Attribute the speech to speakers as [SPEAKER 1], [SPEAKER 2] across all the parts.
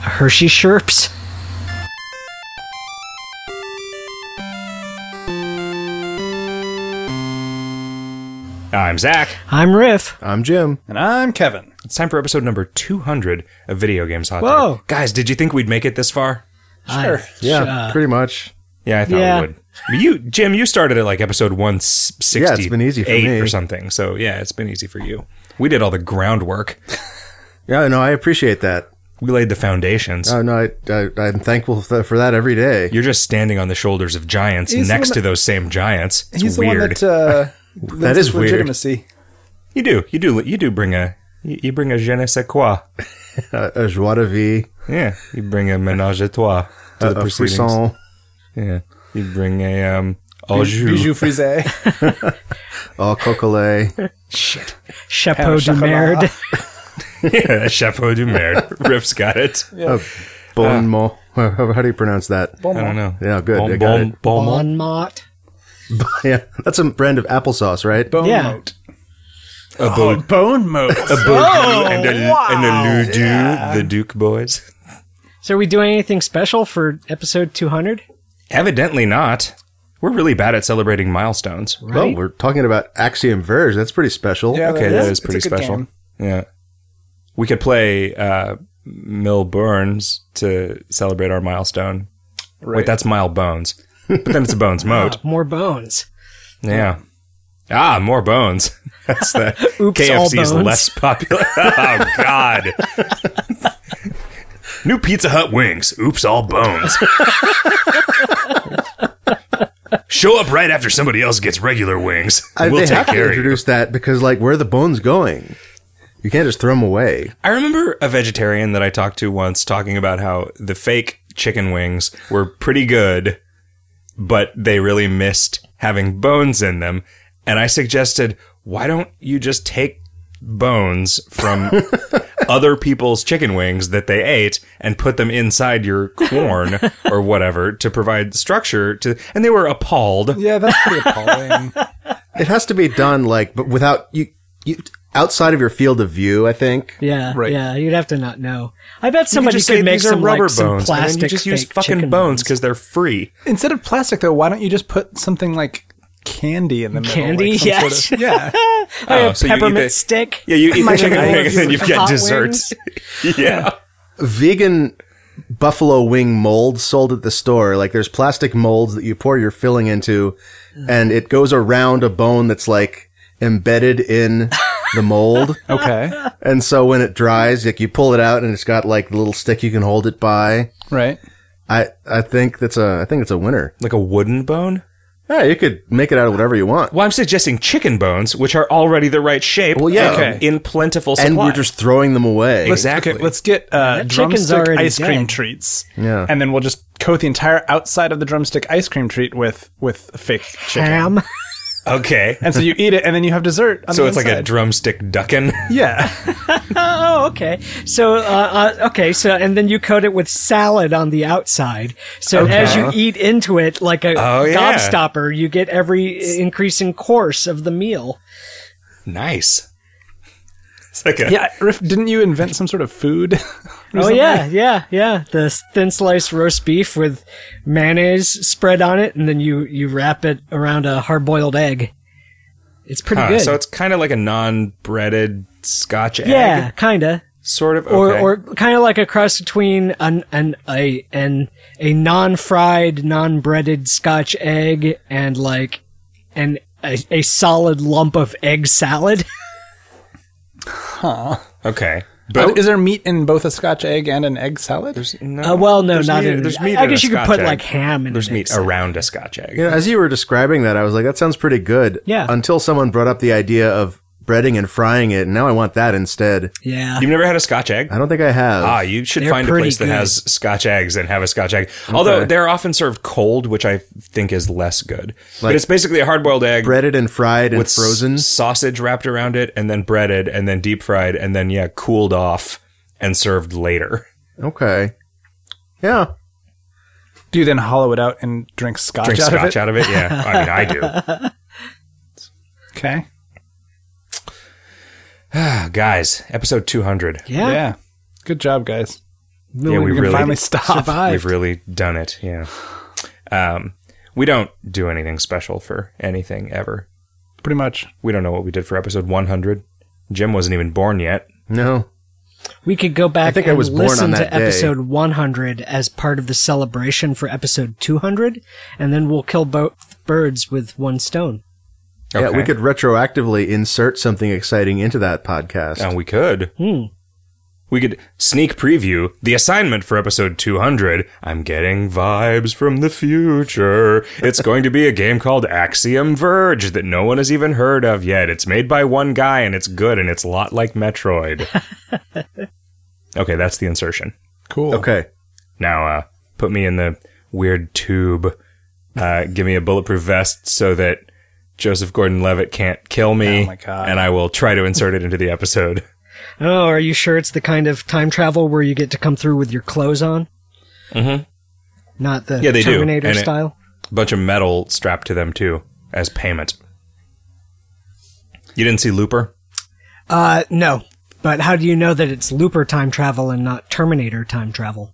[SPEAKER 1] Hershey Sherps.
[SPEAKER 2] I'm Zach.
[SPEAKER 1] I'm Riff.
[SPEAKER 3] I'm Jim.
[SPEAKER 4] And I'm Kevin.
[SPEAKER 2] It's time for episode number 200 of Video Games Hot
[SPEAKER 1] Whoa.
[SPEAKER 2] Dog. Guys, did you think we'd make it this far?
[SPEAKER 1] Sure.
[SPEAKER 3] Yeah, pretty much.
[SPEAKER 2] Yeah, I thought
[SPEAKER 1] Yeah.
[SPEAKER 2] we would. But You, Jim, you started at like episode 168
[SPEAKER 3] Yeah, it's been easy for me.
[SPEAKER 2] or something. So, yeah, it's been easy for you. We did all the groundwork.
[SPEAKER 3] Yeah, no, I appreciate that.
[SPEAKER 2] We laid the foundations.
[SPEAKER 3] Oh no, I, I I'm thankful for that, for that every day.
[SPEAKER 2] You're just standing on the shoulders of giants
[SPEAKER 4] He's the
[SPEAKER 2] next
[SPEAKER 4] one
[SPEAKER 2] to those same giants. It's
[SPEAKER 4] He's
[SPEAKER 2] weird.
[SPEAKER 4] the one that uh, lends
[SPEAKER 3] is
[SPEAKER 4] us
[SPEAKER 3] weird.
[SPEAKER 4] legitimacy.
[SPEAKER 2] you do. You do. You do bring a. You you bring a je ne sais quoi.
[SPEAKER 3] A, a joie de vie,
[SPEAKER 2] Yeah, you bring a ménage à trois to
[SPEAKER 3] a,
[SPEAKER 2] the
[SPEAKER 3] a
[SPEAKER 2] proceedings.
[SPEAKER 3] frisson,
[SPEAKER 2] Yeah, you bring a um. Au jus.
[SPEAKER 4] Bijou frisé.
[SPEAKER 3] a cocolet.
[SPEAKER 1] Chapeau de
[SPEAKER 4] Chocolat.
[SPEAKER 1] merde.
[SPEAKER 2] yeah, chapeau du merde. Riff's got it.
[SPEAKER 4] Ah.
[SPEAKER 3] bon mot. How, how do you pronounce that?
[SPEAKER 2] I don't know.
[SPEAKER 3] Yeah, good, I
[SPEAKER 2] Bon,
[SPEAKER 3] got
[SPEAKER 2] bon,
[SPEAKER 3] it.
[SPEAKER 2] bon,
[SPEAKER 1] Bon
[SPEAKER 2] bon.
[SPEAKER 1] mot.
[SPEAKER 3] yeah, that's a brand of applesauce, right?
[SPEAKER 4] Bone
[SPEAKER 1] Yeah.
[SPEAKER 4] moat.
[SPEAKER 2] A beau-
[SPEAKER 4] Bone moat.
[SPEAKER 2] Bodu and a, and a Ludu, the Duke boys.
[SPEAKER 1] So, are we doing anything special for episode 200?
[SPEAKER 2] Evidently not. We're really bad at celebrating milestones.
[SPEAKER 3] Well, we're talking about Axiom Verge. That's pretty special.
[SPEAKER 4] Yeah,
[SPEAKER 2] Okay,
[SPEAKER 4] that
[SPEAKER 2] that
[SPEAKER 4] is-
[SPEAKER 2] is
[SPEAKER 4] it's a
[SPEAKER 2] pretty
[SPEAKER 4] good
[SPEAKER 2] special.
[SPEAKER 4] game.
[SPEAKER 2] Yeah. We could play uh, Mill Burns to celebrate our milestone. Wait,
[SPEAKER 4] Right.
[SPEAKER 2] that's Mile Bones. But then it's a Bones Moat.
[SPEAKER 1] More bones.
[SPEAKER 2] Yeah. Ah, more bones. That's the
[SPEAKER 1] Oops, all
[SPEAKER 2] KFC's
[SPEAKER 1] bones.
[SPEAKER 2] less popular. Oh God! New Pizza Hut wings. Oops, all bones. Show up right after somebody else gets regular wings.
[SPEAKER 3] I,
[SPEAKER 2] we'll
[SPEAKER 3] they
[SPEAKER 2] take
[SPEAKER 3] have to
[SPEAKER 2] care of you.
[SPEAKER 3] introduce that because, like, where are the bones going? You can't just throw them away.
[SPEAKER 2] I remember a vegetarian that I talked to once talking about how the fake chicken wings were pretty good, but they really missed having bones in them. And I suggested, why don't you just take bones from other people's chicken wings that they ate and put them inside your corn or whatever to provide structure to and they were appalled.
[SPEAKER 4] Yeah, that's pretty appalling.
[SPEAKER 3] It has to be done like, but without you, you outside of your field of view. I think.
[SPEAKER 1] Yeah,
[SPEAKER 4] Right.
[SPEAKER 1] yeah. You'd have to not know. I bet
[SPEAKER 2] You could
[SPEAKER 1] somebody
[SPEAKER 2] just
[SPEAKER 1] could
[SPEAKER 2] say
[SPEAKER 1] make
[SPEAKER 2] these are
[SPEAKER 1] some
[SPEAKER 2] rubber
[SPEAKER 1] like, some
[SPEAKER 2] bones, and then
[SPEAKER 1] plastic
[SPEAKER 2] you just use
[SPEAKER 1] fake
[SPEAKER 2] fucking
[SPEAKER 1] chicken
[SPEAKER 2] bones because they're free.
[SPEAKER 4] Instead of plastic, though, why don't you just put something like candy in the middle?
[SPEAKER 1] Candy?
[SPEAKER 4] Like
[SPEAKER 1] Yes.
[SPEAKER 4] some Sort of, yeah.
[SPEAKER 1] Oh,
[SPEAKER 2] Oh, so you eat
[SPEAKER 1] peppermint
[SPEAKER 2] the-
[SPEAKER 1] stick.
[SPEAKER 2] Yeah, you eat the
[SPEAKER 1] Microwave
[SPEAKER 2] chicken wing and then you've got
[SPEAKER 1] hot
[SPEAKER 2] desserts. yeah.
[SPEAKER 3] vegan buffalo wing molds sold at the store. Like there's plastic molds that you pour your filling into, and it goes around a bone that's like embedded in the mold.
[SPEAKER 4] Okay.
[SPEAKER 3] and so when it dries, like you pull it out, and it's got like the little stick you can hold it by.
[SPEAKER 4] Right.
[SPEAKER 3] I I think that's a I think it's a winner.
[SPEAKER 2] Like a wooden bone?
[SPEAKER 3] Yeah, you could make it out of whatever you want.
[SPEAKER 2] Well, I'm suggesting chicken bones, which are already the right shape.
[SPEAKER 3] Well, yeah.
[SPEAKER 2] and in plentiful supply.
[SPEAKER 3] And we're just throwing them away.
[SPEAKER 2] exactly.
[SPEAKER 4] Okay, let's get uh,
[SPEAKER 1] That chicken's
[SPEAKER 4] drumstick
[SPEAKER 1] already
[SPEAKER 4] ice cream
[SPEAKER 1] dead.
[SPEAKER 4] treats.
[SPEAKER 3] Yeah.
[SPEAKER 4] And then we'll just coat the entire outside of the drumstick ice cream treat with with fake chicken.
[SPEAKER 1] Ham.
[SPEAKER 2] okay.
[SPEAKER 4] And so you eat it, and then you have dessert. On
[SPEAKER 2] So
[SPEAKER 4] the
[SPEAKER 2] it's like a
[SPEAKER 4] inside.
[SPEAKER 2] drumstick duckin.
[SPEAKER 4] yeah.
[SPEAKER 1] Oh, okay. So, uh, uh, okay. So, and then you coat it with salad on the outside. So as you eat into it, like a
[SPEAKER 2] Oh, yeah.
[SPEAKER 1] gobstopper, you get every increasing course of the meal.
[SPEAKER 2] nice. It's like a
[SPEAKER 4] Yeah. Riff, didn't you invent some sort of food?
[SPEAKER 1] Oh yeah, yeah, yeah. The s- thin sliced roast beef with mayonnaise spread on it, and then you you wrap it around a hard boiled egg. It's pretty
[SPEAKER 2] Huh,
[SPEAKER 1] good.
[SPEAKER 2] so it's kind of like a non-breaded Scotch
[SPEAKER 1] yeah,
[SPEAKER 2] egg,
[SPEAKER 1] kinda.
[SPEAKER 2] sort of,
[SPEAKER 1] Or
[SPEAKER 2] okay.
[SPEAKER 1] or kind of like a cross between an an a an a non fried, non breaded Scotch egg and like an a, a solid lump of egg salad.
[SPEAKER 2] okay.
[SPEAKER 4] But is there meat in both a Scotch egg and an egg salad?
[SPEAKER 2] no,
[SPEAKER 1] Uh, well, no,
[SPEAKER 2] there's
[SPEAKER 1] not
[SPEAKER 2] meat,
[SPEAKER 1] in.
[SPEAKER 2] There's meat.
[SPEAKER 1] I, I
[SPEAKER 2] in a
[SPEAKER 1] guess you could
[SPEAKER 2] Scotch
[SPEAKER 1] put
[SPEAKER 2] egg.
[SPEAKER 1] like ham in.
[SPEAKER 2] There's
[SPEAKER 1] an egg
[SPEAKER 2] meat uh,
[SPEAKER 1] salad.
[SPEAKER 2] around a Scotch egg.
[SPEAKER 3] You know, as you were describing that, I was like, that sounds pretty good.
[SPEAKER 1] Yeah.
[SPEAKER 3] Until someone brought up the idea of breading and frying it, and now I want that instead.
[SPEAKER 1] Yeah.
[SPEAKER 2] You've never had a Scotch egg?
[SPEAKER 3] I don't think I have.
[SPEAKER 2] Ah, you should
[SPEAKER 1] They're
[SPEAKER 2] find a
[SPEAKER 1] pretty
[SPEAKER 2] place that
[SPEAKER 1] good.
[SPEAKER 2] has Scotch eggs and have a Scotch egg. Although they're often served cold, which I think is less good. but
[SPEAKER 3] Like-
[SPEAKER 2] it's basically a hard-boiled egg
[SPEAKER 3] breaded and fried and
[SPEAKER 2] with s-
[SPEAKER 3] frozen.
[SPEAKER 2] sausage wrapped around it, and then breaded, and then deep fried, and then yeah, cooled off and served later.
[SPEAKER 3] Okay. Yeah.
[SPEAKER 4] Do you then hollow it out and drink Scotch
[SPEAKER 2] Drink
[SPEAKER 4] out
[SPEAKER 2] Scotch
[SPEAKER 4] of it?
[SPEAKER 2] out of it. Yeah, I mean, I do.
[SPEAKER 4] Okay.
[SPEAKER 2] Ah, Guys, episode two hundred.
[SPEAKER 1] yeah.
[SPEAKER 4] Yeah. Good job, guys.
[SPEAKER 2] yeah, we
[SPEAKER 4] we can
[SPEAKER 2] really
[SPEAKER 4] finally stop.
[SPEAKER 1] survived.
[SPEAKER 2] We've really done it. Yeah. Um, we don't do anything special for anything ever.
[SPEAKER 4] Pretty much.
[SPEAKER 2] We don't know what we did for episode 100. Jim wasn't even born yet.
[SPEAKER 3] No.
[SPEAKER 1] We could go back
[SPEAKER 3] I think I
[SPEAKER 1] and
[SPEAKER 3] was born on
[SPEAKER 1] listen
[SPEAKER 3] that
[SPEAKER 1] to
[SPEAKER 3] day.
[SPEAKER 1] episode 100 as part of the celebration for episode 200, and then we'll kill both birds with one stone.
[SPEAKER 3] Yeah, we could retroactively insert something exciting into that podcast.
[SPEAKER 2] Uh, we could.
[SPEAKER 1] Hmm.
[SPEAKER 2] We could sneak preview the assignment for episode 200. I'm getting vibes from the future. It's going to be a game called Axiom Verge that no one has even heard of yet. It's made by one guy and it's good and it's a lot like Metroid. okay, that's the insertion.
[SPEAKER 4] Cool.
[SPEAKER 3] Okay.
[SPEAKER 2] Now, uh, put me in the weird tube. Uh, give me a bulletproof vest so that Joseph Gordon Levitt can't kill me.
[SPEAKER 4] Oh my God.
[SPEAKER 2] And I will try to insert it into the episode.
[SPEAKER 1] Oh, are you sure it's the kind of time travel where you get to come through with your clothes on?
[SPEAKER 2] Mhm.
[SPEAKER 1] Not the
[SPEAKER 2] Yeah, they do,
[SPEAKER 1] Terminator
[SPEAKER 2] and it-
[SPEAKER 1] style?
[SPEAKER 2] bunch of metal strapped to them too as payment. You didn't see Looper?
[SPEAKER 1] Uh, no. But how do you know that it's Looper time travel and not Terminator time travel?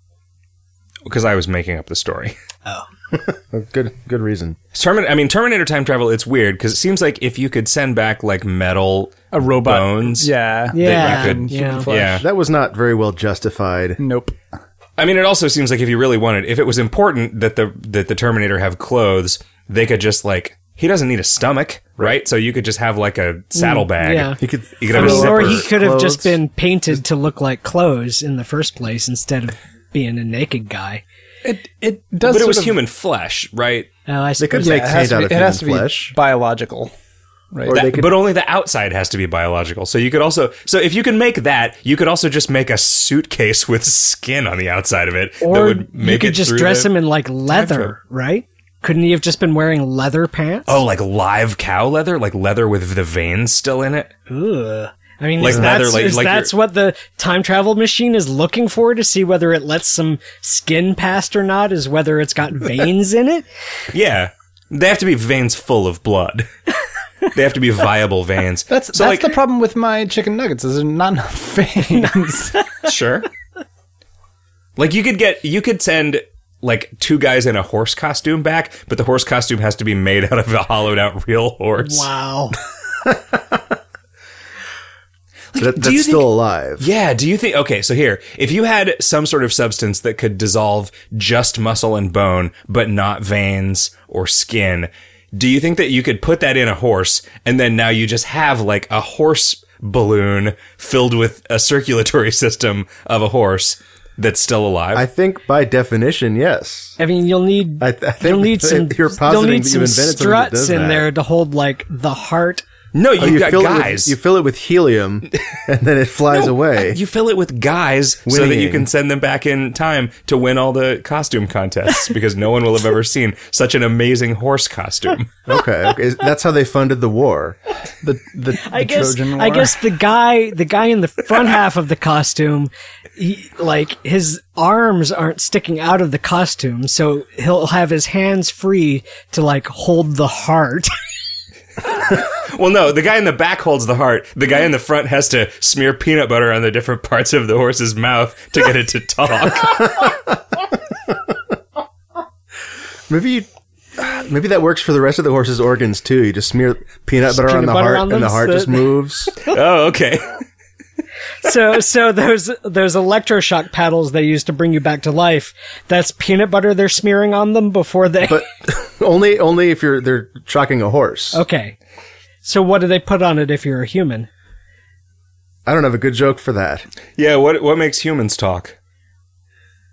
[SPEAKER 2] Because I was making up the story.
[SPEAKER 3] Uh, Good good reason.
[SPEAKER 2] Termin- I mean, Terminator time travel, it's weird because it seems like if you could send back like metal
[SPEAKER 4] A robot.
[SPEAKER 2] bones.
[SPEAKER 4] Yeah.
[SPEAKER 1] Yeah.
[SPEAKER 2] could-
[SPEAKER 1] yeah.
[SPEAKER 2] Yeah.
[SPEAKER 3] That was not very well justified.
[SPEAKER 4] Nope.
[SPEAKER 2] I mean, it also seems like if you really wanted, if it was important that the that the Terminator have clothes, they could just like he doesn't need a stomach, right? So you could just have like a
[SPEAKER 4] Mm,
[SPEAKER 2] saddlebag.
[SPEAKER 1] yeah.
[SPEAKER 3] You could
[SPEAKER 2] You could have a
[SPEAKER 3] throw
[SPEAKER 1] Or
[SPEAKER 2] zipper.
[SPEAKER 1] he could have just
[SPEAKER 3] clothes.
[SPEAKER 1] been painted to look like clothes in the first place instead of being a naked guy.
[SPEAKER 4] It it does.
[SPEAKER 2] But it
[SPEAKER 4] sort
[SPEAKER 2] was
[SPEAKER 4] of-
[SPEAKER 2] human flesh, right?
[SPEAKER 1] Oh, I
[SPEAKER 3] They could
[SPEAKER 1] suppose.
[SPEAKER 3] make
[SPEAKER 4] it
[SPEAKER 3] paint
[SPEAKER 4] has to
[SPEAKER 3] out
[SPEAKER 4] be,
[SPEAKER 3] of
[SPEAKER 4] it
[SPEAKER 3] human
[SPEAKER 4] has to be
[SPEAKER 3] flesh.
[SPEAKER 4] biological. Right.
[SPEAKER 3] Or
[SPEAKER 4] That-
[SPEAKER 3] they could
[SPEAKER 2] but only the outside has to be biological. So you could also so if you can make that, you could also just make a suitcase with skin on the outside of it that
[SPEAKER 1] Or
[SPEAKER 2] would make
[SPEAKER 1] you could
[SPEAKER 2] it
[SPEAKER 1] just
[SPEAKER 2] through
[SPEAKER 1] dress
[SPEAKER 2] the-
[SPEAKER 1] him in like leather, right? Couldn't he have just been wearing leather pants?
[SPEAKER 2] Oh, like live cow leather, like leather with the veins still in it.
[SPEAKER 1] Ugh. I mean,
[SPEAKER 2] Like
[SPEAKER 1] is
[SPEAKER 2] leather,
[SPEAKER 1] that's,
[SPEAKER 2] like-
[SPEAKER 1] is
[SPEAKER 2] like
[SPEAKER 1] that's
[SPEAKER 2] you're-
[SPEAKER 1] what the time travel machine is looking for to see whether it lets some skin past or not? Is whether it's got veins in it?
[SPEAKER 2] Yeah, they have to be veins full of blood. they have to be viable veins.
[SPEAKER 4] That's
[SPEAKER 2] so
[SPEAKER 4] that's
[SPEAKER 2] like
[SPEAKER 4] the problem with my chicken nuggets. Is there not enough veins?
[SPEAKER 2] sure. Like you could get you could send like two guys in a horse costume back, but the horse costume has to be made out of a hollowed out real horse.
[SPEAKER 1] Wow.
[SPEAKER 3] that,
[SPEAKER 2] do
[SPEAKER 3] that's
[SPEAKER 2] you think-
[SPEAKER 3] still alive.
[SPEAKER 2] Yeah, do you think okay, so here, if you had some sort of substance that could dissolve just muscle and bone but not veins or skin, do you think that you could put that in a horse and then now you just have like a horse balloon filled with a circulatory system of a horse that's still alive?
[SPEAKER 3] I think by definition, yes.
[SPEAKER 1] I mean, you'll need
[SPEAKER 3] I th- I think
[SPEAKER 1] you'll need some
[SPEAKER 3] you're
[SPEAKER 1] you'll
[SPEAKER 3] positing
[SPEAKER 1] need
[SPEAKER 3] that you
[SPEAKER 1] some
[SPEAKER 3] invented something that
[SPEAKER 1] struts
[SPEAKER 3] does
[SPEAKER 1] in
[SPEAKER 3] that.
[SPEAKER 1] there to hold like the heart.
[SPEAKER 2] no, Oh, you,
[SPEAKER 3] Oh, you
[SPEAKER 2] got
[SPEAKER 3] fill
[SPEAKER 2] guys.
[SPEAKER 3] It with, you fill it with helium, and then it flies
[SPEAKER 2] No,
[SPEAKER 3] away.
[SPEAKER 2] You fill it with guys so that you
[SPEAKER 3] Whinnying.
[SPEAKER 2] can send them back in time to win all the costume contests because no one will have ever seen such an amazing horse costume.
[SPEAKER 3] okay, okay, is- that's how they funded the war.
[SPEAKER 4] the the,
[SPEAKER 1] I
[SPEAKER 4] the
[SPEAKER 1] guess
[SPEAKER 4] Trojan War.
[SPEAKER 1] I guess the guy the guy in the front half of the costume, he, like his arms aren't sticking out of the costume, so he'll have his hands free to like hold the heart.
[SPEAKER 2] Well, no, the guy in the back holds the heart. The guy in the front has to smear peanut butter on the different parts of the horse's mouth to get it to talk.
[SPEAKER 3] Maybe you, maybe that works for the rest of the horse's organs too. You just smear peanut butter on
[SPEAKER 1] peanut
[SPEAKER 3] the
[SPEAKER 1] butter
[SPEAKER 3] heart,
[SPEAKER 1] on them
[SPEAKER 3] and the heart
[SPEAKER 1] so
[SPEAKER 3] just
[SPEAKER 1] that-
[SPEAKER 3] moves.
[SPEAKER 2] oh, okay.
[SPEAKER 1] so so those those electroshock paddles they use to bring you back to life. That's peanut butter they're smearing on them before they.
[SPEAKER 3] But only only if you're they're shocking a horse.
[SPEAKER 1] okay. So what do they put on it if you're a human?
[SPEAKER 3] I don't have a good joke for that.
[SPEAKER 2] Yeah, what what makes humans talk?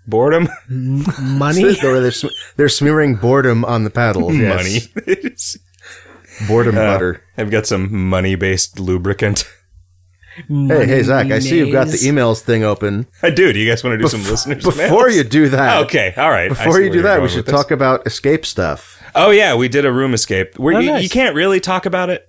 [SPEAKER 2] Boredom,
[SPEAKER 1] Money.
[SPEAKER 3] they're, sm- they're smearing boredom on the paddle. Yes.
[SPEAKER 2] money.
[SPEAKER 3] boredom
[SPEAKER 2] Uh,
[SPEAKER 3] butter.
[SPEAKER 2] I've got some money-based lubricant.
[SPEAKER 3] Hey, hey, Zach! I see you've got the
[SPEAKER 1] Mayonnaise.
[SPEAKER 3] emails thing open.
[SPEAKER 2] I do. Do you guys want to do some listeners?
[SPEAKER 3] Before
[SPEAKER 2] mails?
[SPEAKER 3] you do that,
[SPEAKER 2] okay, all right. I see
[SPEAKER 3] Before you
[SPEAKER 2] where
[SPEAKER 3] do
[SPEAKER 2] you're
[SPEAKER 3] that,
[SPEAKER 2] going
[SPEAKER 3] we
[SPEAKER 2] with
[SPEAKER 3] should
[SPEAKER 2] this.
[SPEAKER 3] talk about escape stuff.
[SPEAKER 2] Oh yeah, we did a room escape. Where
[SPEAKER 1] Oh,
[SPEAKER 2] you,
[SPEAKER 1] nice.
[SPEAKER 2] you can't really talk about it.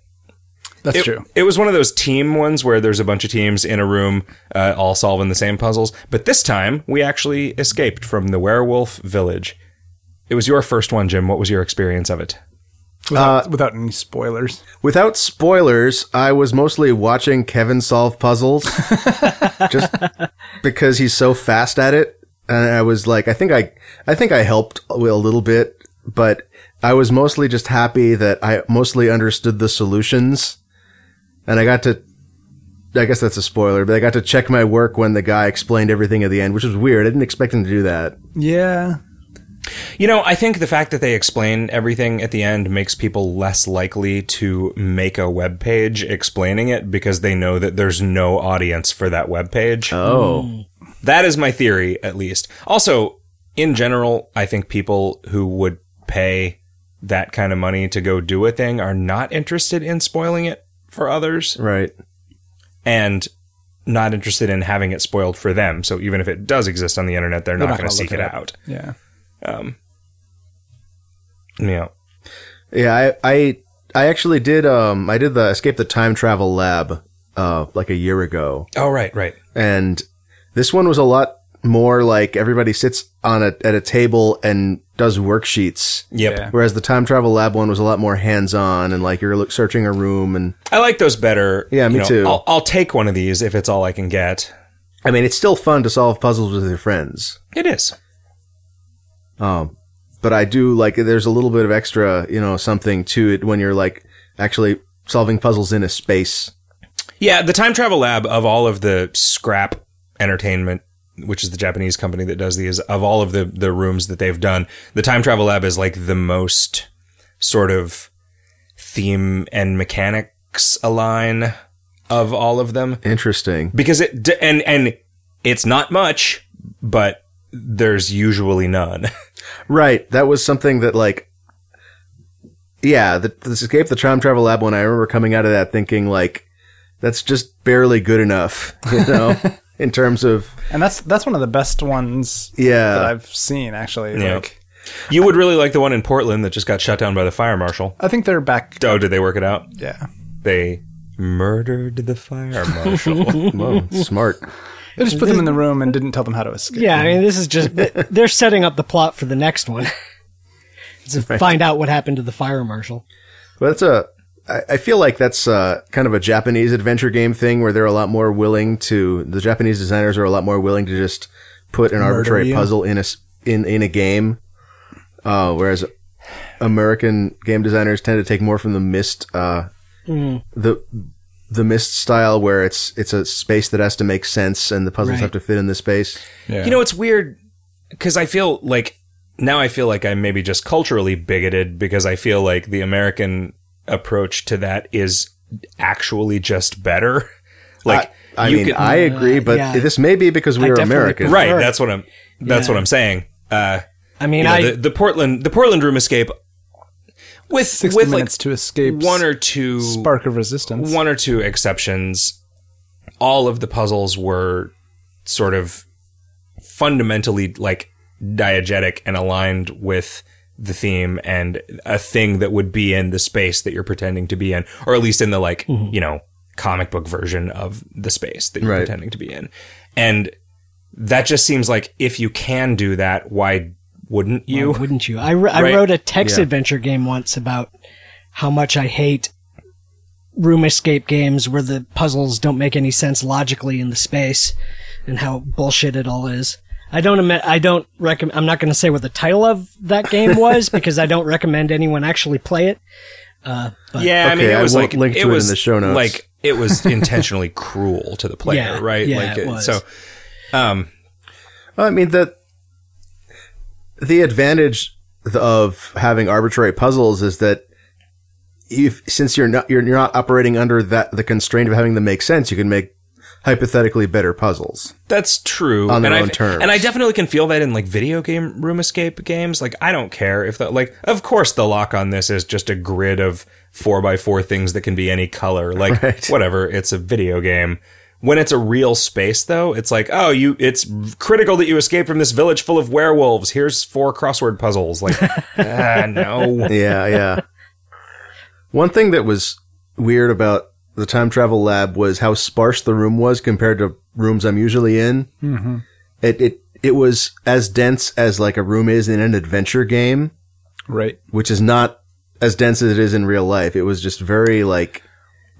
[SPEAKER 4] that's
[SPEAKER 2] It,
[SPEAKER 4] true.
[SPEAKER 2] it was one of those team ones where there's a bunch of teams in a room, uh, all solving the same puzzles. But this time, we actually escaped from the werewolf village. It was your first one, Jim. What was your experience of it?
[SPEAKER 4] Without,
[SPEAKER 2] uh,
[SPEAKER 4] without any spoilers.
[SPEAKER 3] Without spoilers, I was mostly watching Kevin solve puzzles just because he's so fast at it. and I was like, I think I, I think I helped a little bit, but I was mostly just happy that I mostly understood the solutions, and I got to. I guess that's a spoiler, but I got to check my work when the guy explained everything at the end, which was weird. I didn't expect him to do that.
[SPEAKER 4] Yeah.
[SPEAKER 2] You know, I think the fact that they explain everything at the end makes people less likely to make a web page explaining it because they know that there's no audience for that web page.
[SPEAKER 3] Oh,
[SPEAKER 2] That is my theory, at least. Also, in general, I think people who would pay that kind of money to go do a thing are not interested in spoiling it for others
[SPEAKER 3] right.
[SPEAKER 2] and not interested in having it spoiled for them. So even if it does exist on the internet, they're, not,
[SPEAKER 4] not
[SPEAKER 2] going
[SPEAKER 4] gonna
[SPEAKER 2] to seek
[SPEAKER 4] look
[SPEAKER 2] it
[SPEAKER 4] it up.
[SPEAKER 2] out. Um,
[SPEAKER 4] Yeah.
[SPEAKER 2] Yeah.
[SPEAKER 3] Yeah, I, I I actually did um I did the Escape the Time Travel Lab uh like a year ago.
[SPEAKER 2] Oh, right, right.
[SPEAKER 3] And this one was a lot more like everybody sits on a at a table and does worksheets.
[SPEAKER 2] Yep.
[SPEAKER 4] Yeah.
[SPEAKER 3] Whereas the Time Travel Lab one was a lot more hands on and like you're look, searching a room and
[SPEAKER 2] I like those better.
[SPEAKER 3] Yeah, me
[SPEAKER 2] You know,
[SPEAKER 3] too.
[SPEAKER 2] I'll, I'll take one of these if it's all I can get.
[SPEAKER 3] I mean it's still fun to solve puzzles with your friends.
[SPEAKER 2] It is.
[SPEAKER 3] Um but I do like there's a little bit of extra, you know, something to it when you're like actually solving puzzles in a space.
[SPEAKER 2] Yeah, the Time Travel Lab of all of the scrap entertainment, which is the Japanese company that does these, of all of the the rooms that they've done, the Time Travel Lab is like the most sort of theme and mechanics align of all of them
[SPEAKER 3] Interesting.
[SPEAKER 2] because it d- and and it's not much, but there's usually none.
[SPEAKER 3] Right. That was something that like Yeah, the, the Escape the Time Travel Lab one, I remember coming out of that thinking like that's just barely good enough, you know, in terms of
[SPEAKER 4] And that's that's one of the best ones that
[SPEAKER 3] yeah.
[SPEAKER 4] I've seen actually.
[SPEAKER 2] Yeah.
[SPEAKER 4] Like
[SPEAKER 2] you would really like the one in Portland that just got shut down by the fire marshal.
[SPEAKER 4] I think they're back
[SPEAKER 2] Oh, did they work it out?
[SPEAKER 4] yeah.
[SPEAKER 2] They murdered the fire marshal.
[SPEAKER 3] Whoa, smart.
[SPEAKER 4] They just put them in the room and didn't tell them how to escape.
[SPEAKER 1] Yeah, I mean, this is just th- they're setting up the plot for the next one. to find out what happened to the fire marshal.
[SPEAKER 3] But that's a I I feel like that's uh, kind of a Japanese adventure game thing where they're a lot more willing to the Japanese designers are a lot more willing to just put an arbitrary
[SPEAKER 4] you.
[SPEAKER 3] puzzle in a s- in in a game, uh, whereas American game designers tend to take more from the mist uh,
[SPEAKER 1] Hmm.
[SPEAKER 3] the the mist style where it's it's a space that has to make sense and the puzzles
[SPEAKER 1] Right.
[SPEAKER 3] have to fit in the space.
[SPEAKER 4] Yeah.
[SPEAKER 2] You know, it's weird because I feel like now I feel like I'm maybe just culturally bigoted because I feel like the American approach to that is actually just better. Like
[SPEAKER 3] I
[SPEAKER 2] you
[SPEAKER 3] mean,
[SPEAKER 2] could-
[SPEAKER 3] I agree, but
[SPEAKER 1] Uh, yeah.
[SPEAKER 3] this may be because we
[SPEAKER 1] I
[SPEAKER 3] are
[SPEAKER 1] definitely
[SPEAKER 3] American.
[SPEAKER 2] right.
[SPEAKER 1] Sure.
[SPEAKER 2] That's what I'm. That's
[SPEAKER 1] Yeah.
[SPEAKER 2] what I'm saying. Uh,
[SPEAKER 1] I mean,
[SPEAKER 2] you know,
[SPEAKER 1] I
[SPEAKER 2] the, the Portland, the Portland room escape with
[SPEAKER 4] 60
[SPEAKER 2] with like
[SPEAKER 4] minutes to escape
[SPEAKER 2] one or two
[SPEAKER 4] spark of resistance.
[SPEAKER 2] one or two exceptions, all of the puzzles were sort of fundamentally like diegetic and aligned with the theme and a thing that would be in the space that you're pretending to be in, or at least in the like, you know, comic book version of the space that you're
[SPEAKER 3] Right.
[SPEAKER 2] pretending to be in. And that just seems like if you can do that, why wouldn't you?
[SPEAKER 1] wouldn't you? I, wr- I
[SPEAKER 2] Right.
[SPEAKER 1] wrote a text adventure game once about how much I hate room escape games where the puzzles don't make any sense logically in the space and how bullshit it all is. I don't admit, I don't recommend I'm not going to say what the title of that game was because I don't recommend anyone actually play it.
[SPEAKER 2] Yeah, I mean,
[SPEAKER 3] Okay,
[SPEAKER 2] it
[SPEAKER 3] I
[SPEAKER 2] was
[SPEAKER 3] won't
[SPEAKER 2] like
[SPEAKER 3] link to it in
[SPEAKER 2] was
[SPEAKER 3] the show notes.
[SPEAKER 2] Like it was intentionally cruel to the player,
[SPEAKER 1] Yeah,
[SPEAKER 2] right?
[SPEAKER 1] yeah,
[SPEAKER 2] like
[SPEAKER 1] it was.
[SPEAKER 2] so. Um,
[SPEAKER 3] Well, I mean the the advantage th- of having arbitrary puzzles is that if since you're not you're, you're not operating under that the constraint of having them make sense, you can make hypothetically better puzzles.
[SPEAKER 2] that's true.
[SPEAKER 3] On their
[SPEAKER 2] and
[SPEAKER 3] own
[SPEAKER 2] I,
[SPEAKER 3] terms.
[SPEAKER 2] And I definitely can feel that in like video game room escape games. Like I don't care if the like of course the lock on this is just a grid of four by four things that can be any color. Like whatever, it's a video game. When it's a real space though, it's like, oh, you it's critical that you escape from this village full of werewolves. Here's four crossword puzzles. Like ah, no.
[SPEAKER 3] Yeah, yeah. One thing that was weird about the time travel lab was how sparse the room was compared to rooms I'm usually in. Mm-hmm. It it it was as dense as like a room is in an adventure game.
[SPEAKER 4] right.
[SPEAKER 3] which is not as dense as it is in real life. It was just very like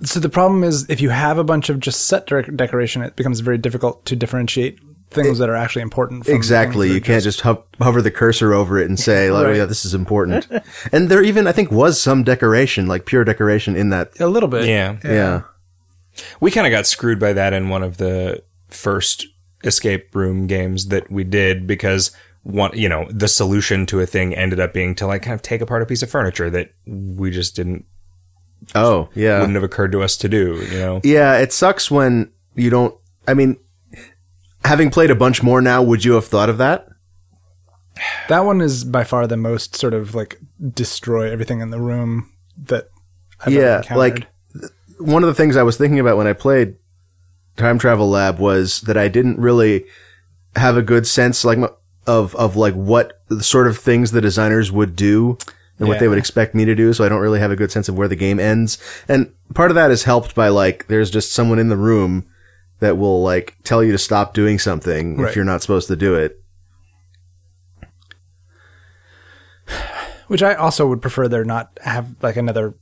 [SPEAKER 4] So the problem is if you have a bunch of just set dec- decoration, it becomes very difficult to differentiate things that are actually important. From
[SPEAKER 3] Exactly.
[SPEAKER 4] things
[SPEAKER 3] You
[SPEAKER 4] that
[SPEAKER 3] can't just ho- hover the cursor over it and say, like, oh, yeah, this is important. and there even, I think, was some decoration, like pure decoration in that.
[SPEAKER 4] just- a little bit.
[SPEAKER 2] Yeah.
[SPEAKER 3] Yeah.
[SPEAKER 2] We kind of got screwed by that in one of the first escape room games that we did because one, you know, the solution to a thing ended up being to like kind of take apart a piece of furniture that we just didn't
[SPEAKER 3] Oh, yeah.
[SPEAKER 2] wouldn't have occurred to us to do, you know.
[SPEAKER 3] Yeah, it sucks when you don't. I mean, having played a bunch more now, would you have thought of that?
[SPEAKER 4] That one is by far the most sort of like destroy everything in the room that I've ever
[SPEAKER 3] yeah,
[SPEAKER 4] encountered.
[SPEAKER 3] like th- one of the things I was thinking about when I played Time Travel Lab was that I didn't really have a good sense, like m- of of like what the sort of things the designers would do and what they
[SPEAKER 4] Yeah.
[SPEAKER 3] would expect me to do. So I don't really have a good sense of where the game ends. And part of that is helped by like there's just someone in the room that will like tell you to stop doing something if
[SPEAKER 4] Right.
[SPEAKER 3] you're not supposed to do it.
[SPEAKER 4] which I also would prefer there not have like another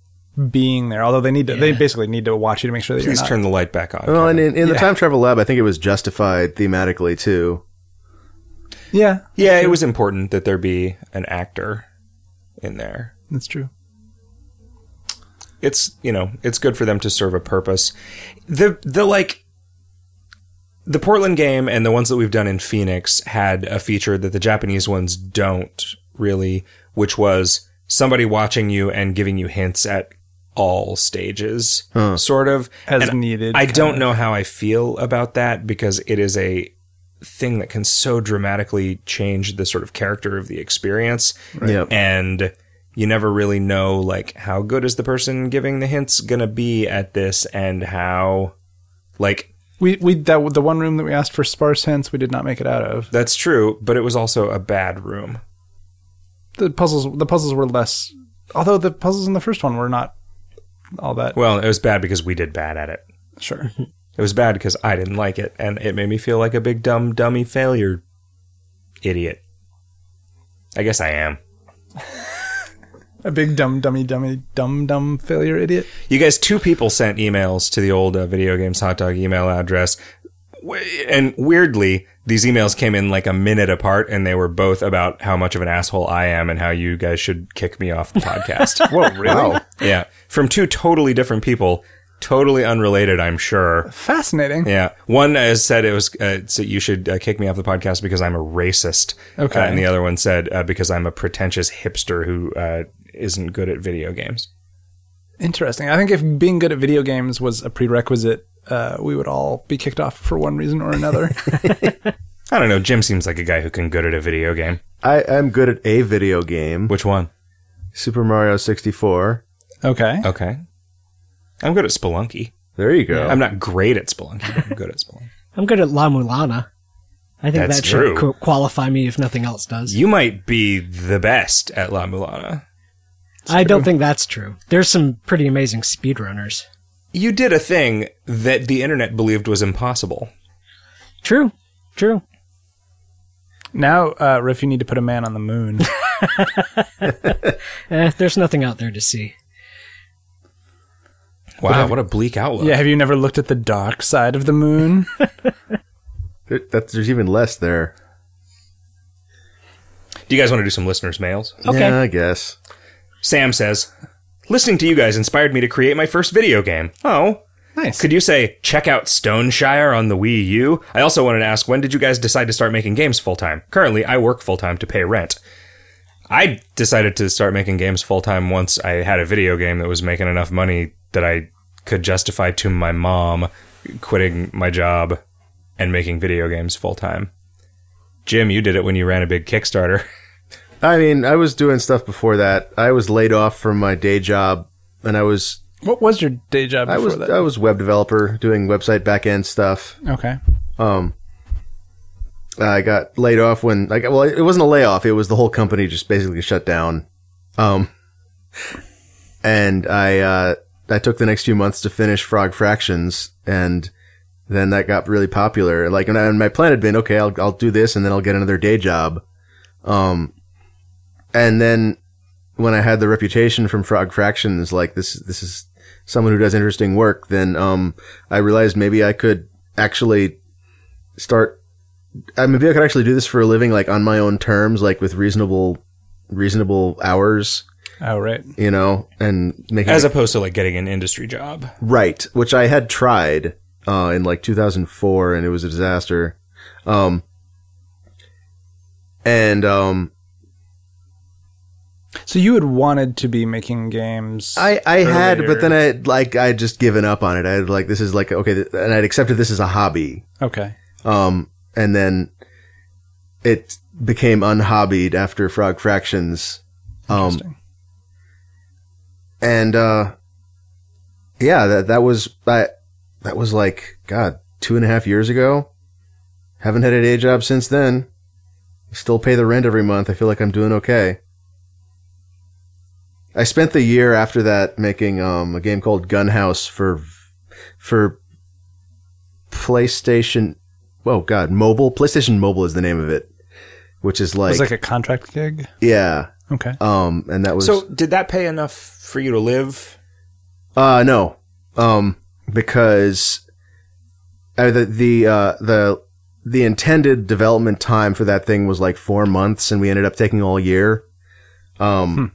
[SPEAKER 4] being there. Although they need to, they basically need to watch you to make sure that
[SPEAKER 2] Please
[SPEAKER 4] you're not.
[SPEAKER 2] turn the light back on.
[SPEAKER 3] Well, and in, in the
[SPEAKER 4] Yeah.
[SPEAKER 3] time travel lab, I think it was justified thematically too.
[SPEAKER 4] yeah,
[SPEAKER 2] yeah, it was important that there be an actor in there.
[SPEAKER 4] that's true.
[SPEAKER 2] it's you know it's good for them to serve a purpose the the like the portland game and the ones that we've done in phoenix had a feature that the japanese ones don't really which was somebody watching you and giving you hints at all stages sort of
[SPEAKER 4] As
[SPEAKER 2] And
[SPEAKER 4] needed,
[SPEAKER 2] i
[SPEAKER 4] kind
[SPEAKER 2] don't know how i feel about that because it is a thing that can so dramatically change the sort of character of the experience
[SPEAKER 3] Yep.
[SPEAKER 2] and you never really know like how good is the person giving the hints gonna be at this and how like
[SPEAKER 4] We we that the one room that we asked for sparse hints we did not make it out of.
[SPEAKER 2] that's true but it was also a bad room
[SPEAKER 4] The puzzles the puzzles were less. Although the puzzles in the first one were not all that
[SPEAKER 2] well it was bad because we did bad at it
[SPEAKER 4] sure.
[SPEAKER 2] it was bad because i didn't like it and it made me feel like a big dumb dummy failure idiot i guess i am
[SPEAKER 4] A big dumb dummy dummy dumb dumb failure idiot.
[SPEAKER 2] you guys two people sent emails to the old uh, video games hot dog email address W- and weirdly these emails came in like a minute apart and they were both about how much of an asshole i am and how you guys should kick me off the podcast
[SPEAKER 4] Whoa, really?
[SPEAKER 2] yeah from two totally different people totally unrelated i'm sure
[SPEAKER 4] Fascinating.
[SPEAKER 2] yeah one uh, said it was uh, so you should uh, kick me off the podcast because i'm a racist
[SPEAKER 4] Okay.
[SPEAKER 2] Uh, and the other one said uh, because i'm a pretentious hipster who uh, isn't good at video games
[SPEAKER 4] Interesting. I think if being good at video games was a prerequisite, uh, we would all be kicked off for one reason or another.
[SPEAKER 2] i don't know jim seems like a guy who can good at a video game
[SPEAKER 3] I am good at a video game,
[SPEAKER 2] Which one?
[SPEAKER 3] Super Mario 64.
[SPEAKER 4] okay.
[SPEAKER 2] Okay. I'm good at Spelunky.
[SPEAKER 3] There you go.
[SPEAKER 2] I'm not great at Spelunky, but I'm good at Spelunky.
[SPEAKER 1] I'm good at La Mulana. I think
[SPEAKER 2] That's
[SPEAKER 1] that should
[SPEAKER 2] true.
[SPEAKER 1] qu- qualify me if nothing else does.
[SPEAKER 2] You might be the best at La Mulana.
[SPEAKER 1] I don't think that's true. There's some pretty amazing speedrunners.
[SPEAKER 2] You did a thing that the internet believed was impossible.
[SPEAKER 1] True. True.
[SPEAKER 4] Now, uh, Riff, you need to put a man on the moon.
[SPEAKER 1] Eh, there's nothing out there to see.
[SPEAKER 2] Wow, what a bleak outlook.
[SPEAKER 4] yeah, have you never looked at the dark side of the moon?
[SPEAKER 3] There- that, there's even less there.
[SPEAKER 2] Do you guys want to do some listeners' mails?
[SPEAKER 1] Okay.
[SPEAKER 3] Yeah, I guess.
[SPEAKER 2] Sam says, Listening to you guys inspired me to create my first video game. Oh.
[SPEAKER 4] nice.
[SPEAKER 2] Could you say, check out Stoneshire on the Wii U? I also wanted to ask, when did you guys decide to start making games full time? Currently, I work full time to pay rent. I decided to start making games full time once I had a video game that was making enough money that I could justify to my mom quitting my job and making video games full time. Jim, you did it when you ran a big Kickstarter.
[SPEAKER 3] I mean, I was doing stuff before that. I was laid off from my day job, and I was
[SPEAKER 4] what was your day job
[SPEAKER 3] I
[SPEAKER 4] before
[SPEAKER 3] was
[SPEAKER 4] that?
[SPEAKER 3] I was web developer doing website backend stuff.
[SPEAKER 4] okay.
[SPEAKER 3] Um, I got laid off when I got, well, it wasn't a layoff. It was the whole company just basically shut down. Um, and I, uh, I took the next few months to finish Frog Fractions and then that got really popular. Like, and, I, and my plan had been, okay, I'll, I'll do this and then I'll get another day job. Um, and then when I had the reputation from Frog Fractions, like this, this is someone who does interesting work, then, um, I realized maybe I could actually start I maybe I could actually do this for a living, like on my own terms, like with reasonable, reasonable hours,
[SPEAKER 4] Oh, right.
[SPEAKER 3] you know, and making
[SPEAKER 2] as opposed to like getting an industry job.
[SPEAKER 3] Right, which I had tried uh, in like 2004, and it was a disaster. Um, and um,
[SPEAKER 4] So you had wanted to be making games.
[SPEAKER 3] I I had,
[SPEAKER 4] Earlier.
[SPEAKER 3] but then I like I had just given up on it. I had like this is like okay, th- and I'd accepted this as a hobby.
[SPEAKER 4] okay.
[SPEAKER 3] Um, and then it became unhobbied after Frog Fractions. Um,
[SPEAKER 4] Interesting.
[SPEAKER 3] and uh, yeah, that that was that that was like God two and a half years ago. Haven't had a day job since then. Still pay the rent every month. I feel like I'm doing okay. I spent the year after that making um, a game called Gunhouse for for PlayStation. Oh God, mobile PlayStation Mobile is the name of it, which is
[SPEAKER 4] it
[SPEAKER 3] like,
[SPEAKER 4] was like a contract gig.
[SPEAKER 3] yeah.
[SPEAKER 4] Okay.
[SPEAKER 3] Um, and that was
[SPEAKER 2] So did that pay enough for you to live?
[SPEAKER 3] Uh no. Um because uh, the the uh the the intended development time for that thing was like 4 months and we ended up taking all year. Um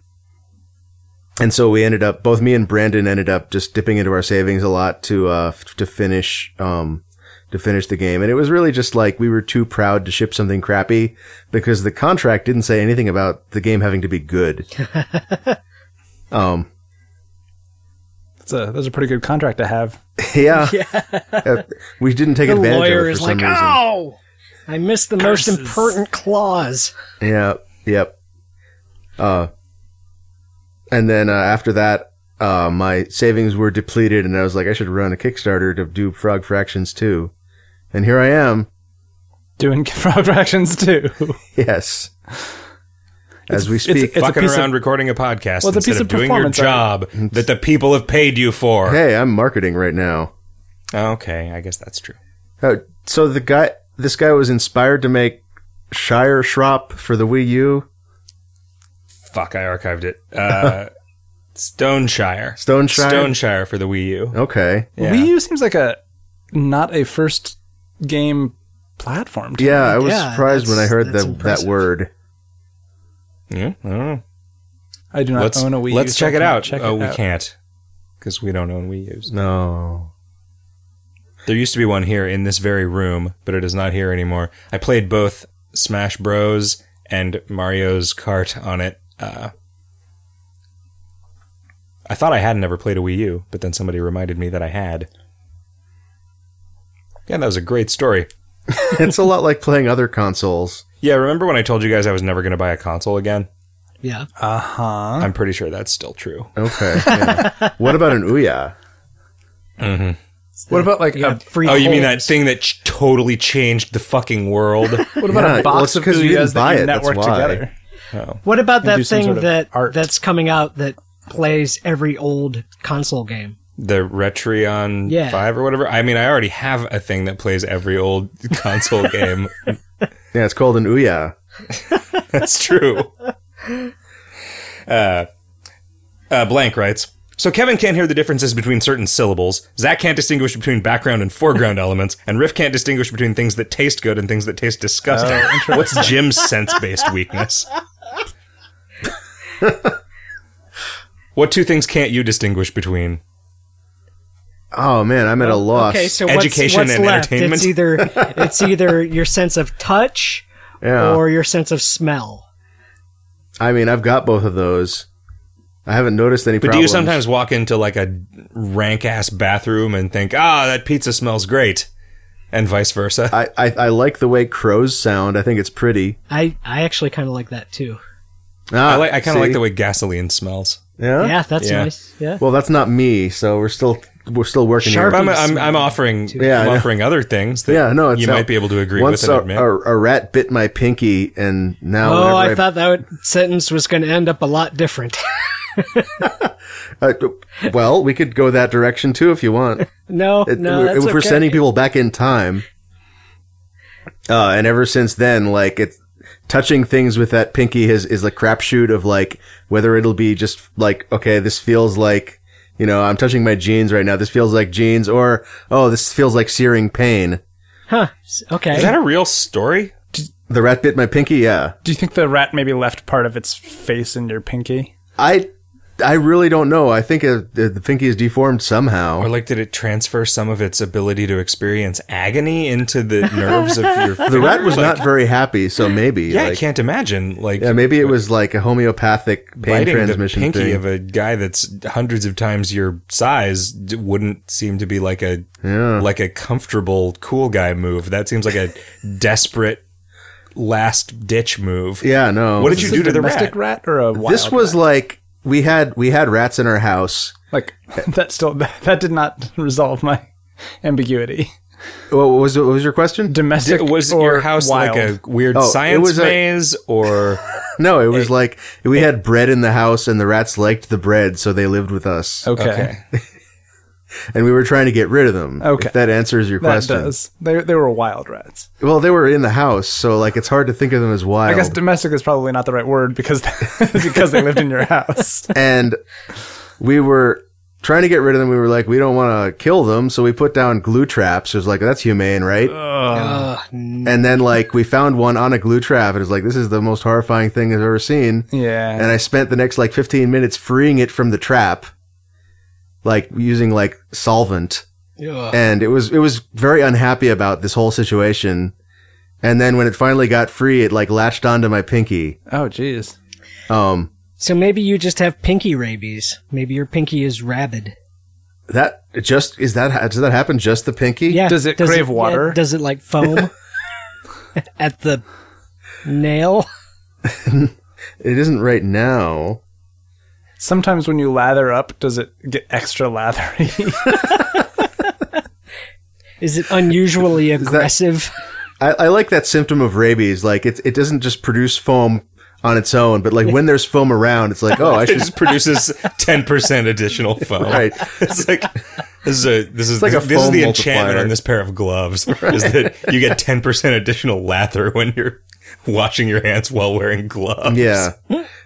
[SPEAKER 3] and so we ended up both me and Brandon ended up just dipping into our savings a lot to uh f- to finish um to finish the game and it was really just like we were too proud to ship something crappy because the contract didn't say anything about the game having to be good. um
[SPEAKER 4] That's a that's a pretty good contract to have.
[SPEAKER 3] Yeah. Uh, we didn't take
[SPEAKER 1] The
[SPEAKER 3] advantage
[SPEAKER 1] lawyer
[SPEAKER 3] of it for
[SPEAKER 1] is
[SPEAKER 3] some
[SPEAKER 1] like,
[SPEAKER 3] reason.
[SPEAKER 1] oh, I missed the most
[SPEAKER 4] Curses.
[SPEAKER 1] important clause.
[SPEAKER 3] Yeah. Yep. Uh, and then uh, after that, uh, my savings were depleted, and I was like, I should run a Kickstarter to do Frog Fractions too. And here I am.
[SPEAKER 4] Doing fraud fractions too.
[SPEAKER 3] Yes. As we
[SPEAKER 4] It's- it's-
[SPEAKER 3] speak.
[SPEAKER 4] it's a
[SPEAKER 2] fucking
[SPEAKER 4] piece of-
[SPEAKER 2] around recording a podcast
[SPEAKER 4] Well, it's a
[SPEAKER 2] instead
[SPEAKER 4] piece
[SPEAKER 2] of
[SPEAKER 4] of
[SPEAKER 2] doing your
[SPEAKER 4] performance
[SPEAKER 2] job
[SPEAKER 4] art.
[SPEAKER 2] that the people have paid you for.
[SPEAKER 3] hey, I'm marketing right now.
[SPEAKER 2] Okay, I guess that's true.
[SPEAKER 3] Uh, so the guy, this guy was inspired to make Shire Shrop for the Wii U.
[SPEAKER 2] Fuck, I archived it. Uh, Stoneshire.
[SPEAKER 3] Stoneshire?
[SPEAKER 2] Stoneshire for the Wii U.
[SPEAKER 3] Okay.
[SPEAKER 2] Yeah.
[SPEAKER 4] Wii U seems like a not a first game platform. to me.
[SPEAKER 3] Yeah, I was
[SPEAKER 1] Yeah,
[SPEAKER 3] surprised when I
[SPEAKER 1] that's-
[SPEAKER 3] heard
[SPEAKER 1] that's
[SPEAKER 3] that that
[SPEAKER 1] impressive.
[SPEAKER 3] word.
[SPEAKER 2] Yeah, I don't know.
[SPEAKER 4] I do not
[SPEAKER 2] Let's,
[SPEAKER 4] own a Wii. U,
[SPEAKER 2] let's
[SPEAKER 4] so I
[SPEAKER 2] check it
[SPEAKER 4] cannot
[SPEAKER 2] out.
[SPEAKER 4] Check
[SPEAKER 2] oh,
[SPEAKER 4] it
[SPEAKER 2] we
[SPEAKER 4] out.
[SPEAKER 2] can't because we don't own Wii U's.
[SPEAKER 3] No.
[SPEAKER 2] There used to be one here in this very room, but it is not here anymore. I played both Smash Bros. and Mario's Kart on it. Uh, I thought I had never played a Wii U, but then somebody reminded me that I had. Yeah, that was a great story.
[SPEAKER 3] it's a lot like playing other consoles.
[SPEAKER 2] Yeah, remember when I told you guys I was never going to buy a console again?
[SPEAKER 1] Yeah.
[SPEAKER 4] Uh huh.
[SPEAKER 2] I'm pretty sure that's still true.
[SPEAKER 3] Okay. yeah. what about an Ouya?
[SPEAKER 4] What about like
[SPEAKER 1] You
[SPEAKER 4] a,
[SPEAKER 1] have free
[SPEAKER 2] Oh, you mean
[SPEAKER 1] hold.
[SPEAKER 2] that thing that ch- totally changed the fucking world?
[SPEAKER 4] what about
[SPEAKER 3] Yeah,
[SPEAKER 4] a
[SPEAKER 3] well, it's
[SPEAKER 4] box of
[SPEAKER 3] 'cause you didn't
[SPEAKER 4] Ouyas
[SPEAKER 3] buy
[SPEAKER 4] that you
[SPEAKER 3] it, that's
[SPEAKER 4] network
[SPEAKER 3] why.
[SPEAKER 4] together?
[SPEAKER 1] What about
[SPEAKER 4] do
[SPEAKER 1] that
[SPEAKER 4] some
[SPEAKER 1] thing
[SPEAKER 4] sort of
[SPEAKER 1] that
[SPEAKER 4] art.
[SPEAKER 1] that's coming out that plays every old console game?
[SPEAKER 2] the Retreon
[SPEAKER 1] Yeah.
[SPEAKER 2] 5 or whatever. I mean, I already have a thing that plays every old console game.
[SPEAKER 3] Yeah, it's called an Ouya.
[SPEAKER 2] That's true. Uh, uh, Blank writes So Kevin can't hear the differences between certain syllables, Zach can't distinguish between background and foreground elements, and Riff can't distinguish between things that taste good and things that taste disgusting. What's Jim's sense based weakness? what two things can't you distinguish between?
[SPEAKER 3] Oh man, I'm at a loss.
[SPEAKER 1] Okay, so what's,
[SPEAKER 2] Education
[SPEAKER 1] what's
[SPEAKER 2] and
[SPEAKER 1] left?
[SPEAKER 2] entertainment.
[SPEAKER 1] It's either it's either your sense of touch
[SPEAKER 3] yeah.
[SPEAKER 1] or your sense of smell.
[SPEAKER 3] I mean, I've got both of those. I haven't noticed any
[SPEAKER 2] But
[SPEAKER 3] problems.
[SPEAKER 2] do you sometimes walk into like a rank ass bathroom and think, ah, that pizza smells great, and vice versa?
[SPEAKER 3] I, I I like the way crows sound. I think it's pretty.
[SPEAKER 1] I I actually kind of like that too.
[SPEAKER 3] Ah,
[SPEAKER 2] I, like, I kind of like
[SPEAKER 3] see?
[SPEAKER 2] the way gasoline smells.
[SPEAKER 3] Yeah?
[SPEAKER 1] Yeah, that's
[SPEAKER 2] Yeah.
[SPEAKER 1] nice. Yeah.
[SPEAKER 3] Well, that's not me. So we're still we're still working.
[SPEAKER 1] Sharp
[SPEAKER 2] But I'm,
[SPEAKER 1] Pizza
[SPEAKER 2] I'm,
[SPEAKER 1] smell
[SPEAKER 2] I'm offering,
[SPEAKER 3] Yeah,
[SPEAKER 2] I'm
[SPEAKER 3] I know.
[SPEAKER 2] offering other things that
[SPEAKER 3] Here. Yeah. No. It's
[SPEAKER 2] you
[SPEAKER 3] not-
[SPEAKER 2] might be able to agree
[SPEAKER 3] Once
[SPEAKER 2] with and admit.
[SPEAKER 3] a, a, a rat bit my pinky, and now
[SPEAKER 1] Oh,
[SPEAKER 3] whenever
[SPEAKER 1] I thought that would, sentence was going to end up a lot different.
[SPEAKER 3] Uh, well, we could go that direction too if you want.
[SPEAKER 1] no,
[SPEAKER 3] It-
[SPEAKER 1] no,
[SPEAKER 3] if
[SPEAKER 1] that's
[SPEAKER 3] we're
[SPEAKER 1] okay.
[SPEAKER 3] sending people back in time, uh, and ever since then, like it's touching things with that pinky is is a crapshoot of like whether it'll be just like okay, this feels like you know I'm touching my jeans right now. This feels like jeans, or oh, this feels like searing pain.
[SPEAKER 1] Huh. S- Okay.
[SPEAKER 2] Is that a real story?
[SPEAKER 3] The rat bit my pinky. Yeah,
[SPEAKER 4] Do you think the rat maybe left part of its face in your pinky?
[SPEAKER 3] I I really don't know. I think uh the the pinky is deformed
[SPEAKER 2] Or
[SPEAKER 3] somehow.
[SPEAKER 2] like, did it transfer some of its ability to experience agony into the nerves of your?
[SPEAKER 3] The rat was not very happy, so maybe.
[SPEAKER 2] Yeah, I
[SPEAKER 3] like,
[SPEAKER 2] can't imagine. Like,
[SPEAKER 3] yeah, maybe it was like a homeopathic pain
[SPEAKER 2] biting the
[SPEAKER 3] transmission
[SPEAKER 2] pinky
[SPEAKER 3] thing.
[SPEAKER 2] of a guy that's hundreds of times your size d- wouldn't seem to be like a
[SPEAKER 3] Yeah.
[SPEAKER 2] like a comfortable cool guy move. That seems like a desperate last ditch move.
[SPEAKER 3] yeah, no.
[SPEAKER 2] What did
[SPEAKER 4] Is
[SPEAKER 2] you
[SPEAKER 4] this
[SPEAKER 2] do
[SPEAKER 4] a
[SPEAKER 2] to the
[SPEAKER 4] domestic
[SPEAKER 2] rat?
[SPEAKER 4] rat? or a wild
[SPEAKER 3] this was like we had we had rats in our house.
[SPEAKER 4] rat? like that still that, that did not resolve my ambiguity.
[SPEAKER 3] What was what was your question?
[SPEAKER 4] Domestic
[SPEAKER 2] Di- was
[SPEAKER 4] or
[SPEAKER 2] your house
[SPEAKER 4] wild?
[SPEAKER 2] like a weird
[SPEAKER 3] Oh, it
[SPEAKER 2] science
[SPEAKER 3] was a-
[SPEAKER 2] maze or
[SPEAKER 3] No, it was like we had bread in the house, and the rats liked the bread, so they lived with us,
[SPEAKER 4] okay.
[SPEAKER 2] okay.
[SPEAKER 3] and we were trying to get rid of them.
[SPEAKER 4] Okay.
[SPEAKER 3] if that answers your
[SPEAKER 4] That
[SPEAKER 3] question.
[SPEAKER 4] does. They they were wild rats.
[SPEAKER 3] Well, they were in the house, so like it's hard to think of them as wild.
[SPEAKER 4] I
[SPEAKER 2] Oh.
[SPEAKER 4] guess domestic is probably not the right word because because they lived in your house.
[SPEAKER 3] and we were trying to get rid of them. We were like, we don't want to kill them, so we put down glue traps. It was like that's humane, right?
[SPEAKER 1] Ugh, Uh, n-
[SPEAKER 3] and then like we found one on a glue trap, and it was like this is the most horrifying thing I've ever seen.
[SPEAKER 4] Yeah.
[SPEAKER 3] And I spent the next like 15 minutes freeing it from the trap, like using like solvent.
[SPEAKER 1] ugh.
[SPEAKER 3] and it was it was very unhappy about this whole situation. And then when it finally got free, it like latched onto my pinky.
[SPEAKER 4] oh jeez.
[SPEAKER 3] Um,
[SPEAKER 1] So maybe you just have pinky rabies. Maybe your pinky is rabid.
[SPEAKER 3] that it just is that does that happen? Just the pinky?
[SPEAKER 1] Yeah.
[SPEAKER 4] Does it crave
[SPEAKER 1] yeah,
[SPEAKER 4] water?
[SPEAKER 1] does it like foam at the nail?
[SPEAKER 3] It isn't right now.
[SPEAKER 4] Sometimes when you lather up, does it get extra lathery?
[SPEAKER 1] Is it unusually aggressive?
[SPEAKER 3] I, I like that symptom of rabies. Like it it doesn't just produce foam on its own, but like when there's foam around, it's like oh I
[SPEAKER 2] it
[SPEAKER 3] should.
[SPEAKER 2] just produces 10% additional foam.
[SPEAKER 3] Right.
[SPEAKER 2] It's like this is a this is
[SPEAKER 3] like a
[SPEAKER 2] this is
[SPEAKER 3] foam
[SPEAKER 2] the
[SPEAKER 3] multiplier.
[SPEAKER 2] enchantment on this pair of gloves is that you get 10% additional lather when you're washing your hands while wearing gloves.
[SPEAKER 3] Yeah.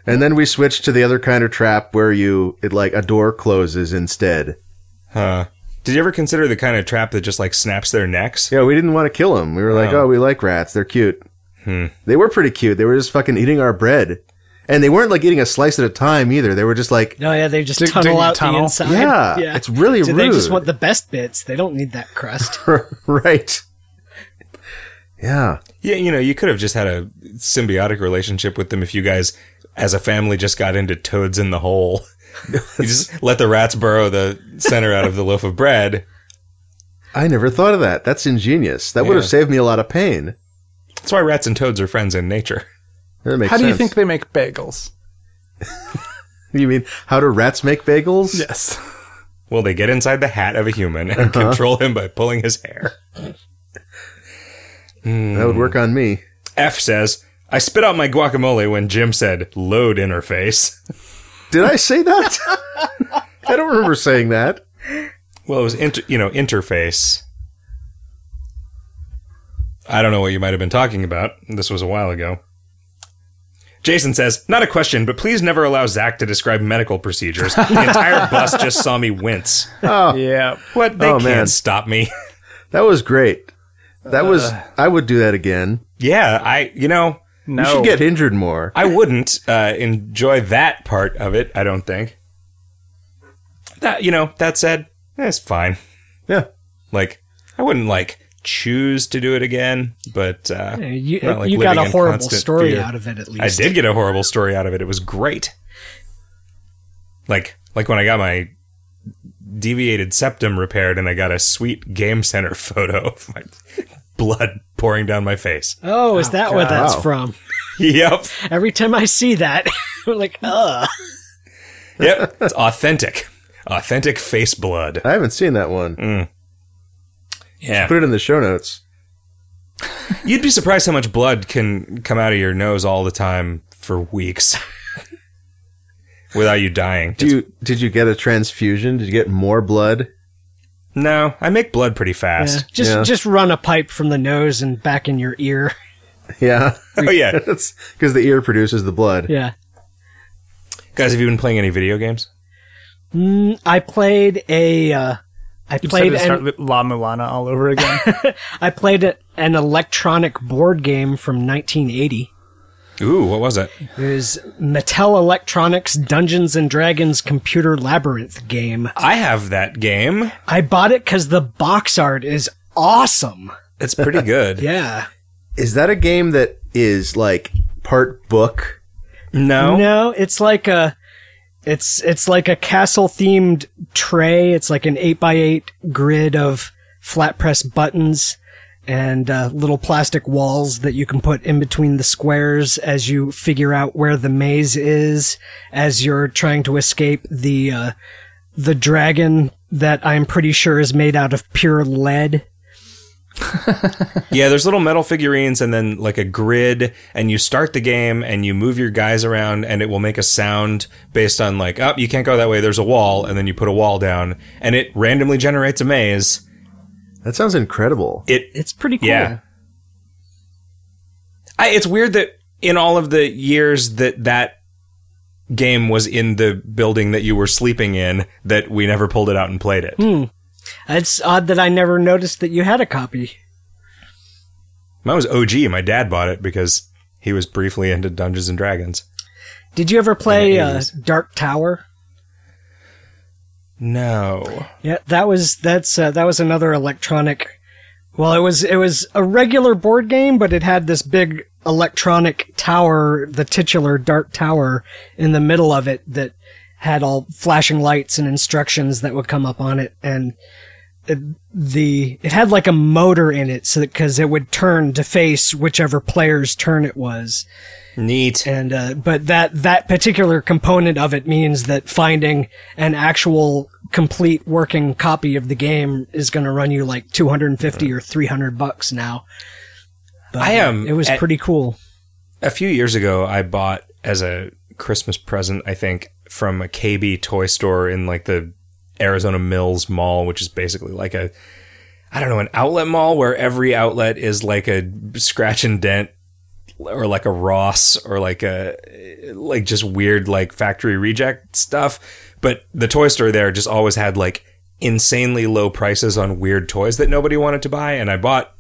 [SPEAKER 3] And then we switched to the other kind of trap where you it like a door closes instead.
[SPEAKER 2] Huh. Did you ever consider the kind of trap that just like snaps their necks?
[SPEAKER 3] Yeah, we didn't want to kill them. We were like,
[SPEAKER 2] Oh.
[SPEAKER 3] oh, Hmm. we like rats. They're cute. They were pretty cute. They were just fucking eating our bread. And they weren't like eating a slice at a time either. They were just like,
[SPEAKER 1] No, Oh, yeah, they just
[SPEAKER 4] Dig-
[SPEAKER 1] tunnel
[SPEAKER 4] dig
[SPEAKER 1] out
[SPEAKER 4] tunnel.
[SPEAKER 1] the inside.
[SPEAKER 3] yeah, it's really
[SPEAKER 1] Do
[SPEAKER 3] rude.
[SPEAKER 1] they just want the best bits? They don't need that crust.
[SPEAKER 3] right. Yeah.
[SPEAKER 2] Yeah, you know, you could have just had a symbiotic relationship with them if you guys as a family just got into toads in the hole. you just let the rats burrow the center out of the loaf of bread.
[SPEAKER 3] I never thought of that. That's ingenious. That would
[SPEAKER 2] Yeah.
[SPEAKER 3] have saved me a lot of pain.
[SPEAKER 2] That's why rats and toads are friends in nature.
[SPEAKER 3] That makes
[SPEAKER 4] How do you
[SPEAKER 3] sense.
[SPEAKER 4] think they make bagels?
[SPEAKER 3] You mean how do rats make bagels?
[SPEAKER 4] Yes.
[SPEAKER 2] Well, they get inside the hat of a human and control him by pulling his hair.
[SPEAKER 3] That would work on me.
[SPEAKER 2] F says, I spit out my guacamole when Jim said, load interface.
[SPEAKER 3] Did I say that? I don't remember saying that.
[SPEAKER 2] Well, it was, inter- you know, interface. I don't know what you might have been talking about. This was a while ago. Jason says, Not a question, but please never allow Zach to describe medical procedures. The entire bus just saw me wince.
[SPEAKER 4] Yeah.
[SPEAKER 2] What? They
[SPEAKER 3] Oh,
[SPEAKER 2] can't
[SPEAKER 3] man.
[SPEAKER 2] stop me.
[SPEAKER 3] That was great. That was I would do that again.
[SPEAKER 2] yeah, I, you know,
[SPEAKER 4] No.
[SPEAKER 3] You should get injured more.
[SPEAKER 2] I wouldn't uh, enjoy that part of it. I don't think. That you know. That said, that's fine.
[SPEAKER 3] Yeah.
[SPEAKER 2] Like I wouldn't like choose to do it again, but uh,
[SPEAKER 1] Yeah, You,
[SPEAKER 2] not, like,
[SPEAKER 1] you got
[SPEAKER 2] living
[SPEAKER 1] a
[SPEAKER 2] in
[SPEAKER 1] horrible
[SPEAKER 2] constant
[SPEAKER 1] story
[SPEAKER 2] fear.
[SPEAKER 1] out of it, at
[SPEAKER 2] I
[SPEAKER 1] least.
[SPEAKER 2] did get a horrible story out of it. It was great. Like like when I got my deviated septum repaired and I got a sweet game center photo of my blood pouring down my face.
[SPEAKER 1] Oh, is that where
[SPEAKER 4] God.
[SPEAKER 1] that's
[SPEAKER 3] Wow.
[SPEAKER 1] from?
[SPEAKER 2] Yep.
[SPEAKER 1] Every time I see that, I'm like, ugh.
[SPEAKER 2] Yep. It's authentic. Authentic face blood.
[SPEAKER 3] I haven't seen that one.
[SPEAKER 4] Mm.
[SPEAKER 2] Yeah.
[SPEAKER 3] Put it in the show notes.
[SPEAKER 2] You'd be surprised how much blood can come out of your nose all the time for weeks without you dying.
[SPEAKER 3] Do you, did you get a transfusion? Did you get more blood?
[SPEAKER 2] no, I make blood pretty
[SPEAKER 1] Yeah.
[SPEAKER 2] fast.
[SPEAKER 1] Just
[SPEAKER 3] Yeah.
[SPEAKER 1] just run a pipe from the nose and back in your ear.
[SPEAKER 3] Yeah,
[SPEAKER 2] Oh yeah,
[SPEAKER 3] that's because the ear produces the blood.
[SPEAKER 1] Yeah.
[SPEAKER 2] guys, have you been playing any video games?
[SPEAKER 1] Mm, I played a uh, I
[SPEAKER 4] You decided
[SPEAKER 1] played
[SPEAKER 4] to start
[SPEAKER 1] an,
[SPEAKER 4] with La Mulana all over again.
[SPEAKER 1] I played a- an electronic board game from 1980.
[SPEAKER 2] Ooh, what was it?
[SPEAKER 1] It was Mattel Electronics Dungeons and Dragons Computer Labyrinth game.
[SPEAKER 2] I have that game.
[SPEAKER 1] I bought it because the box art is awesome.
[SPEAKER 2] It's pretty good.
[SPEAKER 1] Yeah.
[SPEAKER 3] Is that a game that is like part book?
[SPEAKER 2] No.
[SPEAKER 1] No, it's like a it's it's like a castle themed tray. It's like an eight by eight grid of flat press buttons and uh, little plastic walls that you can put in between the squares as you figure out where the maze is as you're trying to escape the uh, the dragon that I'm pretty sure is made out of pure lead.
[SPEAKER 2] Yeah, there's little metal figurines and then like a grid, and you start the game and you move your guys around, and it will make a sound based on like, oh, you can't go that way. There's a wall, and then you put a wall down, and it randomly generates a maze.
[SPEAKER 3] That sounds incredible.
[SPEAKER 2] It
[SPEAKER 1] It's pretty cool.
[SPEAKER 2] Yeah. I, it's weird that in all of the years that that game was in the building that you were sleeping in, that we never pulled it out and played it.
[SPEAKER 1] It's odd that I never noticed that you had a copy.
[SPEAKER 2] Mine was OG. My dad bought it because he was briefly into Dungeons and Dragons.
[SPEAKER 1] Did you ever play
[SPEAKER 2] the
[SPEAKER 1] uh,
[SPEAKER 2] 80s.
[SPEAKER 1] Dark Tower?
[SPEAKER 2] No.
[SPEAKER 1] Yeah, that was that's uh, that was another electronic. Well, it was it was a regular board game, but it had this big electronic tower, the titular dark tower in the middle of it that had all flashing lights and instructions that would come up on it, and it, the it had like a motor in it, so because it would turn to face whichever player's turn it was
[SPEAKER 2] Neat.
[SPEAKER 1] and uh, but that that particular component of it means that finding an actual complete working copy of the game is going to run you like 250 or 300 bucks now but
[SPEAKER 2] I am
[SPEAKER 1] it was
[SPEAKER 2] at-
[SPEAKER 1] pretty cool
[SPEAKER 2] A few years ago, I bought as a Christmas present, I think, from a KB toy store in like the Arizona Mills Mall, which is basically like a, I don't know, an outlet mall where every outlet is like a scratch and dent or like a Ross or like a, like just weird like factory reject stuff. But the toy store there just always had like insanely low prices on weird toys that nobody wanted to buy. And I bought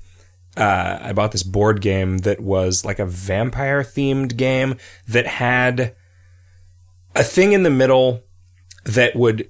[SPEAKER 2] uh, I bought this board game that was like a vampire themed game that had a thing in the middle that would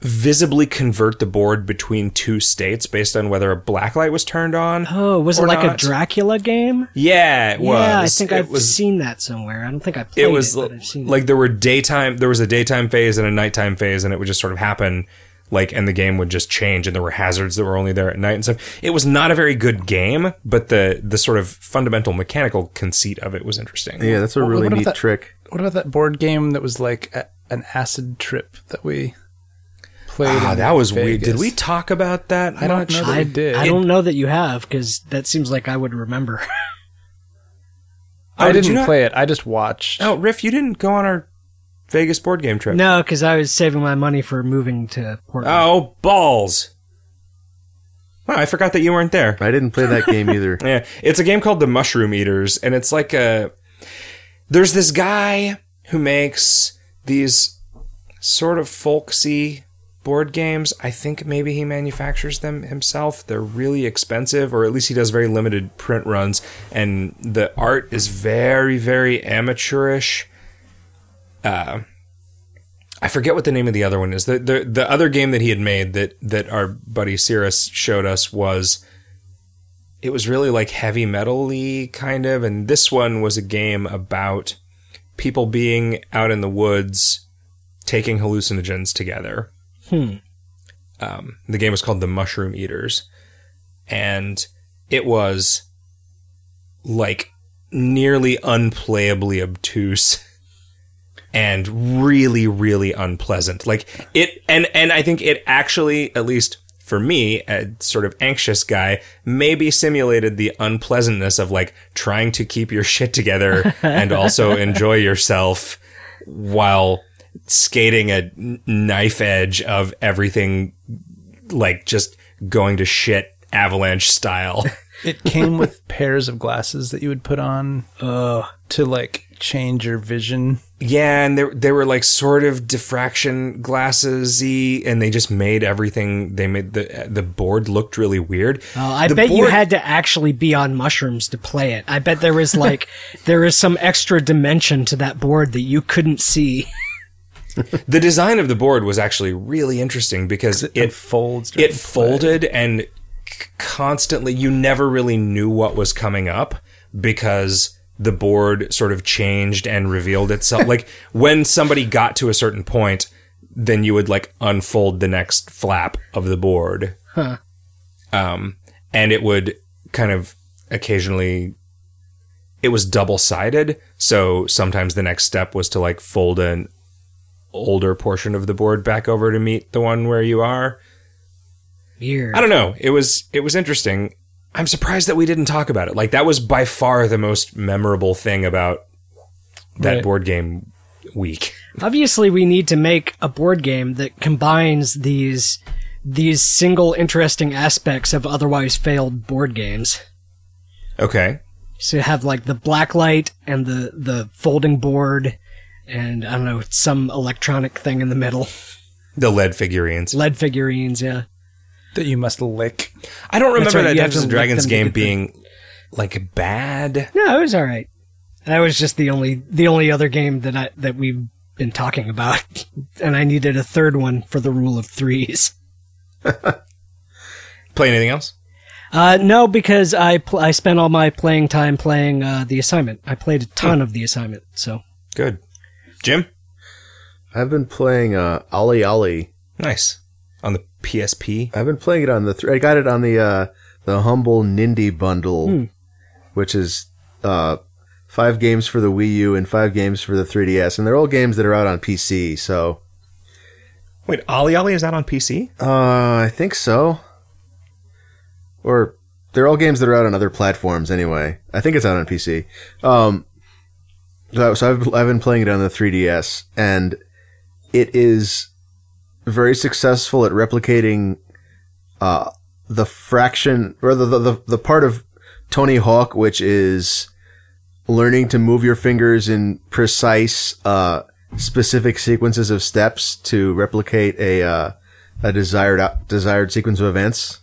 [SPEAKER 2] visibly convert the board between two states based on whether a black light was turned on.
[SPEAKER 1] oh was
[SPEAKER 2] Or
[SPEAKER 1] it like
[SPEAKER 2] not.
[SPEAKER 1] a dracula game
[SPEAKER 2] Yeah, it was.
[SPEAKER 1] yeah i think
[SPEAKER 2] it
[SPEAKER 1] i've
[SPEAKER 2] was,
[SPEAKER 1] seen that somewhere i don't think i played
[SPEAKER 2] it
[SPEAKER 1] it
[SPEAKER 2] was
[SPEAKER 1] but I've seen it.
[SPEAKER 2] like there were daytime there was a daytime phase and a nighttime phase and it would just sort of happen like and the game would just change and there were hazards that were only there at night and stuff it was not a very good game but the the sort of fundamental mechanical conceit of it was interesting
[SPEAKER 3] Yeah, that's a really
[SPEAKER 4] what if
[SPEAKER 3] neat
[SPEAKER 4] that-
[SPEAKER 3] trick.
[SPEAKER 4] what about that board game that was like a, an acid trip that we played?
[SPEAKER 2] ah
[SPEAKER 4] in
[SPEAKER 2] that was
[SPEAKER 4] Vegas?
[SPEAKER 2] weird did we talk about that
[SPEAKER 4] I don't
[SPEAKER 2] much?
[SPEAKER 4] know. that
[SPEAKER 1] I,
[SPEAKER 4] it did.
[SPEAKER 1] I don't know that you have because that seems like i would remember
[SPEAKER 2] Oh,
[SPEAKER 4] I
[SPEAKER 2] did you
[SPEAKER 4] didn't
[SPEAKER 2] not-
[SPEAKER 4] play it. I just watched.
[SPEAKER 2] oh riff you didn't go on our vegas board game trip
[SPEAKER 1] no because i was saving my money for moving to portland
[SPEAKER 2] oh balls wow i forgot that you weren't there
[SPEAKER 3] I didn't play that game either.
[SPEAKER 2] Yeah, it's a game called The Mushroom Eaters, and it's like a. There's this guy who makes these sort of folksy board games. I think maybe he manufactures them himself. They're really expensive, or at least he does very limited print runs, and the art is very, very amateurish. Uh, I forget what the name of the other one is. The, the the other game that he had made that that our buddy Cirrus showed us was it was really like heavy metal-y kind of and this one was a game about people being out in the woods taking hallucinogens together
[SPEAKER 1] Hmm.
[SPEAKER 2] um, the game was called the mushroom eaters and it was like nearly unplayably obtuse and really really unpleasant like it and and i think it actually at least for me a sort of anxious guy maybe simulated the unpleasantness of like trying to keep your shit together and also enjoy yourself while skating a n- knife edge of everything like just going to shit avalanche style
[SPEAKER 4] It came with pairs of glasses that you would put on
[SPEAKER 2] Uh.
[SPEAKER 4] to like change your vision.
[SPEAKER 2] Yeah, and they they were like sort of diffraction glasses y and they just made everything they made the the board looked really weird.
[SPEAKER 1] Oh, I
[SPEAKER 2] The
[SPEAKER 1] bet you
[SPEAKER 2] board-
[SPEAKER 1] had to actually be on mushrooms to play it. I bet there was like there is some extra dimension to that board that you couldn't see.
[SPEAKER 2] the design of the board was actually really interesting because it,
[SPEAKER 4] It folds. during
[SPEAKER 2] it
[SPEAKER 4] play.
[SPEAKER 2] folded and c- constantly you never really knew what was coming up because the board sort of changed and revealed itself like when somebody got to a certain point then you would like unfold the next flap of the board um and it would kind of occasionally it was double sided so sometimes the next step was to like fold an older portion of the board back over to meet the one where you are
[SPEAKER 1] Weird.
[SPEAKER 2] I don't know. It was it was interesting. I'm surprised that we didn't talk about it. Like that was by far the most memorable thing about that
[SPEAKER 4] Right.
[SPEAKER 2] board game week.
[SPEAKER 1] Obviously, we need to make a board game that combines these these single interesting aspects of otherwise failed board games.
[SPEAKER 2] Okay.
[SPEAKER 1] So you have like the blacklight and the the folding board, and I don't know some electronic thing in the middle,
[SPEAKER 2] The lead figurines.
[SPEAKER 1] lead figurines. Yeah,
[SPEAKER 4] that you must lick.
[SPEAKER 2] I don't remember
[SPEAKER 1] right,
[SPEAKER 2] that
[SPEAKER 1] you have
[SPEAKER 2] Dungeons
[SPEAKER 1] to
[SPEAKER 2] and
[SPEAKER 1] lick
[SPEAKER 2] Dragons
[SPEAKER 1] them to
[SPEAKER 2] game
[SPEAKER 1] get the-
[SPEAKER 2] being like bad.
[SPEAKER 1] no, it was all right. That was just the only the only other game that I that we've been talking about, and I needed a third one for the rule of threes.
[SPEAKER 2] Play anything else?
[SPEAKER 1] Uh, no, because I pl- I spent all my playing time playing uh, the assignment. I played a ton of the assignment, so
[SPEAKER 2] Good. Jim?
[SPEAKER 3] I've been playing uh, Ali Ali.
[SPEAKER 2] Nice. On the PSP.
[SPEAKER 3] I've been playing it on the. Th- I got it on the uh, the humble Nindy bundle, which is uh, five games for the Wii U and five games for the 3DS, and they're all games that are out on PC. So
[SPEAKER 2] Wait, Ollie Ollie is that on PC?
[SPEAKER 3] uh, I think so. Or they're all games that are out on other platforms anyway. I think it's out on PC. Um, so so I've, I've been playing it on the 3DS, and it is very successful at replicating uh, the fraction or the, the the the part of Tony Hawk which is learning to move your fingers in precise, uh, specific sequences of steps to replicate a uh, a desired out- desired sequence of events.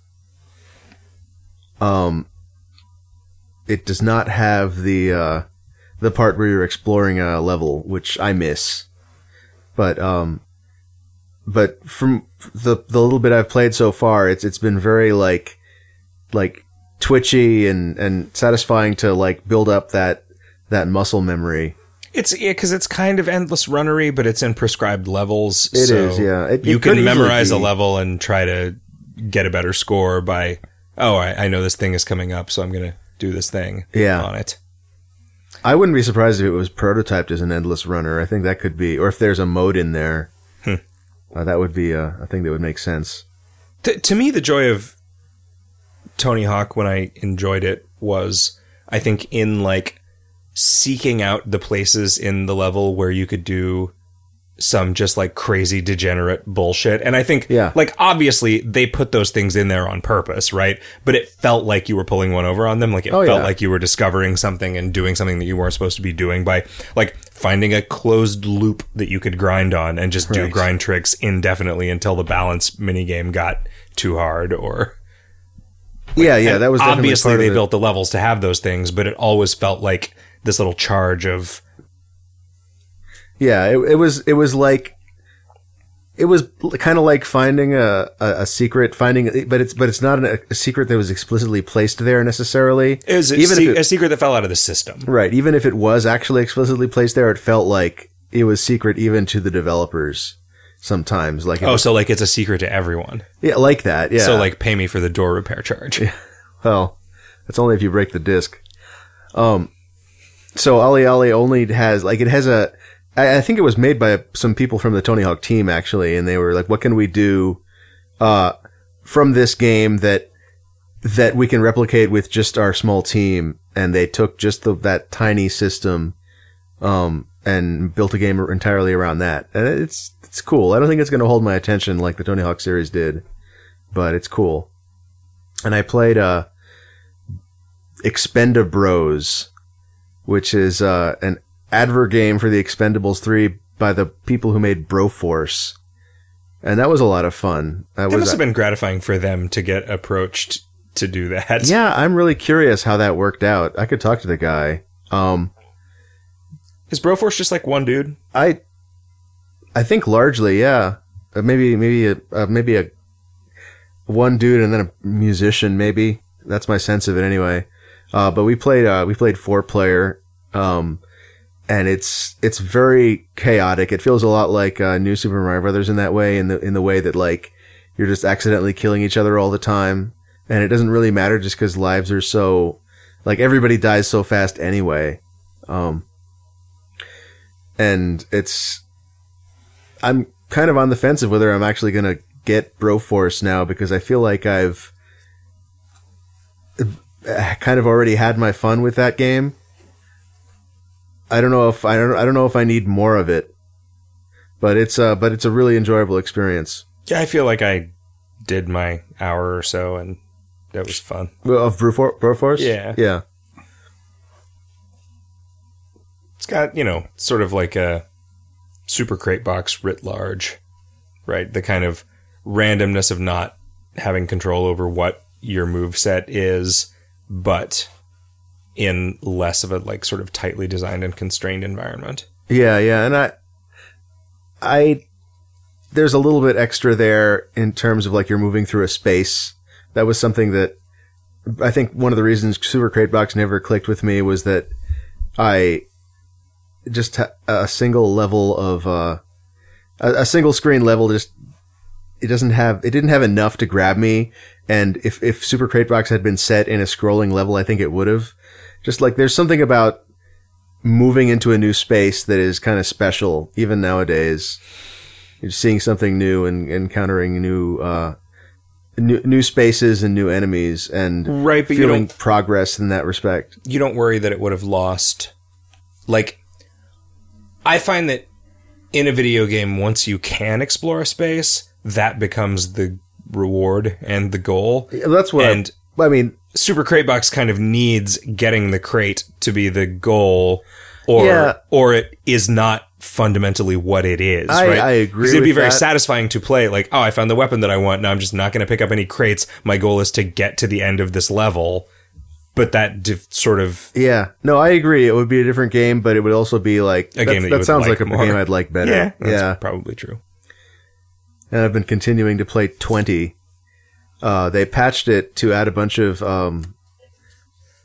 [SPEAKER 3] Um, it does not have the uh, the part where you're exploring a level, which I miss. But um, but from the the little bit I've played so far, it's it's been very like like twitchy and and satisfying to like build up that that muscle memory.
[SPEAKER 2] It's yeah, because it's kind of endless runnery, but it's in prescribed levels.
[SPEAKER 3] It
[SPEAKER 2] It is,
[SPEAKER 3] is, yeah. It-
[SPEAKER 2] you
[SPEAKER 3] it could
[SPEAKER 2] can
[SPEAKER 3] easily
[SPEAKER 2] memorize a
[SPEAKER 3] be-
[SPEAKER 2] level and try to get a better score by, oh, I, I know this thing is coming up, so I'm going to do this thing
[SPEAKER 3] Yeah.
[SPEAKER 2] on it.
[SPEAKER 3] I wouldn't be surprised if it was prototyped as an endless runner. I think that could be, or if there's a mode in there,
[SPEAKER 2] Hmm.
[SPEAKER 3] uh, that would be a, a thing that would make sense.
[SPEAKER 2] T- to me, the joy of Tony Hawk when I enjoyed it was, I think, in like seeking out the places in the level where you could do some just like crazy degenerate bullshit. And I think,
[SPEAKER 3] Yeah.
[SPEAKER 2] like, obviously they put those things in there on purpose, right? But it felt like you were pulling one over on them. Like, it
[SPEAKER 3] Oh,
[SPEAKER 2] felt
[SPEAKER 3] yeah.
[SPEAKER 2] like you were discovering something and doing something that you weren't supposed to be doing by like finding a closed loop that you could grind on and just do
[SPEAKER 3] Right.
[SPEAKER 2] grind tricks indefinitely until the balance minigame got too hard or
[SPEAKER 3] yeah, yeah, that was definitely
[SPEAKER 2] obviously
[SPEAKER 3] part of
[SPEAKER 2] they
[SPEAKER 3] it.
[SPEAKER 2] built the levels to have those things, but it always felt like this little charge of
[SPEAKER 3] Yeah, it, it was it was like it was kind of like finding a, a, a secret, finding, but it's but it's not an, a secret that was explicitly placed there necessarily.
[SPEAKER 2] it was a,
[SPEAKER 3] Even if
[SPEAKER 2] se-
[SPEAKER 3] it-
[SPEAKER 2] a secret that fell out of the system.
[SPEAKER 3] Right, even if it was actually explicitly placed there, it felt like it was secret even to the developers. Sometimes, like it
[SPEAKER 2] Oh,
[SPEAKER 3] was-
[SPEAKER 2] so like it's a secret to everyone.
[SPEAKER 3] yeah, like that. Yeah,
[SPEAKER 2] So like pay me for the door repair charge.
[SPEAKER 3] Well, that's only if you break the disc. Um, so Ali Ali only has like it has a. I, I think it was made by some people from the Tony Hawk team actually, and they were like, "What can we do uh, from this game that that we can replicate with just our small team?" And they took just the, that tiny system um, and built a game entirely around that. And it's it's cool. I don't think it's going to hold my attention like the Tony Hawk series did, but it's cool. And I played uh, Expendabros, which is uh, an advert game for the Expendables 3 by the people who made Broforce. And that was a lot of fun. That
[SPEAKER 2] It must
[SPEAKER 3] was,
[SPEAKER 2] have been gratifying for them to get approached to do that.
[SPEAKER 3] yeah, I'm really curious how that worked out. I could talk to the guy. Um,
[SPEAKER 2] Is Broforce just like one dude?
[SPEAKER 3] I, I think largely, yeah. Uh, maybe, maybe, a, uh, maybe a one dude and then a musician. Maybe that's my sense of it, anyway. Uh, but we played, uh, we played four player, um, and it's it's very chaotic. It feels a lot like uh, New Super Mario Brothers in that way, in the in the way that like you're just accidentally killing each other all the time, and it doesn't really matter just because lives are so like everybody dies so fast anyway. Um, and it's I'm kind of on the fence of whether I'm actually gonna get Broforce now because I feel like I've uh, kind of already had my fun with that game. I don't know if I don't I don't know if I need more of it, but it's uh but it's a really enjoyable experience
[SPEAKER 2] Yeah, I feel like I did my hour or so and that was fun.
[SPEAKER 3] Well, of Brofor- Broforce.
[SPEAKER 2] Yeah.
[SPEAKER 3] yeah.
[SPEAKER 2] It's got, you know, sort of like a super crate box writ large, right? The kind of randomness of not having control over what your move set is, but in less of a like sort of tightly designed and constrained environment.
[SPEAKER 3] Yeah, yeah, and I, I, there's a little bit extra there in terms of like you're moving through a space. That was something that I think one of the reasons Super Crate Box never clicked with me was that I just ha- a single level of uh, a, a single screen level just it doesn't have it didn't have enough to grab me. And if if Super Crate Box had been set in a scrolling level, I think it would have. Just like there's something about moving into a new space that is kind of special, even nowadays. You're seeing something new and encountering new, uh, new, new spaces and new enemies and
[SPEAKER 2] Right, but you
[SPEAKER 3] feeling
[SPEAKER 2] don't
[SPEAKER 3] progress in that respect.
[SPEAKER 2] you don't worry that it would have lost like I find that in a video game once you can explore a space, that becomes the reward and the goal.
[SPEAKER 3] That's what I-
[SPEAKER 2] And
[SPEAKER 3] I, mean.
[SPEAKER 2] Super Crate Box kind of needs getting the crate to be the goal, or
[SPEAKER 3] Yeah.
[SPEAKER 2] or it is not fundamentally what it is.
[SPEAKER 3] I-
[SPEAKER 2] right?
[SPEAKER 3] I agree
[SPEAKER 2] 'Cause It'd be
[SPEAKER 3] with
[SPEAKER 2] very
[SPEAKER 3] that.
[SPEAKER 2] satisfying to play. Like, oh, I found the weapon that I want. Now I'm just not going to pick up any crates. My goal is to get to the end of this level. But that diff- sort of
[SPEAKER 3] Yeah, no, I agree. It would be a different game, but it would also be like
[SPEAKER 2] A game that you would
[SPEAKER 3] sounds
[SPEAKER 2] like
[SPEAKER 3] like, a
[SPEAKER 2] more.
[SPEAKER 3] game I'd like better.
[SPEAKER 2] yeah, that's
[SPEAKER 3] yeah.
[SPEAKER 2] probably true.
[SPEAKER 3] and I've been continuing to play 20. Uh, they patched it to add a bunch of um,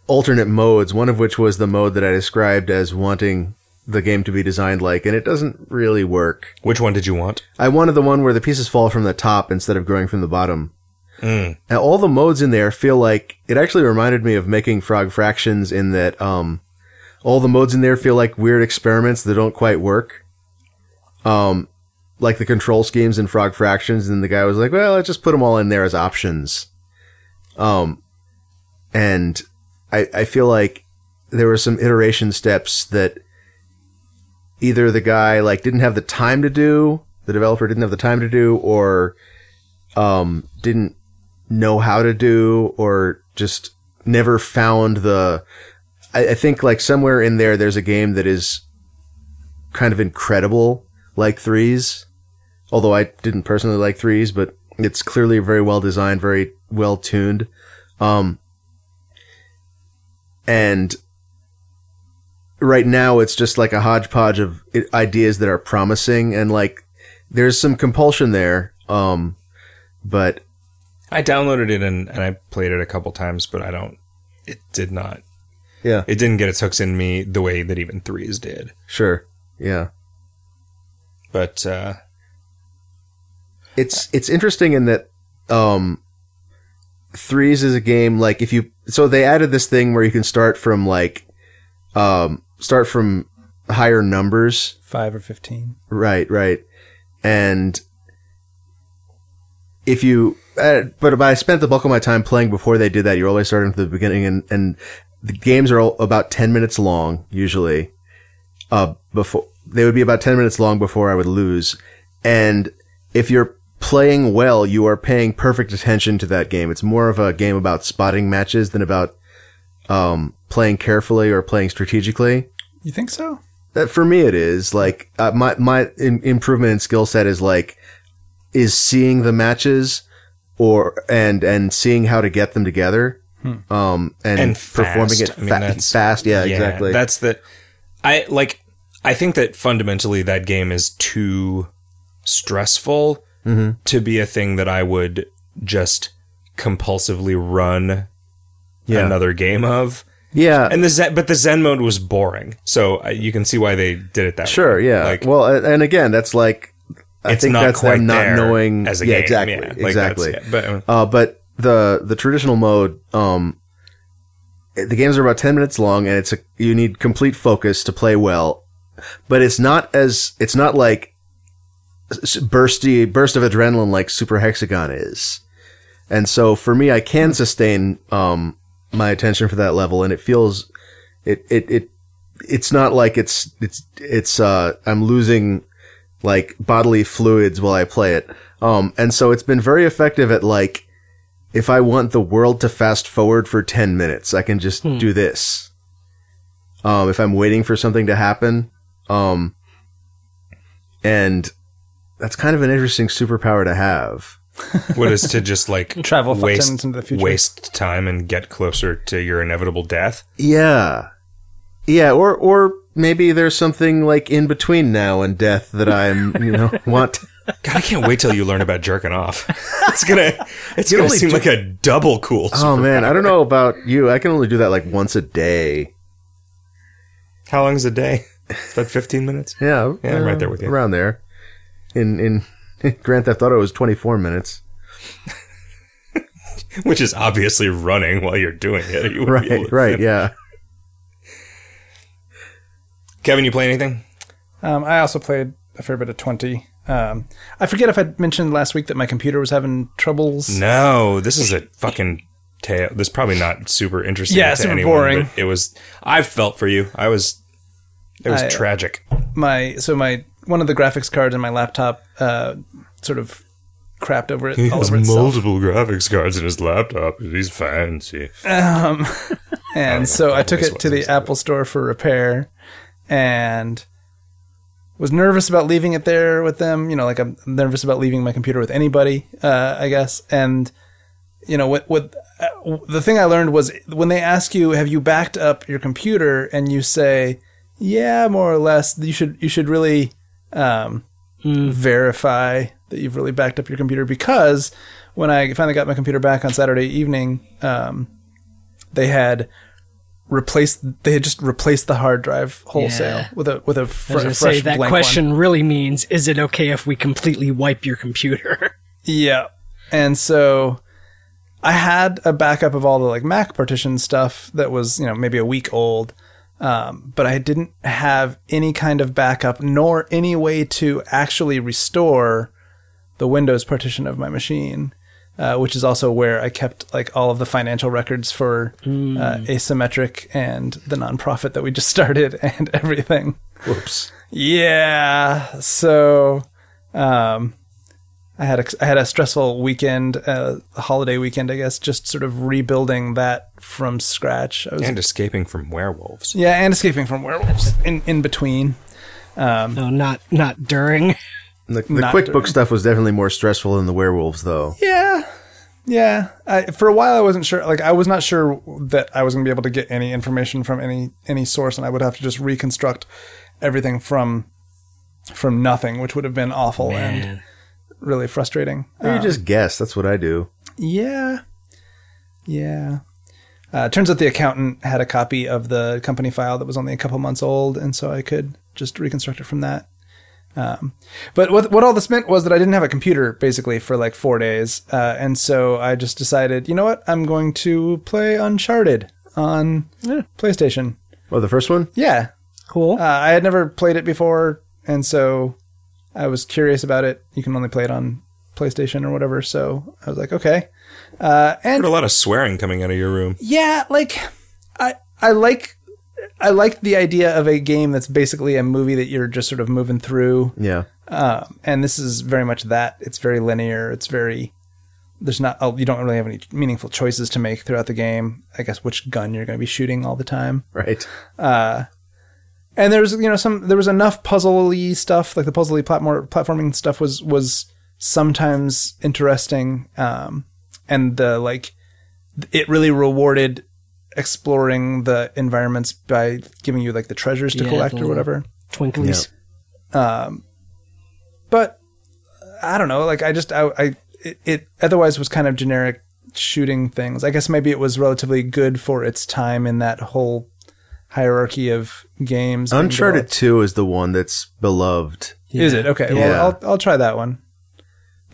[SPEAKER 3] alternate modes, one of which was the mode that I described as wanting the game to be designed like, and it doesn't really work.
[SPEAKER 2] Which one did you want?
[SPEAKER 3] I wanted the one where the pieces fall from the top instead of growing from the bottom.
[SPEAKER 2] Mm.
[SPEAKER 3] Now, all the modes in there feel like it actually reminded me of making Frog Fractions in that um, all the modes in there feel like weird experiments that don't quite work. Um, like the control schemes in Frog Fractions, and the guy was like, "Well, let's just put them all in there as options." Um, and I, I feel like there were some iteration steps that either the guy like didn't have the time to do, the developer didn't have the time to do, or um, didn't know how to do or just never found the I, I think like somewhere in there there's a game that is kind of incredible like threes although i didn't personally like threes but it's clearly very well designed very well tuned um and right now it's just like a hodgepodge of i- ideas that are promising and like there's some compulsion there um but
[SPEAKER 2] I downloaded it and, and I played it a couple times, but I don't. It did not.
[SPEAKER 3] Yeah.
[SPEAKER 2] it didn't get its hooks in me the way that even threes did.
[SPEAKER 3] sure yeah
[SPEAKER 2] But uh,
[SPEAKER 3] it's it's interesting in that um threes is a game like if you so they added this thing where you can start from like um start from higher numbers
[SPEAKER 4] Five or fifteen.
[SPEAKER 3] right right and if you uh, but i spent the bulk of my time playing before they did that you're always starting from the beginning and and the games are all about 10 minutes long usually uh before they would be about 10 minutes long before i would lose and if you're playing well you are paying perfect attention to that game it's more of a game about spotting matches than about um, playing carefully or playing strategically.
[SPEAKER 4] You think so?
[SPEAKER 3] That for me, it is like uh, my my in- improvement in skill set is like is seeing the matches or and and seeing how to get them together. Um, and,
[SPEAKER 2] And
[SPEAKER 3] performing
[SPEAKER 2] fast.
[SPEAKER 3] it
[SPEAKER 2] I mean,
[SPEAKER 3] fa-
[SPEAKER 2] that's-
[SPEAKER 3] fast, yeah, exactly.
[SPEAKER 2] That's the I like I think that fundamentally that game is too stressful
[SPEAKER 3] Mm-hmm.
[SPEAKER 2] to be a thing that I would just compulsively run
[SPEAKER 3] Yeah.
[SPEAKER 2] another game of.
[SPEAKER 3] yeah,
[SPEAKER 2] And the Zen, but the Zen mode was boring. So uh, you can see why they did it that
[SPEAKER 3] Sure,
[SPEAKER 2] way.
[SPEAKER 3] yeah.
[SPEAKER 2] Like
[SPEAKER 3] well, a- and again, that's like I
[SPEAKER 2] it's
[SPEAKER 3] think
[SPEAKER 2] not
[SPEAKER 3] that's
[SPEAKER 2] quite
[SPEAKER 3] them not
[SPEAKER 2] there
[SPEAKER 3] knowing
[SPEAKER 2] as a
[SPEAKER 3] yeah,
[SPEAKER 2] game.
[SPEAKER 3] exactly,
[SPEAKER 2] Yeah, like, that's-
[SPEAKER 3] exactly.
[SPEAKER 2] yeah, but um,
[SPEAKER 3] Uh, but the the traditional mode, um, the games are about ten minutes long, and it's a, you need complete focus to play well. But it's not as it's not like s- bursty burst of adrenaline like Super Hexagon is, and so for me, I can sustain um, my attention for that level, and it feels it it it it's not like it's it's it's uh I'm losing like bodily fluids while I play it. Um, and so it's been very effective at like, if I want the world to fast forward for 10 minutes, I can just do this. Um, if I'm waiting for something to happen. Um, and that's kind of an interesting superpower to have.
[SPEAKER 2] what is to just like
[SPEAKER 4] Travel five, ten
[SPEAKER 2] waste,
[SPEAKER 4] minutes into the future.
[SPEAKER 2] waste time and get closer to your inevitable death.
[SPEAKER 3] Yeah. Yeah. Or, or maybe there's something like in between now and death that I'm, you know, want.
[SPEAKER 2] God, I can't wait till you learn about jerking off. It's gonna, it's
[SPEAKER 3] You
[SPEAKER 2] gonna
[SPEAKER 3] only
[SPEAKER 2] seem
[SPEAKER 3] do-
[SPEAKER 2] like a double cool.
[SPEAKER 3] Oh man. I don't know about you. I can only do that like once a day.
[SPEAKER 2] How long is a day? It's about fifteen minutes.
[SPEAKER 3] Yeah,
[SPEAKER 2] Yeah, I'm right there with you.
[SPEAKER 3] Around there. In in Grand Theft Auto it was 24 minutes.
[SPEAKER 2] which is obviously running while you're doing it. You wouldn't be able
[SPEAKER 3] Right,
[SPEAKER 2] to-
[SPEAKER 3] right, yeah.
[SPEAKER 2] Kevin, you play anything?
[SPEAKER 4] Um, I also played a fair bit of 20. Um, I forget if I mentioned last week that my computer was having troubles.
[SPEAKER 2] No, this is a fucking tale. This is probably not super interesting.
[SPEAKER 4] Yeah,
[SPEAKER 2] to
[SPEAKER 4] super
[SPEAKER 2] anyone,
[SPEAKER 4] boring.
[SPEAKER 2] but It was. I felt for you. I was. It was
[SPEAKER 4] I-
[SPEAKER 2] tragic.
[SPEAKER 4] My so my one of the graphics cards in my laptop uh, sort of crapped over it all over itself.
[SPEAKER 2] graphics cards in his laptop. He's fancy. Oh,
[SPEAKER 4] And so I took
[SPEAKER 2] Always
[SPEAKER 4] it to the
[SPEAKER 2] was.
[SPEAKER 4] Apple store for repair and was nervous about leaving it there with them. You know, like I'm nervous about leaving my computer with anybody, uh, I guess. And, you know, what, what uh, w- the thing I learned was when they ask you, have you backed up your computer? And you say, yeah, more or less, you should, you should really, um, verify that you've really backed up your computer because when I finally got my computer back on Saturday evening, um, they had replaced they had just replaced the hard drive wholesale
[SPEAKER 1] Yeah.
[SPEAKER 4] with a with a
[SPEAKER 1] I
[SPEAKER 4] fr-
[SPEAKER 1] was gonna
[SPEAKER 4] fresh
[SPEAKER 1] say that
[SPEAKER 4] blank
[SPEAKER 1] question really means: Is it okay if we completely wipe your computer?
[SPEAKER 4] Yeah. And so I had a backup of all the like Mac partition stuff that was, you know, maybe a week old. Um, but I didn't have any kind of backup nor any way to actually restore the Windows partition of my machine, uh, which is also where I kept like all of the financial records for
[SPEAKER 1] Hmm.
[SPEAKER 4] uh, Asymmetric and the nonprofit that we just started and everything.
[SPEAKER 3] Whoops.
[SPEAKER 4] Yeah. So, um, I had a, I had a stressful weekend, uh, holiday weekend, I guess, just sort of rebuilding that from scratch. I was,
[SPEAKER 2] And escaping from werewolves.
[SPEAKER 4] yeah, and escaping from werewolves in in between.
[SPEAKER 1] No, not not during.
[SPEAKER 3] The, the
[SPEAKER 4] Not
[SPEAKER 3] QuickBook
[SPEAKER 4] during-
[SPEAKER 3] stuff was definitely more stressful than the werewolves though.
[SPEAKER 4] Yeah. Yeah. I, for a while, I wasn't sure. Like, I was not sure that I was going to be able to get any information from any any source, and I would have to just reconstruct everything from from nothing, which would have been awful and really frustrating.
[SPEAKER 3] Or you just guess, that's what I do.
[SPEAKER 4] Yeah. Yeah. Uh, turns out the accountant had a copy of the company file that was only a couple months old, and so I could just reconstruct it from that. Um, but what what all this meant was that I didn't have a computer basically for like four days, uh, and so I just decided, you know what, I'm going to play Uncharted on PlayStation.
[SPEAKER 3] Oh, the first one?
[SPEAKER 4] Yeah,
[SPEAKER 1] Cool.
[SPEAKER 4] uh, I had never played it before, and so I was curious about it. You can only play it on PlayStation or whatever, so I was like, okay. Uh,
[SPEAKER 2] I heard
[SPEAKER 4] and
[SPEAKER 2] a lot of swearing coming out of your room.
[SPEAKER 4] yeah, like I I like I like the idea of a game that's basically a movie that you're just sort of moving through.
[SPEAKER 3] Yeah.
[SPEAKER 4] Um, and this is very much that. It's very linear. It's very there's not oh, you don't really have any meaningful choices to make throughout the game. I guess which gun you're going to be shooting all the time.
[SPEAKER 3] Right.
[SPEAKER 4] and there was you know some there was enough puzzly stuff like the puzzly platform platforming stuff was was sometimes interesting um and the like it really rewarded exploring the environments by giving you like the treasures to
[SPEAKER 1] Yeah,
[SPEAKER 4] collect
[SPEAKER 1] the
[SPEAKER 4] or whatever Um,
[SPEAKER 1] Twinklies.
[SPEAKER 4] but I don't know. Like I just I, I it, it otherwise was kind of generic shooting things. I guess maybe it was relatively good for its time in that whole hierarchy of games. being
[SPEAKER 3] Uncharted
[SPEAKER 4] developed.
[SPEAKER 3] 2 is the one that's beloved.
[SPEAKER 4] Is it okay?
[SPEAKER 3] Yeah.
[SPEAKER 4] Well, I'll I'll try that one.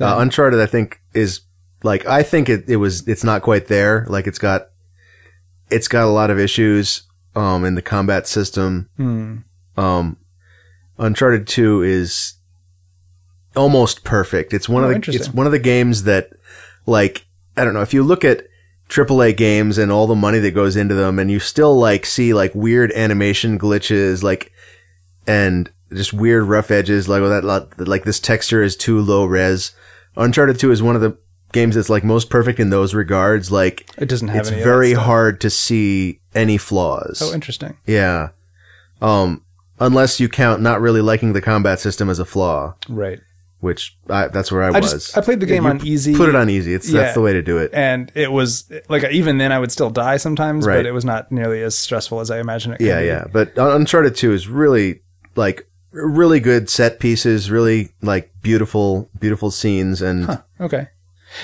[SPEAKER 3] Uh, Uncharted, I think, is like I think it, it was. It's not quite there. Like it's got, it's got a lot of issues um, in the combat system.
[SPEAKER 4] Hmm.
[SPEAKER 3] Um, Uncharted Two is almost perfect. It's one
[SPEAKER 4] Oh,
[SPEAKER 3] of the
[SPEAKER 4] interesting.
[SPEAKER 3] it's one of the games that, like, I don't know if you look at AAA games and all the money that goes into them, and you still like see like weird animation glitches, like, and just weird rough edges, like oh, that lot, like this texture is too low res. Uncharted Two is one of the games that's like most perfect in those regards. Like,
[SPEAKER 4] It doesn't have
[SPEAKER 3] it's
[SPEAKER 4] any. of that
[SPEAKER 3] very
[SPEAKER 4] stuff.
[SPEAKER 3] hard to see any flaws.
[SPEAKER 4] Oh, interesting.
[SPEAKER 3] Yeah. Um, unless you count not really liking the combat system as a flaw,
[SPEAKER 4] Right.
[SPEAKER 3] which I, that's where I,
[SPEAKER 4] I
[SPEAKER 3] was.
[SPEAKER 4] just I played the
[SPEAKER 3] Yeah,
[SPEAKER 4] game
[SPEAKER 3] you
[SPEAKER 4] on easy.
[SPEAKER 3] Put it on easy. It's
[SPEAKER 4] Yeah.
[SPEAKER 3] that's the way to do it.
[SPEAKER 4] and it was like even then I would still die sometimes,
[SPEAKER 3] Right.
[SPEAKER 4] but it was not nearly as stressful as I imagine it. could
[SPEAKER 3] Yeah,
[SPEAKER 4] be.
[SPEAKER 3] yeah. But Un- Uncharted Two is really like really good set pieces, really like beautiful, beautiful scenes, and
[SPEAKER 4] Okay.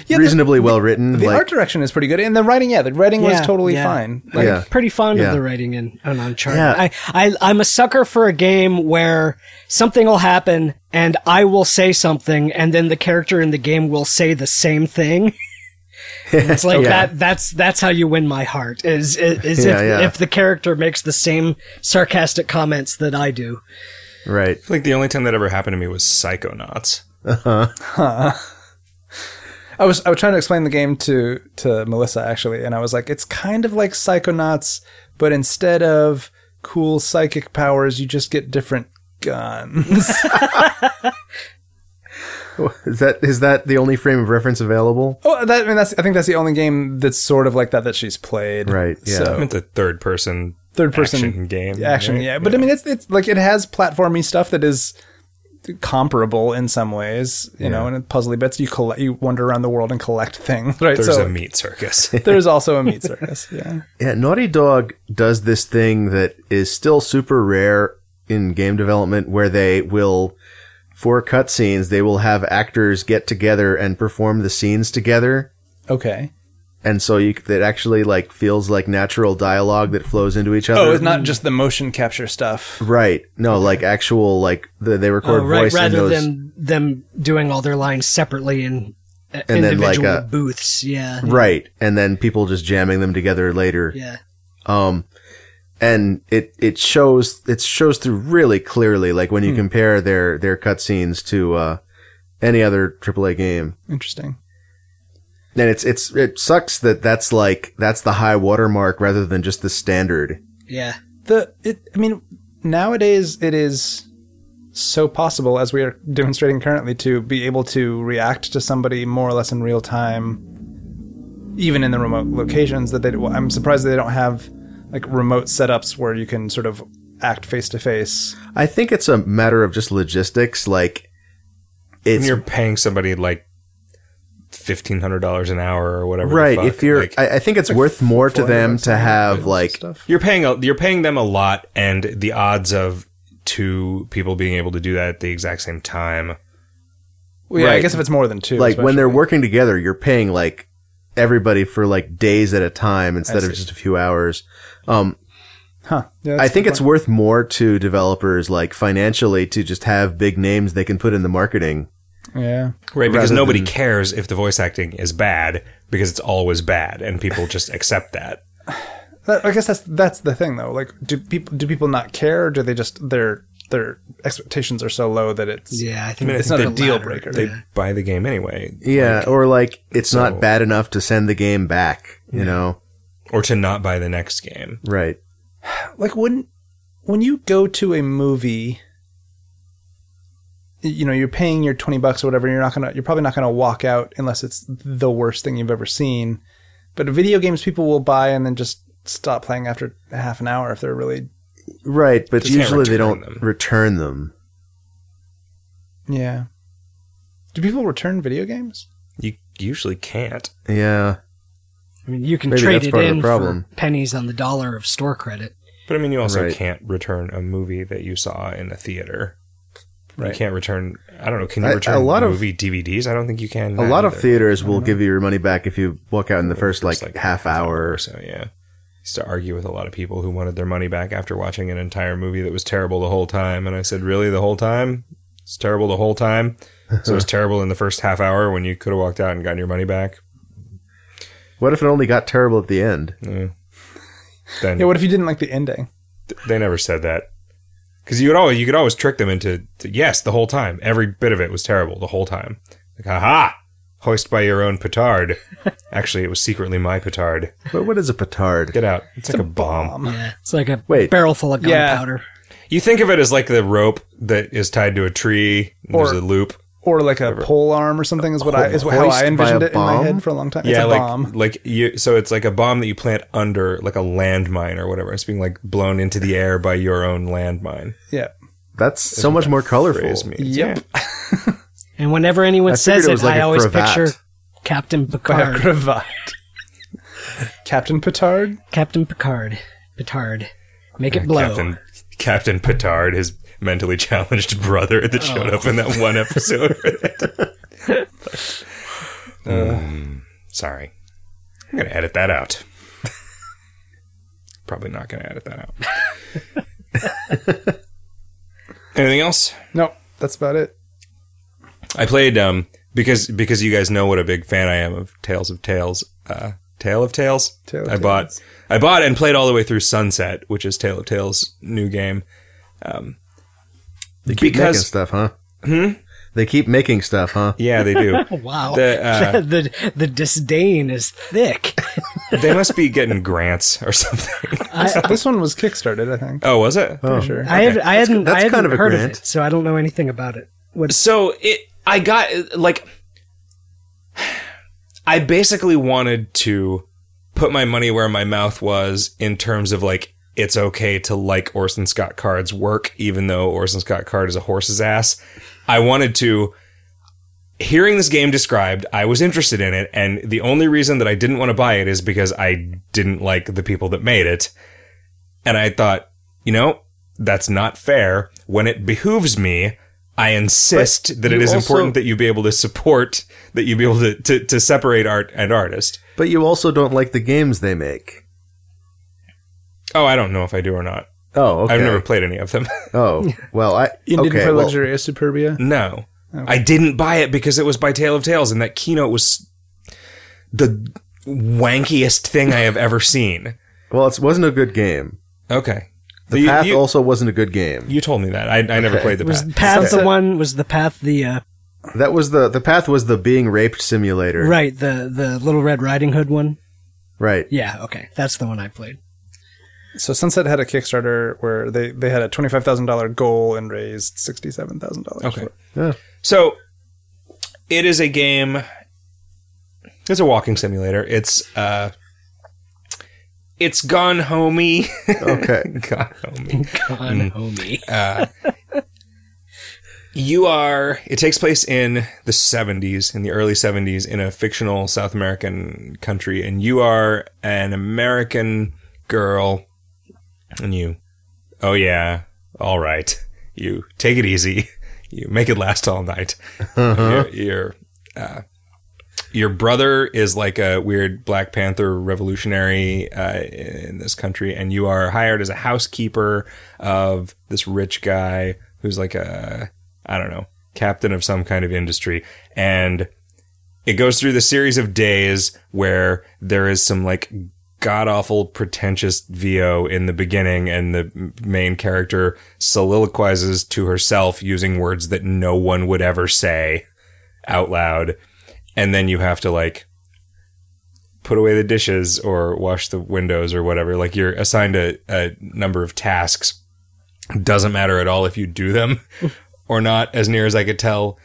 [SPEAKER 4] Yeah, the-
[SPEAKER 3] reasonably well written.
[SPEAKER 4] The
[SPEAKER 3] Like
[SPEAKER 4] art direction is pretty good, and the writing, yeah, the writing
[SPEAKER 1] Yeah,
[SPEAKER 4] was totally
[SPEAKER 1] yeah.
[SPEAKER 4] fine.
[SPEAKER 1] I'm
[SPEAKER 3] Yeah.
[SPEAKER 1] pretty fond
[SPEAKER 3] Yeah.
[SPEAKER 1] of the writing in on Uncharted.
[SPEAKER 3] Yeah.
[SPEAKER 1] I, I I'm a sucker for a game where something will happen and I will say something and then the character in the game will say the same thing. it's like
[SPEAKER 3] Yeah.
[SPEAKER 1] that that's that's how you win my heart is is, is
[SPEAKER 3] Yeah,
[SPEAKER 1] if,
[SPEAKER 3] yeah.
[SPEAKER 1] if the character makes the same sarcastic comments that I do.
[SPEAKER 3] right.
[SPEAKER 2] I feel like the only time that ever happened to me was Psychonauts.
[SPEAKER 4] I was I was trying to explain the game to to Melissa actually, and I was like, it's kind of like Psychonauts, but instead of cool psychic powers, you just get different guns.
[SPEAKER 3] Is that is that the only frame of reference available?
[SPEAKER 4] oh, that I mean, that's I think that's the only game that's sort of like that that she's played.
[SPEAKER 3] Right, yeah.
[SPEAKER 2] I
[SPEAKER 4] So
[SPEAKER 2] meant the third person
[SPEAKER 4] third person
[SPEAKER 2] action game.
[SPEAKER 4] action,
[SPEAKER 2] right?
[SPEAKER 4] yeah. But I mean, it's it's like it has platformy stuff that is comparable in some ways, you know, and puzzly bits. You collect, you wander around the world and collect things, right?
[SPEAKER 2] There's
[SPEAKER 4] so
[SPEAKER 2] a meat circus.
[SPEAKER 4] there's also a meat circus. Yeah,
[SPEAKER 3] Yeah, Naughty Dog does this thing that is still super rare in game development where they will for cutscenes they will have actors get together and perform the scenes together
[SPEAKER 4] okay.
[SPEAKER 3] and so you that actually like feels like natural dialogue that flows into each other
[SPEAKER 4] Oh, it's not just the motion capture stuff.
[SPEAKER 3] right no like actual like the, they record
[SPEAKER 1] Oh, right,
[SPEAKER 3] voice in
[SPEAKER 1] rather
[SPEAKER 3] those
[SPEAKER 1] than them doing all their lines separately in uh,
[SPEAKER 3] And then, like,
[SPEAKER 1] individual
[SPEAKER 3] uh,
[SPEAKER 1] booths. Yeah.
[SPEAKER 3] right and then people just jamming them together later
[SPEAKER 1] Yeah.
[SPEAKER 3] um and it it shows it shows through really clearly like when you
[SPEAKER 2] Hmm.
[SPEAKER 3] compare their their cutscenes to uh any other AAA game
[SPEAKER 4] Interesting.
[SPEAKER 3] and it's it's it sucks that that's like that's the high watermark rather than just the standard
[SPEAKER 1] Yeah.
[SPEAKER 4] The it. I mean, nowadays it is so possible, as we are demonstrating currently, to be able to react to somebody more or less in real time, even in the remote locations. That they. do- I'm surprised they don't have like remote setups where you can sort of act face to face.
[SPEAKER 3] I think it's a matter of just logistics like
[SPEAKER 2] And
[SPEAKER 3] it's
[SPEAKER 2] you're paying somebody like fifteen hundred dollars an hour or whatever. the
[SPEAKER 3] right
[SPEAKER 2] fuck,
[SPEAKER 3] if you're
[SPEAKER 2] like,
[SPEAKER 3] I, I think it's worth more to
[SPEAKER 4] flying
[SPEAKER 3] them
[SPEAKER 4] around
[SPEAKER 3] to have like
[SPEAKER 4] Stuff.
[SPEAKER 2] you're paying a, you're paying them a lot, and the odds of two people being able to do that at the exact same time.
[SPEAKER 4] Well, yeah, I
[SPEAKER 3] right.
[SPEAKER 4] guess if it's more than two.
[SPEAKER 3] like when they're
[SPEAKER 4] especially.
[SPEAKER 3] working together you're paying like everybody for like days at a time instead of just a few hours um
[SPEAKER 4] Huh. Yeah,
[SPEAKER 3] I
[SPEAKER 4] that's a
[SPEAKER 3] think
[SPEAKER 4] good
[SPEAKER 3] it's worth more to developers, like financially, to just have big names they can put in the marketing.
[SPEAKER 4] point. Yeah.
[SPEAKER 2] Right, because
[SPEAKER 3] Rather
[SPEAKER 2] nobody
[SPEAKER 3] than-
[SPEAKER 2] cares if the voice acting is bad because it's always bad, and people just accept that.
[SPEAKER 4] That, I guess that's that's the thing though. Like, do people do people not care, or do they just their their expectations are so low that it's
[SPEAKER 1] Yeah. I think
[SPEAKER 2] mean,
[SPEAKER 1] that's
[SPEAKER 4] it's not
[SPEAKER 2] They-
[SPEAKER 4] a
[SPEAKER 2] the
[SPEAKER 4] deal
[SPEAKER 1] latter.
[SPEAKER 4] breaker?
[SPEAKER 2] They buy the game anyway,
[SPEAKER 3] Yeah, or like it's
[SPEAKER 2] so-
[SPEAKER 3] not bad enough to send the game back. You know,
[SPEAKER 2] or to not buy the next game.
[SPEAKER 3] right?
[SPEAKER 4] like when when you go to a movie, you know you're paying your 20 bucks or whatever you're not gonna you're probably not gonna walk out unless it's the worst thing you've ever seen but video games people will buy and then just stop playing after half an hour if they're really
[SPEAKER 3] Right, but
[SPEAKER 2] Just can't
[SPEAKER 3] usually they
[SPEAKER 2] return
[SPEAKER 3] don't
[SPEAKER 2] them.
[SPEAKER 3] return them.
[SPEAKER 4] yeah do people return video games
[SPEAKER 2] You usually can't.
[SPEAKER 3] Yeah.
[SPEAKER 1] I mean, you can
[SPEAKER 3] Maybe
[SPEAKER 1] trade
[SPEAKER 3] that's
[SPEAKER 1] it
[SPEAKER 3] part of the
[SPEAKER 1] in
[SPEAKER 3] problem.
[SPEAKER 1] for pennies on the dollar of store credit.
[SPEAKER 2] But I mean, you also
[SPEAKER 3] Right.
[SPEAKER 2] can't return a movie that you saw in a theater. You
[SPEAKER 4] Right.
[SPEAKER 2] can't return. I don't know. Can you
[SPEAKER 3] I- a
[SPEAKER 2] return
[SPEAKER 3] lot of-
[SPEAKER 2] movie DVDs? I don't think you can.
[SPEAKER 3] A
[SPEAKER 2] that
[SPEAKER 3] lot
[SPEAKER 2] either. Mm-hmm.
[SPEAKER 3] of theaters will give you your money back if you walk out in the first like,
[SPEAKER 2] Just,
[SPEAKER 3] half hour.
[SPEAKER 2] or so. Yeah, used to argue with a lot of people who wanted their money back after watching an entire movie that was terrible the whole time, and I said, "Really, the whole time? It's terrible the whole time." So it was terrible in the first half hour when you could have walked out and gotten your money back.
[SPEAKER 3] What if it only got terrible at the end?
[SPEAKER 2] Eh. Then
[SPEAKER 4] yeah what if you didn't like the ending
[SPEAKER 2] they never said that because you could always you could always trick them into to- yes the whole time every bit of it was terrible the whole time like haha hoist by your own petard actually it was secretly my petard
[SPEAKER 3] But what is a petard?
[SPEAKER 2] get out it's, like a, bomb.
[SPEAKER 4] Um,
[SPEAKER 1] Yeah, it's like a
[SPEAKER 3] Wait.
[SPEAKER 1] barrel full of
[SPEAKER 4] Yeah.
[SPEAKER 1] gunpowder.
[SPEAKER 2] you think of it as like the rope that is tied to a tree and
[SPEAKER 4] Or-
[SPEAKER 2] there's a loop
[SPEAKER 4] or like a pole arm or something is what I is what, how
[SPEAKER 3] Hoist
[SPEAKER 4] I
[SPEAKER 3] by
[SPEAKER 4] envisioned
[SPEAKER 3] a
[SPEAKER 4] it in my
[SPEAKER 3] bomb?
[SPEAKER 4] head for a long time.
[SPEAKER 2] yeah
[SPEAKER 4] it's a
[SPEAKER 2] like
[SPEAKER 4] bomb.
[SPEAKER 2] like you so it's like a bomb that you plant under like a landmine or whatever it's being like blown into the air by your own landmine
[SPEAKER 4] Yeah.
[SPEAKER 3] That's so much more colorful.
[SPEAKER 2] Phrase means.
[SPEAKER 4] Yep.
[SPEAKER 1] And whenever anyone
[SPEAKER 3] I figured
[SPEAKER 1] says
[SPEAKER 3] it
[SPEAKER 1] it,
[SPEAKER 3] was like
[SPEAKER 1] I
[SPEAKER 3] a
[SPEAKER 1] always
[SPEAKER 3] cravat.
[SPEAKER 1] picture Captain
[SPEAKER 4] By a
[SPEAKER 1] Picard.
[SPEAKER 4] cravat. Captain Petard.
[SPEAKER 1] Captain Picard. Picard. Make it blow.
[SPEAKER 2] Captain Captain Petard, his mentally challenged brother that showed up in that one episode. Mm, sorry, I'm gonna edit that out. Probably not gonna edit that out. Anything else?
[SPEAKER 4] No, that's about it.
[SPEAKER 2] I played um because because you guys know what a big fan I am of Tales of Tales. Uh, Tale of Tales.
[SPEAKER 4] Tale of
[SPEAKER 2] I bought I bought and played all the way through Sunset, which is Tale of Tales' new game. Um,
[SPEAKER 3] Keep making stuff, huh?
[SPEAKER 2] Hmm?
[SPEAKER 3] They keep making stuff, huh?
[SPEAKER 2] yeah, they do.
[SPEAKER 1] Wow.
[SPEAKER 2] The, uh,
[SPEAKER 1] the the disdain is thick.
[SPEAKER 2] they must be getting grants or something.
[SPEAKER 4] this one was kickstarted, I think.
[SPEAKER 2] uh, Oh, was it?
[SPEAKER 4] Pretty sure.
[SPEAKER 1] I have I hadn't
[SPEAKER 3] that's
[SPEAKER 1] I hadn't
[SPEAKER 3] kind of a
[SPEAKER 1] heard
[SPEAKER 3] grant.
[SPEAKER 1] of it, so I don't know anything about it. What
[SPEAKER 2] So it, I got like, I basically wanted to put my money where my mouth was in terms of like it's okay to like Orson Scott Card's work, even though Orson Scott Card is a horse's ass. I wanted to. Hearing this game described, I was interested in it, and the only reason that I didn't want to buy it is because I didn't like the people that made it. And I thought, you know, that's not fair. When it behooves me, I insist that it
[SPEAKER 3] you
[SPEAKER 2] is
[SPEAKER 3] also-
[SPEAKER 2] important that you be able to support, that you be able to, to, to separate art and artist.
[SPEAKER 3] But you also don't like the games they make.
[SPEAKER 2] Oh, I don't know if I do or not.
[SPEAKER 3] Oh, okay.
[SPEAKER 2] I've never played any of them.
[SPEAKER 3] Oh, well, I
[SPEAKER 4] Indian
[SPEAKER 3] okay.
[SPEAKER 4] for
[SPEAKER 3] well,
[SPEAKER 4] Luxurious Superbia.
[SPEAKER 2] no. I didn't buy it because it was by Tale of Tales, and that keynote was the wankiest thing I have ever seen.
[SPEAKER 3] well, it wasn't a good game.
[SPEAKER 2] Okay.
[SPEAKER 3] The
[SPEAKER 2] you,
[SPEAKER 3] path
[SPEAKER 2] you,
[SPEAKER 3] also wasn't a good game.
[SPEAKER 2] you told me that. I, I never played the
[SPEAKER 1] was
[SPEAKER 2] path.
[SPEAKER 1] the path
[SPEAKER 4] Sunset.
[SPEAKER 1] the one was the path the uh,
[SPEAKER 3] That was the the path was the being raped simulator.
[SPEAKER 1] right the the Little Red Riding Hood one.
[SPEAKER 3] Right.
[SPEAKER 1] Yeah, okay, that's the one I played.
[SPEAKER 4] So Sunset had a Kickstarter where they, they had a twenty five thousand dollar goal and raised sixty seven thousand dollars.
[SPEAKER 2] Okay.
[SPEAKER 3] Yeah.
[SPEAKER 2] So it is a game. It's a walking simulator. It's uh, it's gone homey.
[SPEAKER 3] Okay.
[SPEAKER 2] gone homey.
[SPEAKER 3] Mm.
[SPEAKER 1] Con homie.
[SPEAKER 2] Uh, You are. It takes place in the 70s, in the early 70s, in a fictional South American country, and you are an American girl. And you, oh yeah, all right. You take it easy. You make it last all night. Your, your, uh, your brother is like a weird Black Panther revolutionary uh, in this country, and you are hired as a housekeeper of this rich guy who's like a I don't know, captain of some kind of industry. And it goes through the series of days where there is some like god awful pretentious VO in the beginning, and the m- main character soliloquizes to herself using words that no one would ever say out loud. And then you have to like put away the dishes or wash the windows or whatever. Like you're assigned a, a number of tasks. Doesn't matter at all if you do them or not, as near as I could tell.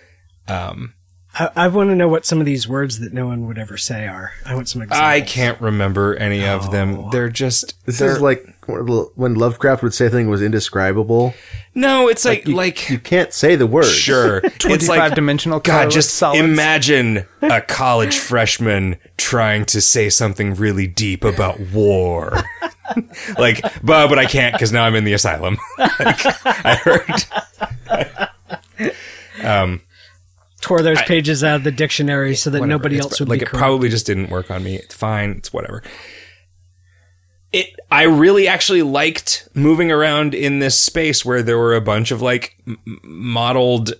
[SPEAKER 2] Um,
[SPEAKER 1] I, I want to know what some of these words that no one would ever say are. I want some examples.
[SPEAKER 2] I can't remember any of them. They're just
[SPEAKER 3] This
[SPEAKER 2] they're-
[SPEAKER 3] is like when Lovecraft would say thing was indescribable.
[SPEAKER 2] no. It's like like,
[SPEAKER 3] You can't say the word.
[SPEAKER 2] sure. it's
[SPEAKER 4] 25
[SPEAKER 2] like
[SPEAKER 4] dimensional
[SPEAKER 2] God.
[SPEAKER 4] colorless
[SPEAKER 2] Just
[SPEAKER 4] solids.
[SPEAKER 2] imagine a college freshman trying to say something really deep about war. like, but but I can't because now I'm in the asylum. Like, I heard.
[SPEAKER 1] Tore those pages out of the dictionary so that
[SPEAKER 2] whatever.
[SPEAKER 1] nobody
[SPEAKER 2] It's
[SPEAKER 1] else
[SPEAKER 2] fi-
[SPEAKER 1] would
[SPEAKER 2] like
[SPEAKER 1] be
[SPEAKER 2] it
[SPEAKER 1] correct.
[SPEAKER 2] probably just didn't work on me it's fine it's whatever it i really actually liked moving around in this space where there were a bunch of like m- m- modeled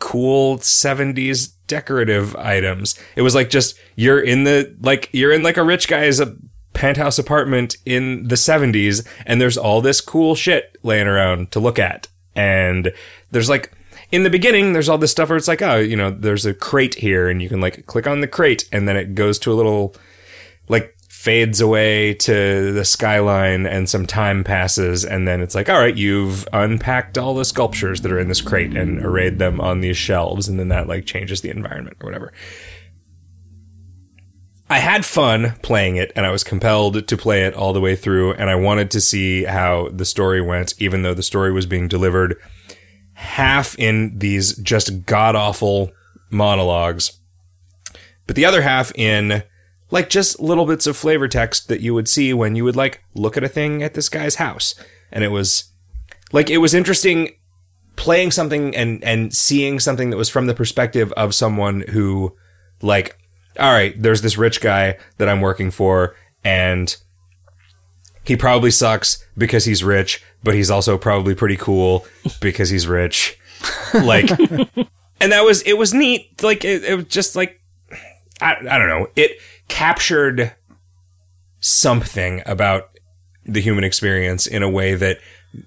[SPEAKER 2] cool 70s decorative items it was like just you're in the like you're in like a rich guy's a penthouse apartment in the 70s and there's all this cool shit laying around to look at and there's like in the beginning there's all this stuff where it's like oh you know there's a crate here and you can like click on the crate and then it goes to a little like fades away to the skyline and some time passes and then it's like all right you've unpacked all the sculptures that are in this crate and arrayed them on these shelves and then that like changes the environment or whatever I had fun playing it and I was compelled to play it all the way through and I wanted to see how the story went even though the story was being delivered half in these just god awful monologues but the other half in like just little bits of flavor text that you would see when you would like look at a thing at this guy's house and it was like it was interesting playing something and and seeing something that was from the perspective of someone who like all right there's this rich guy that i'm working for and he probably sucks because he's rich but he's also probably pretty cool because he's rich like and that was it was neat like it, it was just like I, I don't know it captured something about the human experience in a way that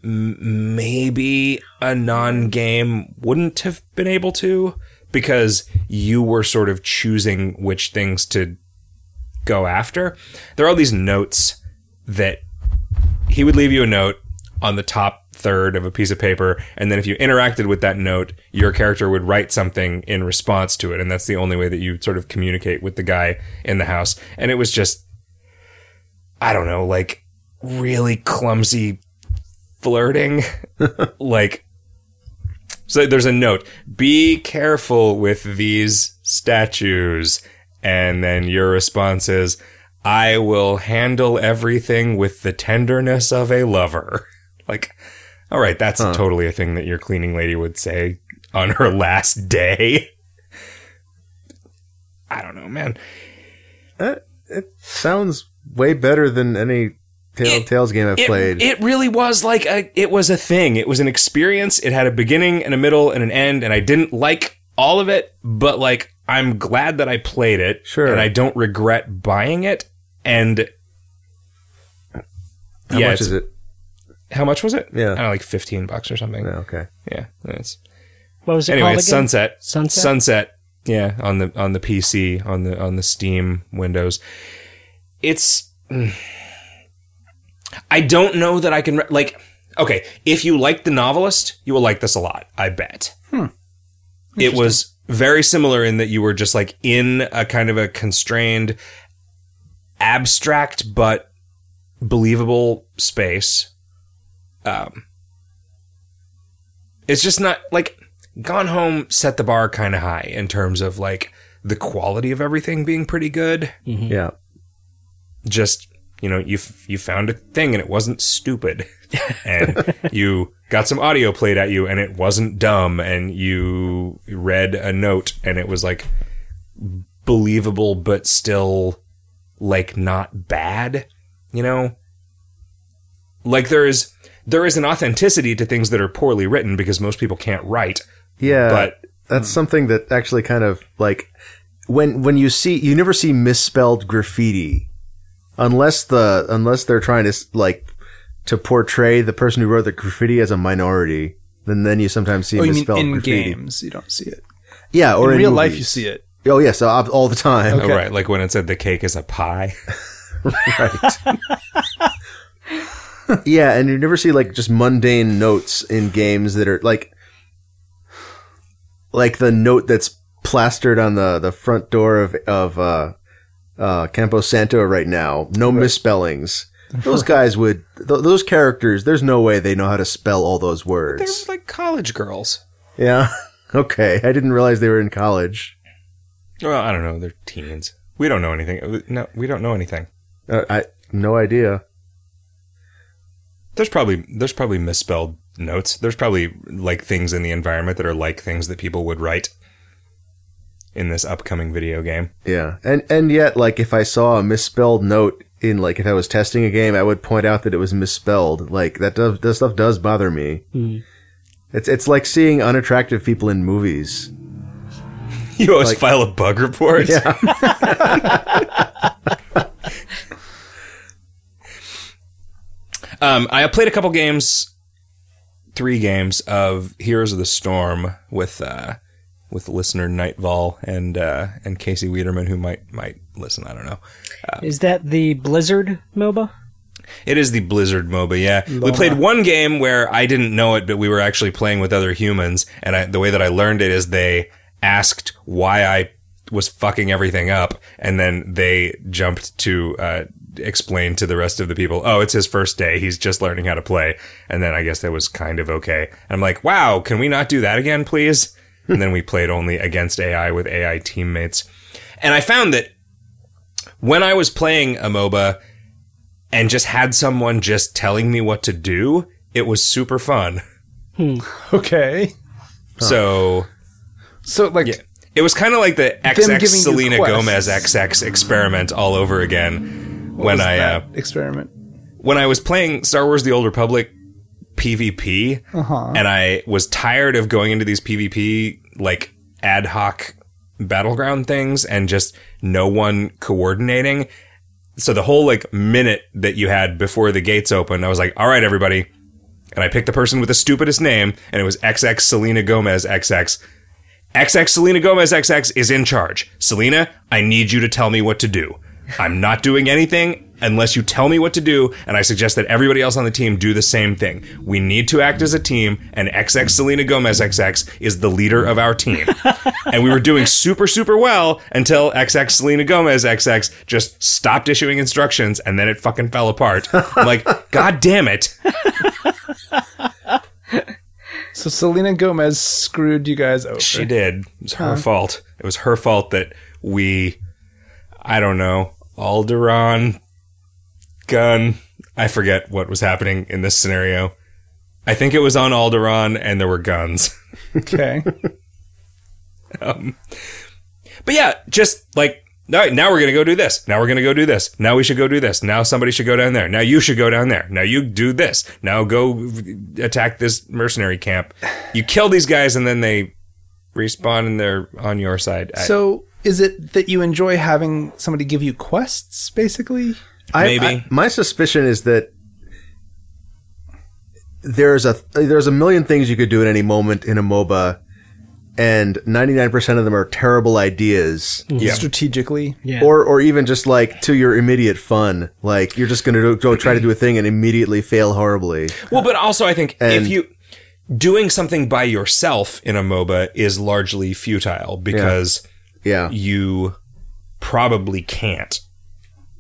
[SPEAKER 2] m- maybe a non-game wouldn't have been able to because you were sort of choosing which things to go after there are all these notes that he would leave you a note on the top third of a piece of paper and then if you interacted with that note your character would write something in response to it and that's the only way that you sort of communicate with the guy in the house and it was just i don't know like really clumsy flirting like so there's a note be careful with these statues and then your response is i will handle everything with the tenderness of a lover like all right that's totally a thing that your cleaning lady would say on her last day i don't know man
[SPEAKER 3] Sounds way better than any Tale,
[SPEAKER 2] It-
[SPEAKER 3] Tales game I've
[SPEAKER 2] it,
[SPEAKER 3] played.
[SPEAKER 2] It really was like a it was a thing. It was an experience. It had a beginning and a middle and an end, and I didn't like all of it, but like I'm glad that I played it.
[SPEAKER 3] Sure.
[SPEAKER 2] And I don't regret buying it. And
[SPEAKER 3] How
[SPEAKER 2] yeah, it's-
[SPEAKER 3] much is it?
[SPEAKER 2] How much was it?
[SPEAKER 3] Yeah.
[SPEAKER 2] I don't know, like fifteen bucks or something.
[SPEAKER 3] No, okay.
[SPEAKER 2] Yeah. It's,
[SPEAKER 1] What was it
[SPEAKER 2] anyway,
[SPEAKER 1] called
[SPEAKER 2] it's
[SPEAKER 1] again?
[SPEAKER 2] sunset.
[SPEAKER 1] Sunset?
[SPEAKER 2] Sunset. Yeah, on the on the PC, on the on the Steam Windows. It's I don't know that I can re- like okay, if you like The Novelist, you will like this a lot, I bet. It was very similar in that you were just like in a kind of a constrained abstract but believable space. Um it's just not like Gone Home set the bar kind of high in terms of like the quality of everything being pretty good.
[SPEAKER 1] Mm-hmm.
[SPEAKER 3] Yeah.
[SPEAKER 2] Just you know, you f- you found a thing and it wasn't stupid, and you got some audio played at you and it wasn't dumb, and you read a note and it was like believable but still like not bad, you know. Like there is there is an authenticity to things that are poorly written because most people can't write,
[SPEAKER 3] Yeah.
[SPEAKER 2] but
[SPEAKER 4] hmm.
[SPEAKER 3] That's something that actually kind of like when when you see you never see misspelled graffiti unless the unless they're trying to s- like to portray the person who wrote the graffiti as a minority. Then then you sometimes see
[SPEAKER 4] Oh, you mean
[SPEAKER 3] misspelled
[SPEAKER 4] in
[SPEAKER 3] graffiti.
[SPEAKER 4] games you don't see it.
[SPEAKER 3] Yeah, or
[SPEAKER 4] in
[SPEAKER 3] in,
[SPEAKER 4] real life you see it.
[SPEAKER 3] Oh yes, ob- all the time.
[SPEAKER 2] Oh, right, like when it said the cake is a pie.
[SPEAKER 3] Yeah, and you never see like just mundane notes in games that are like like the note that's plastered on the, the front door of of uh, uh, Campo Santo right now. No misspellings. Those guys would th- those characters. There's no way they know how to spell all those
[SPEAKER 2] They're
[SPEAKER 3] words.
[SPEAKER 2] like college girls.
[SPEAKER 3] Yeah. Okay. I didn't realize they were in college.
[SPEAKER 2] Well, I don't know. They're teens. We don't know anything. No, we don't know anything.
[SPEAKER 3] Uh, I no idea.
[SPEAKER 2] There's probably there's probably misspelled notes. There's probably like things in the environment that are like things that people would write in this upcoming video game.
[SPEAKER 3] Yeah. And and yet, like, if I saw a misspelled note in like if I was testing a game, I would point out that it was misspelled. Like that does that stuff does bother me. It's it's like seeing unattractive people in movies.
[SPEAKER 2] You always file a bug report.
[SPEAKER 3] Yeah.
[SPEAKER 2] um, I played a couple games, three games of Heroes of the Storm with uh, with listener Nightval and uh, and Casey Wiederman, who might might listen. I don't know.
[SPEAKER 1] Is that the Blizzard MOBA?
[SPEAKER 2] It is the Blizzard MOBA, yeah. We played one game where I didn't know it, but we were actually playing with other humans, and I, the way that I learned it is they asked why I was fucking everything up, and then they jumped to uh, explain to the rest of the people, oh, it's his first day, he's just learning how to play, and then I guess that was kind of okay. And I'm like, wow, can we not do that again, please? and then we played only against AI with AI teammates. And I found that when I was playing a MOBA, and just had someone just telling me what to do, it was super fun.
[SPEAKER 4] Okay.
[SPEAKER 2] So
[SPEAKER 4] So like
[SPEAKER 2] it was kind of like the XX
[SPEAKER 4] giving you
[SPEAKER 2] Selena
[SPEAKER 4] quests.
[SPEAKER 2] Gomez XX experiment all over again when
[SPEAKER 4] was
[SPEAKER 2] I uh,
[SPEAKER 4] that experiment.
[SPEAKER 2] when I was playing Star Wars: The Old Republic PvP, and I was tired of going into these PvP like ad hoc battleground things and just no one coordinating. So the whole like minute that you had before the gates open, I was like, "All right, everybody," and I picked the person with the stupidest name, and it was XX Selena Gomez XX. XX Selena Gomez XX is in charge. Selena, I need you to tell me what to do. I'm not doing anything unless you tell me what to do, and I suggest that everybody else on the team do the same thing. We need to act as a team, and XX Selena Gomez XX is the leader of our team. and we were doing super, super well until XX Selena Gomez XX just stopped issuing instructions, and then it fucking fell apart. I'm like, God damn it.
[SPEAKER 4] So Selena Gomez screwed you guys over.
[SPEAKER 2] She did. It was her fault. It was her fault that we, I don't know, Alderon, gun. I forget what was happening in this scenario. I think it was on Alderon, and there were guns.
[SPEAKER 4] Okay.
[SPEAKER 2] But yeah, just like all right, now we're gonna go do this. Now we're gonna go do this. Now we should go do this. Now somebody should go down there. Now you should go down there. Now you do this. Now go v- attack this mercenary camp. You kill these guys, and then they respawn, and they're on your side. I-
[SPEAKER 4] so is it that you enjoy having somebody give you quests, basically?
[SPEAKER 3] I,
[SPEAKER 2] Maybe.
[SPEAKER 3] I- my suspicion is that there's a there's a million things you could do at any moment in a MOBA, and 99% of them are terrible ideas,
[SPEAKER 2] Yeah.
[SPEAKER 4] Strategically.
[SPEAKER 1] Yeah.
[SPEAKER 3] or or even just like to your immediate fun. Like you're just gonna do, go try to do a thing and immediately fail horribly.
[SPEAKER 2] Well, but also I think
[SPEAKER 3] And-
[SPEAKER 2] if you doing something by yourself in a MOBA is largely futile because
[SPEAKER 3] Yeah,
[SPEAKER 2] you probably can't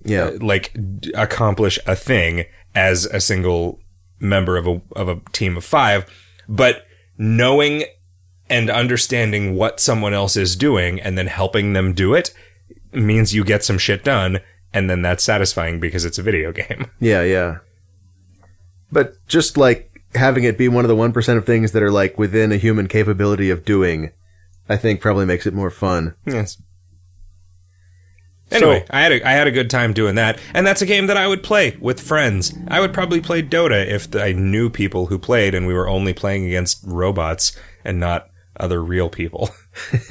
[SPEAKER 3] yeah.
[SPEAKER 2] like d- accomplish a thing as a single member of a of a team of 5 but knowing and understanding what someone else is doing and then helping them do it means you get some shit done and then that's satisfying because it's a video game.
[SPEAKER 3] Yeah, yeah. But just like having it be one of the one percent of things that are like within a human capability of doing, I think probably makes it more fun.
[SPEAKER 2] Yes. Anyway, I had a, I had a good time doing that, and that's a game that I would play with friends. I would probably play Dota if th- I knew people who played, and we were only playing against robots and not other real people.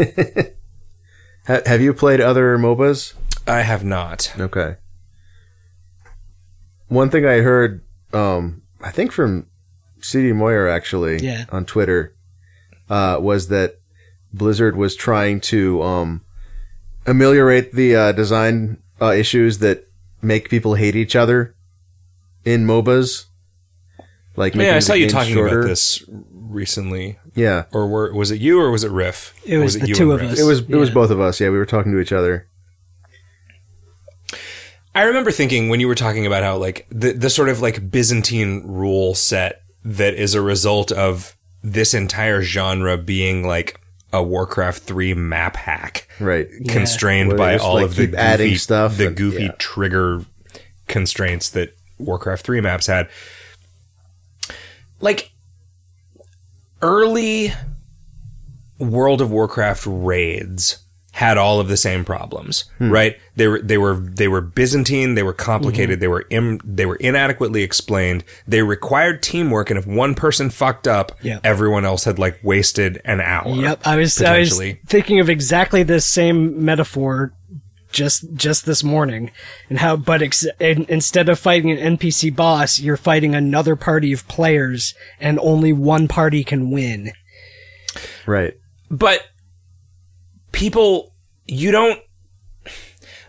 [SPEAKER 3] Ha- have you played other MOBAs?
[SPEAKER 2] I have not.
[SPEAKER 3] Okay. One thing I heard, um, I think from CD Moyer actually
[SPEAKER 1] Yeah.
[SPEAKER 3] on Twitter, uh, was that Blizzard was trying to um, ameliorate the uh, design uh, issues that make people hate each other in MOBAs. Like,
[SPEAKER 2] Yeah,
[SPEAKER 3] making
[SPEAKER 2] I
[SPEAKER 3] the
[SPEAKER 2] saw you
[SPEAKER 3] games
[SPEAKER 2] talking
[SPEAKER 3] shorter.
[SPEAKER 2] about this recently,
[SPEAKER 3] Yeah.
[SPEAKER 2] or were, was it you or was it Riff?
[SPEAKER 1] It
[SPEAKER 2] Or
[SPEAKER 1] was the
[SPEAKER 2] you
[SPEAKER 1] two
[SPEAKER 2] and
[SPEAKER 1] of
[SPEAKER 2] Riff?
[SPEAKER 1] us.
[SPEAKER 3] It was it was
[SPEAKER 1] Yeah.
[SPEAKER 3] both of us. Yeah, we were talking to each other.
[SPEAKER 2] I remember thinking when you were talking about how like the the sort of like Byzantine rule set that is a result of this entire genre being like a Warcraft 3 map hack
[SPEAKER 3] Right.
[SPEAKER 2] constrained
[SPEAKER 3] Where they
[SPEAKER 2] by
[SPEAKER 3] just,
[SPEAKER 2] all
[SPEAKER 3] like,
[SPEAKER 2] of the
[SPEAKER 3] keep
[SPEAKER 2] goofy,
[SPEAKER 3] adding stuff
[SPEAKER 2] the
[SPEAKER 3] and-
[SPEAKER 2] goofy
[SPEAKER 3] yeah.
[SPEAKER 2] trigger constraints that Warcraft 3 maps had. Like early World of Warcraft raids had all of the same problems,
[SPEAKER 3] Hmm.
[SPEAKER 2] right? They were they were they were Byzantine, they were
[SPEAKER 3] Mm-hmm.
[SPEAKER 2] complicated, they were Im- they were inadequately explained. They required teamwork, and if one person fucked up,
[SPEAKER 1] Yeah.
[SPEAKER 2] everyone else had like wasted an hour.
[SPEAKER 1] Yep, I was I was
[SPEAKER 2] potentially.
[SPEAKER 1] thinking of exactly this same metaphor just just this morning, and how but ex- in, instead of fighting an NPC boss, you're fighting another party of players, and only one party can win.
[SPEAKER 3] Right.
[SPEAKER 2] but people you don't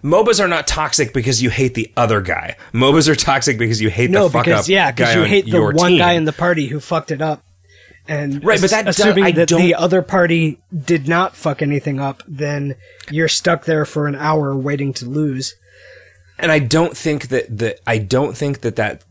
[SPEAKER 2] MOBAs are not toxic because you hate the other guy. MOBAs are toxic because you hate
[SPEAKER 1] No,
[SPEAKER 2] the fuck
[SPEAKER 1] because
[SPEAKER 2] up
[SPEAKER 1] yeah,
[SPEAKER 2] guy
[SPEAKER 1] because you
[SPEAKER 2] on
[SPEAKER 1] hate the
[SPEAKER 2] your
[SPEAKER 1] one
[SPEAKER 2] team.
[SPEAKER 1] guy in the party who fucked it up. And
[SPEAKER 2] Right, but
[SPEAKER 1] ass-
[SPEAKER 2] that does-
[SPEAKER 1] assuming
[SPEAKER 2] I
[SPEAKER 1] that
[SPEAKER 2] don't-
[SPEAKER 1] the other party did not fuck anything up, then you're stuck there for an hour waiting to lose.
[SPEAKER 2] and I don't think that the I don't think that that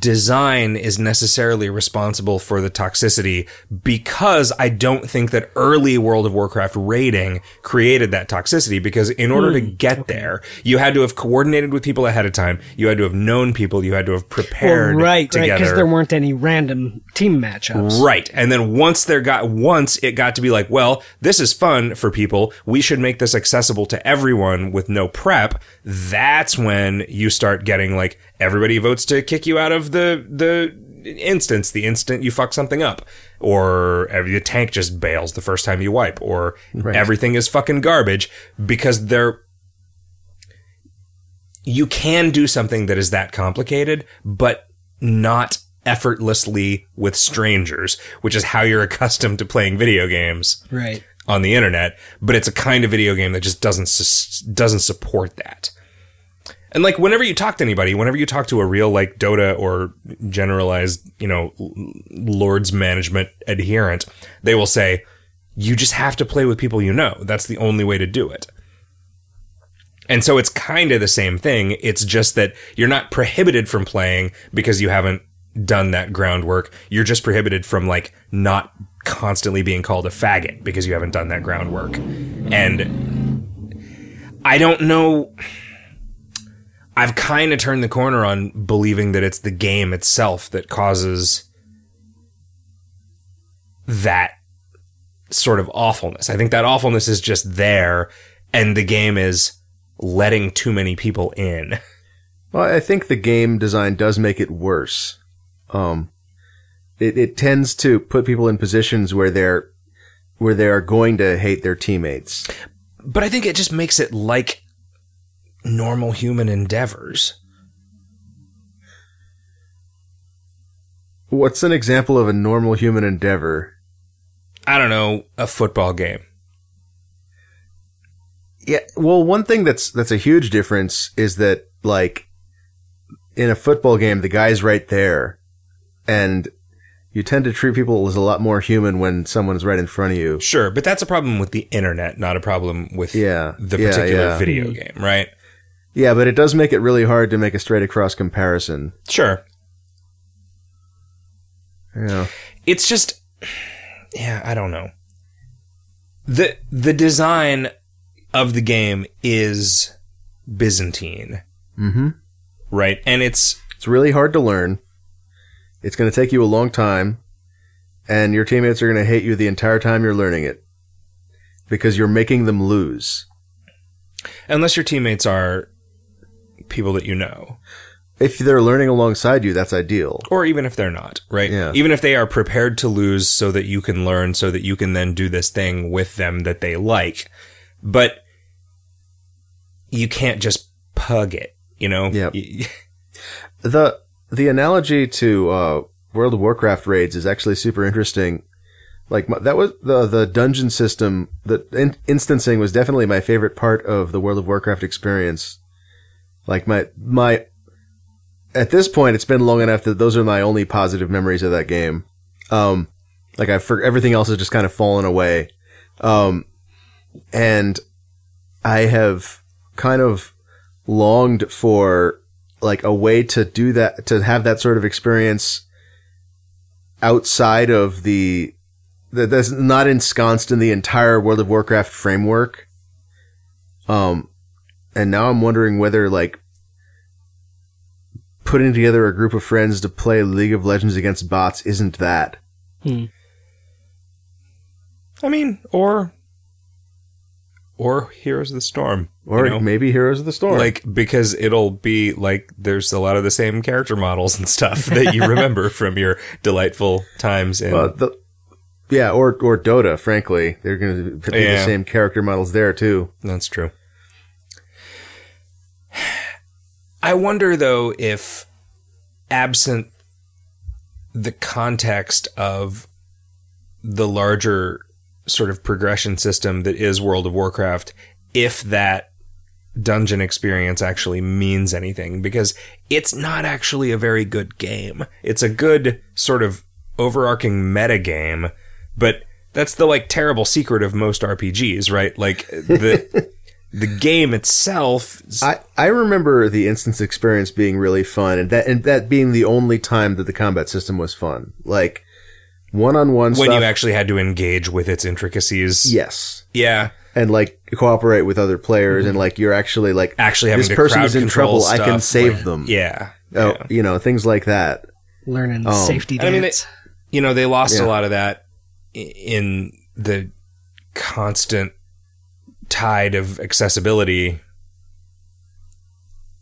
[SPEAKER 2] design is necessarily responsible for the toxicity because I don't think that early World of Warcraft raiding created that toxicity because in order to
[SPEAKER 1] Hmm,
[SPEAKER 2] get there you had to have coordinated with people ahead of time you had to have known people you had to have prepared
[SPEAKER 1] Well, right, right,
[SPEAKER 2] together
[SPEAKER 1] because there weren't any random team matchups.
[SPEAKER 2] Right. And then once there got once it got to be like, well, this is fun for people. We should make this accessible to everyone with no prep. That's when you start getting like everybody votes to kick you out of the the instance the instant you fuck something up or every, the tank just bails the first time you wipe or everything is fucking garbage because they're you can do something that is that complicated, but not effortlessly with strangers, which is how you're accustomed to playing video games
[SPEAKER 1] Right.
[SPEAKER 2] on the internet. But it's a kind of video game that just doesn't sus- doesn't support that. And like whenever you talk to anybody, whenever you talk to a real like Dota or generalized, you know, l- Lord's management adherent, they will say, "You just have to play with people you know. That's the only way to do it." And so it's kind of the same thing. It's just that you're not prohibited from playing because you haven't done that groundwork. You're just prohibited from like not constantly being called a faggot because you haven't done that groundwork. And I don't know. I've kind of turned the corner on believing that it's the game itself that causes that sort of awfulness. I think that awfulness is just there, and the game is letting too many people in.
[SPEAKER 3] Well, I think the game design does make it worse. Um, it, it tends to put people in positions where they're where they are going to hate their teammates.
[SPEAKER 2] But I think it just makes it like normal human endeavors.
[SPEAKER 3] What's an example of a normal human endeavor?
[SPEAKER 2] I don't know, a football game.
[SPEAKER 3] Yeah, well, one thing that's that's a huge difference is that like in a football game, the guy's right there, and you tend to treat people as a lot more human when someone's right in front of you.
[SPEAKER 2] Sure, but that's a problem with the internet, not a problem with
[SPEAKER 3] Yeah,
[SPEAKER 2] the
[SPEAKER 3] yeah,
[SPEAKER 2] particular
[SPEAKER 3] yeah.
[SPEAKER 2] video game, right?
[SPEAKER 3] Yeah, but it does make it really hard to make a straight across comparison.
[SPEAKER 2] Sure.
[SPEAKER 3] Yeah.
[SPEAKER 2] It's just yeah, I don't know. The the design of the game is Byzantine,
[SPEAKER 3] Mm-hmm.
[SPEAKER 2] right? And it's
[SPEAKER 3] It's really hard to learn. It's going to take you a long time, and your teammates are going to hate you the entire time you're learning it because you're making them lose.
[SPEAKER 2] unless your teammates are people that you know.
[SPEAKER 3] If they're learning alongside you, that's ideal.
[SPEAKER 2] or even if they're not, right?
[SPEAKER 3] Yeah.
[SPEAKER 2] Even if they are prepared to lose so that you can learn, so that you can then do this thing with them that they like. But you can't just pug it, you know?
[SPEAKER 3] Yep.
[SPEAKER 2] Y-
[SPEAKER 3] the The analogy to uh, World of Warcraft raids is actually super interesting. Like my, that was the the dungeon system. The in- instancing was definitely my favorite part of the World of Warcraft experience. Like my my. At this point, it's been long enough that those are my only positive memories of that game. Um, Like I for everything else has just kind of fallen away. Um, and I have kind of longed for like a way to do that, to have that sort of experience outside of the, that that's not ensconced in the entire World of Warcraft framework. Um, and now I'm wondering whether like putting together a group of friends to play League of Legends against bots isn't that.
[SPEAKER 2] I mean, or or Heroes of the Storm,
[SPEAKER 3] Or
[SPEAKER 2] You know?
[SPEAKER 3] maybe Heroes of the Storm.
[SPEAKER 2] like because it'll be like there's a lot of the same character models and stuff that you remember from your delightful times in
[SPEAKER 3] Well, the, yeah, or or Dota. Frankly, they're going to be
[SPEAKER 2] Yeah.
[SPEAKER 3] the same character models there too.
[SPEAKER 2] That's true. I wonder though if absent the context of the larger sort of progression system that is World of Warcraft, if that dungeon experience actually means anything because it's not actually a very good game. It's a good sort of overarching meta game, but that's the like terrible secret of most RPGs, right? Like the the game itself is-
[SPEAKER 3] I, I remember the instance experience being really fun, and that and that being the only time that the combat system was fun. Like one on one
[SPEAKER 2] when
[SPEAKER 3] stuff.
[SPEAKER 2] you actually had to engage with its intricacies.
[SPEAKER 3] yes,
[SPEAKER 2] Yeah.
[SPEAKER 3] and like cooperate with other players, and like you're actually like
[SPEAKER 2] Actually Mm-hmm. having
[SPEAKER 3] this
[SPEAKER 2] to
[SPEAKER 3] person
[SPEAKER 2] crowd
[SPEAKER 3] is in
[SPEAKER 2] control
[SPEAKER 3] trouble. I can
[SPEAKER 2] stuff,
[SPEAKER 3] save
[SPEAKER 2] like-
[SPEAKER 3] them.
[SPEAKER 2] Yeah.
[SPEAKER 3] Oh,
[SPEAKER 2] yeah.
[SPEAKER 3] you know things like that.
[SPEAKER 1] Learning the
[SPEAKER 3] Oh.
[SPEAKER 1] safety
[SPEAKER 2] I mean,
[SPEAKER 1] dance.
[SPEAKER 2] you know they lost
[SPEAKER 3] Yeah.
[SPEAKER 2] a lot of that i- in the constant tide of accessibility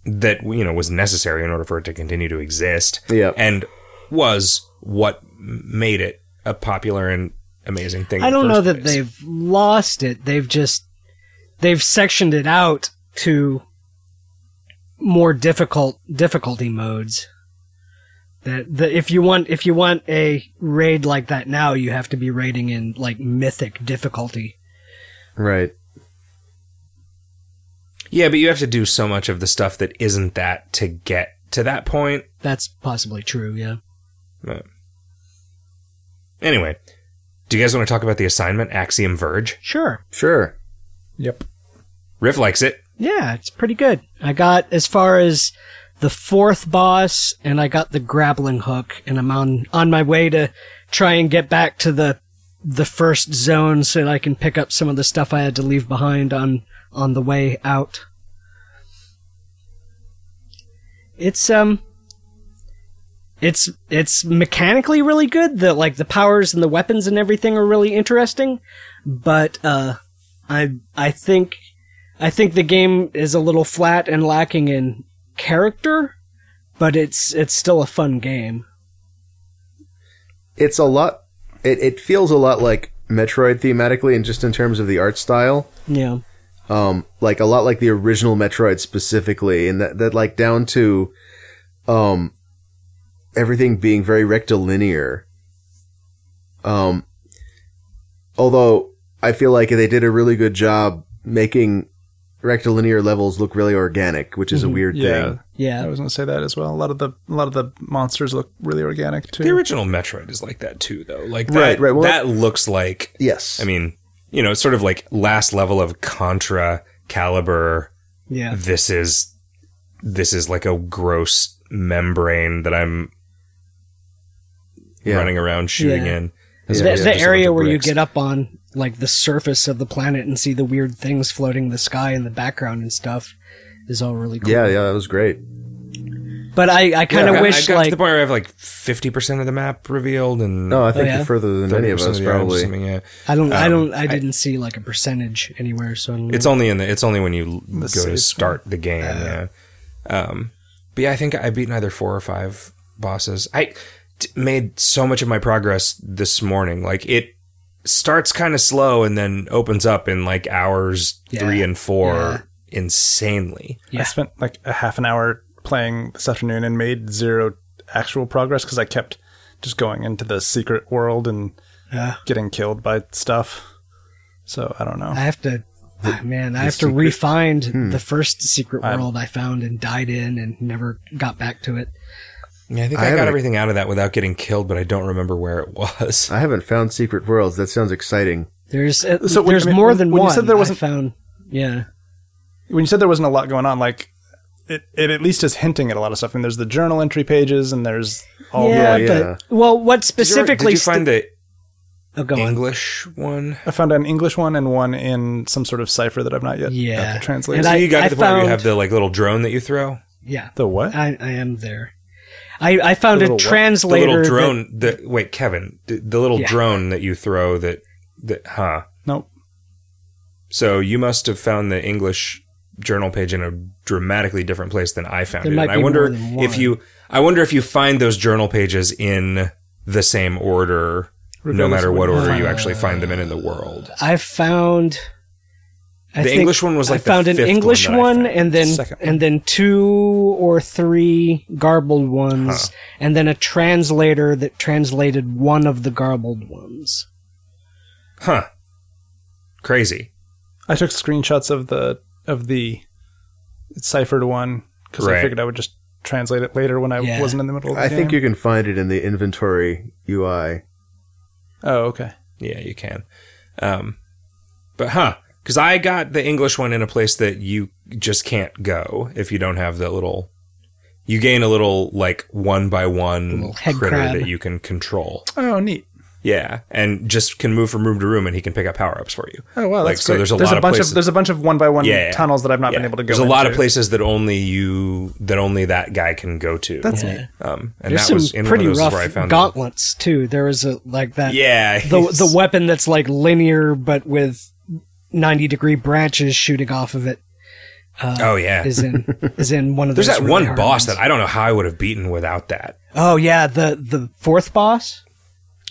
[SPEAKER 2] that you know was necessary in order for it to continue to exist
[SPEAKER 3] Yeah,
[SPEAKER 2] and was what made it a popular and amazing thing
[SPEAKER 1] I
[SPEAKER 2] in the
[SPEAKER 1] don't
[SPEAKER 2] first
[SPEAKER 1] know that
[SPEAKER 2] place.
[SPEAKER 1] they've lost it. They've just they've sectioned it out to more difficult difficulty modes. That the, if you want if you want a raid like that now, you have to be raiding in like mythic difficulty.
[SPEAKER 3] right.
[SPEAKER 2] yeah but you have to do so much of the stuff that isn't that to get to that point
[SPEAKER 1] That's possibly true. Yeah.
[SPEAKER 2] anyway do you guys want to talk about the assignment axiom verge
[SPEAKER 1] Sure.
[SPEAKER 3] Sure.
[SPEAKER 4] Yep.
[SPEAKER 2] riff likes it
[SPEAKER 1] Yeah, it's pretty good. I got as far as the fourth boss, and I got the grappling hook, and I'm on on my way to try and get back to the the first zone so that I can pick up some of the stuff I had to leave behind on on the way out. It's um it's it's mechanically really good. The like the powers and the weapons and everything are really interesting, but uh I I think I think the game is a little flat and lacking in character, but it's it's still a fun game.
[SPEAKER 3] it's a lot it, it feels a lot like metroid thematically and just in terms of the art style
[SPEAKER 1] Yeah.
[SPEAKER 3] um like a lot like the original metroid specifically and that, that like down to um everything being very rectilinear um although i feel like they did a really good job making rectilinear levels look really organic which is a
[SPEAKER 1] Mhm.
[SPEAKER 3] weird
[SPEAKER 4] Yeah.
[SPEAKER 3] thing
[SPEAKER 4] I
[SPEAKER 1] Yeah.
[SPEAKER 4] was gonna say that as well. A lot of the a lot of the monsters look really organic too.
[SPEAKER 2] The original Metroid is like that too, though. Like that,
[SPEAKER 3] Right, right, well-
[SPEAKER 2] that looks like.
[SPEAKER 3] yes
[SPEAKER 2] I mean, you know, it's sort of like last level of Contra caliber.
[SPEAKER 1] Yeah.
[SPEAKER 2] This is this is like a gross membrane that I'm
[SPEAKER 3] yeah.
[SPEAKER 2] running around shooting
[SPEAKER 1] Yeah.
[SPEAKER 2] in.
[SPEAKER 1] The,
[SPEAKER 2] as
[SPEAKER 1] the
[SPEAKER 2] opposed to just a bunch
[SPEAKER 1] area
[SPEAKER 2] of
[SPEAKER 1] where you
[SPEAKER 2] bricks.
[SPEAKER 1] get up on like the surface of the planet and see the weird things floating in the sky in the background and stuff is all really cool.
[SPEAKER 3] yeah yeah that was great
[SPEAKER 1] But I, I kind
[SPEAKER 2] I
[SPEAKER 1] of
[SPEAKER 2] got- I
[SPEAKER 1] wish
[SPEAKER 2] got to
[SPEAKER 1] like
[SPEAKER 2] the point where I have like fifty percent of the map revealed and
[SPEAKER 3] no i think
[SPEAKER 1] Oh, yeah?
[SPEAKER 3] you're further than any Oh, of
[SPEAKER 2] 30%
[SPEAKER 3] us
[SPEAKER 2] the items or
[SPEAKER 3] probably
[SPEAKER 2] something, yeah.
[SPEAKER 1] I don't I
[SPEAKER 2] um,
[SPEAKER 1] don't I didn't see like a percentage anywhere so I don't know.
[SPEAKER 2] It's only in the. It's only when you l-
[SPEAKER 4] The
[SPEAKER 2] go to
[SPEAKER 4] safe
[SPEAKER 2] start the game. yeah. Um, but yeah, I think I beaten either four or five bosses. I t- made so much of my progress this morning. Like it starts kind of slow and then opens up in like hours
[SPEAKER 1] Yeah.
[SPEAKER 2] three and four
[SPEAKER 1] Yeah.
[SPEAKER 2] insanely.
[SPEAKER 1] Yeah.
[SPEAKER 4] I spent like a half an hour playing this afternoon and made zero actual progress because I kept just going into the secret world and
[SPEAKER 1] Yeah.
[SPEAKER 4] getting killed by stuff. So I don't know.
[SPEAKER 1] I have to ah, man, I have to
[SPEAKER 2] Hmm.
[SPEAKER 1] refind the first secret world I found and died in and never got back to it.
[SPEAKER 2] Yeah, I think
[SPEAKER 3] I
[SPEAKER 2] I, got
[SPEAKER 3] haven't-
[SPEAKER 2] everything out of that without getting killed, but I don't remember where it was.
[SPEAKER 3] I haven't found Secret Worlds. That sounds exciting.
[SPEAKER 1] There's uh,
[SPEAKER 4] So when-
[SPEAKER 1] there's
[SPEAKER 4] I mean,
[SPEAKER 1] more
[SPEAKER 4] when-
[SPEAKER 1] than
[SPEAKER 4] when you
[SPEAKER 1] one.
[SPEAKER 4] said there
[SPEAKER 1] I
[SPEAKER 4] wasn't-
[SPEAKER 1] found. Yeah,
[SPEAKER 4] when you said there wasn't a lot going on, like it, it at least is hinting at a lot of stuff. I mean, there's the journal entry pages, and there's all the,
[SPEAKER 1] yeah,
[SPEAKER 4] like,
[SPEAKER 3] yeah.
[SPEAKER 1] But, well, what
[SPEAKER 2] Did you-
[SPEAKER 1] specifically?
[SPEAKER 2] did you find
[SPEAKER 1] st- oh, go
[SPEAKER 2] the
[SPEAKER 1] on.
[SPEAKER 2] English one?
[SPEAKER 4] I found an English one and one in some sort of cipher that I've not yet
[SPEAKER 1] Yeah.
[SPEAKER 4] uh,
[SPEAKER 1] And
[SPEAKER 4] translated.
[SPEAKER 2] So
[SPEAKER 1] I-
[SPEAKER 2] you got
[SPEAKER 1] I
[SPEAKER 2] to the point where you
[SPEAKER 1] found-
[SPEAKER 2] have the like little drone that you throw,
[SPEAKER 1] Yeah,
[SPEAKER 4] the what?
[SPEAKER 1] I, I am there. I, I found
[SPEAKER 4] The
[SPEAKER 1] a
[SPEAKER 4] little what? The little
[SPEAKER 2] the
[SPEAKER 1] translator.
[SPEAKER 2] little
[SPEAKER 1] that-
[SPEAKER 2] drone. The wait, Kevin, the, the little
[SPEAKER 1] Yeah.
[SPEAKER 2] drone that you throw that that huh?
[SPEAKER 4] nope.
[SPEAKER 2] So you must have found the English journal page in a dramatically different place than I found
[SPEAKER 1] There
[SPEAKER 2] it.
[SPEAKER 1] might
[SPEAKER 2] And I
[SPEAKER 1] be
[SPEAKER 2] wonder
[SPEAKER 1] more than
[SPEAKER 2] if
[SPEAKER 1] one.
[SPEAKER 2] you I wonder if you find those journal pages in the same order no
[SPEAKER 4] Regardless
[SPEAKER 2] matter
[SPEAKER 4] of
[SPEAKER 2] what
[SPEAKER 4] what-
[SPEAKER 2] order you actually find them in in the world.
[SPEAKER 1] I found. I
[SPEAKER 2] The
[SPEAKER 1] think
[SPEAKER 2] English one was
[SPEAKER 1] I
[SPEAKER 2] like the
[SPEAKER 1] found an
[SPEAKER 2] fifth one
[SPEAKER 1] English
[SPEAKER 2] that I
[SPEAKER 1] one,
[SPEAKER 2] found.
[SPEAKER 1] and then
[SPEAKER 4] Second one.
[SPEAKER 1] and then two or three garbled ones, and then a translator that translated one of the garbled ones.
[SPEAKER 2] Huh. Crazy.
[SPEAKER 4] I took screenshots of the of the ciphered one because
[SPEAKER 2] Right.
[SPEAKER 4] I figured I would just translate it later when I
[SPEAKER 1] Yeah.
[SPEAKER 4] wasn't in the middle of the
[SPEAKER 3] I
[SPEAKER 4] game.
[SPEAKER 3] think you can find it in the inventory UI.
[SPEAKER 4] Oh, okay.
[SPEAKER 2] Yeah, you can. Um, but huh? Because I got the English one in a place that you just can't go if you don't have that little. You gain a little like one by one
[SPEAKER 1] Little head
[SPEAKER 2] critter
[SPEAKER 1] crab.
[SPEAKER 2] that you can control.
[SPEAKER 4] Oh, neat.
[SPEAKER 2] Yeah, and just can move from room to room, and he can pick up power ups for you.
[SPEAKER 4] Oh, wow.
[SPEAKER 2] Like,
[SPEAKER 4] That's
[SPEAKER 2] so
[SPEAKER 4] great.
[SPEAKER 2] there's a lot of
[SPEAKER 4] bunch
[SPEAKER 2] places-
[SPEAKER 4] of there's a bunch of one by one
[SPEAKER 2] Yeah, yeah.
[SPEAKER 4] tunnels that I've not
[SPEAKER 2] Yeah.
[SPEAKER 4] been able to go.
[SPEAKER 2] There's a lot of
[SPEAKER 4] into.
[SPEAKER 2] places that only you that only that guy can go to.
[SPEAKER 4] That's
[SPEAKER 1] Yeah. neat.
[SPEAKER 2] Um, and
[SPEAKER 1] There's
[SPEAKER 2] that was
[SPEAKER 1] some
[SPEAKER 2] in one
[SPEAKER 1] pretty
[SPEAKER 2] of those is
[SPEAKER 1] rough
[SPEAKER 2] where I found. the-
[SPEAKER 1] gauntlets too. There was a like that.
[SPEAKER 2] yeah,
[SPEAKER 1] the
[SPEAKER 2] he's-
[SPEAKER 1] the weapon that's like linear but with ninety degree branches shooting off of it
[SPEAKER 2] oh yeah.
[SPEAKER 1] is in is in one of
[SPEAKER 2] There's
[SPEAKER 1] those
[SPEAKER 2] that
[SPEAKER 1] really
[SPEAKER 2] one
[SPEAKER 1] hard
[SPEAKER 2] boss
[SPEAKER 1] ones.
[SPEAKER 2] that I don't know how I would have beaten without that.
[SPEAKER 1] oh yeah the the fourth boss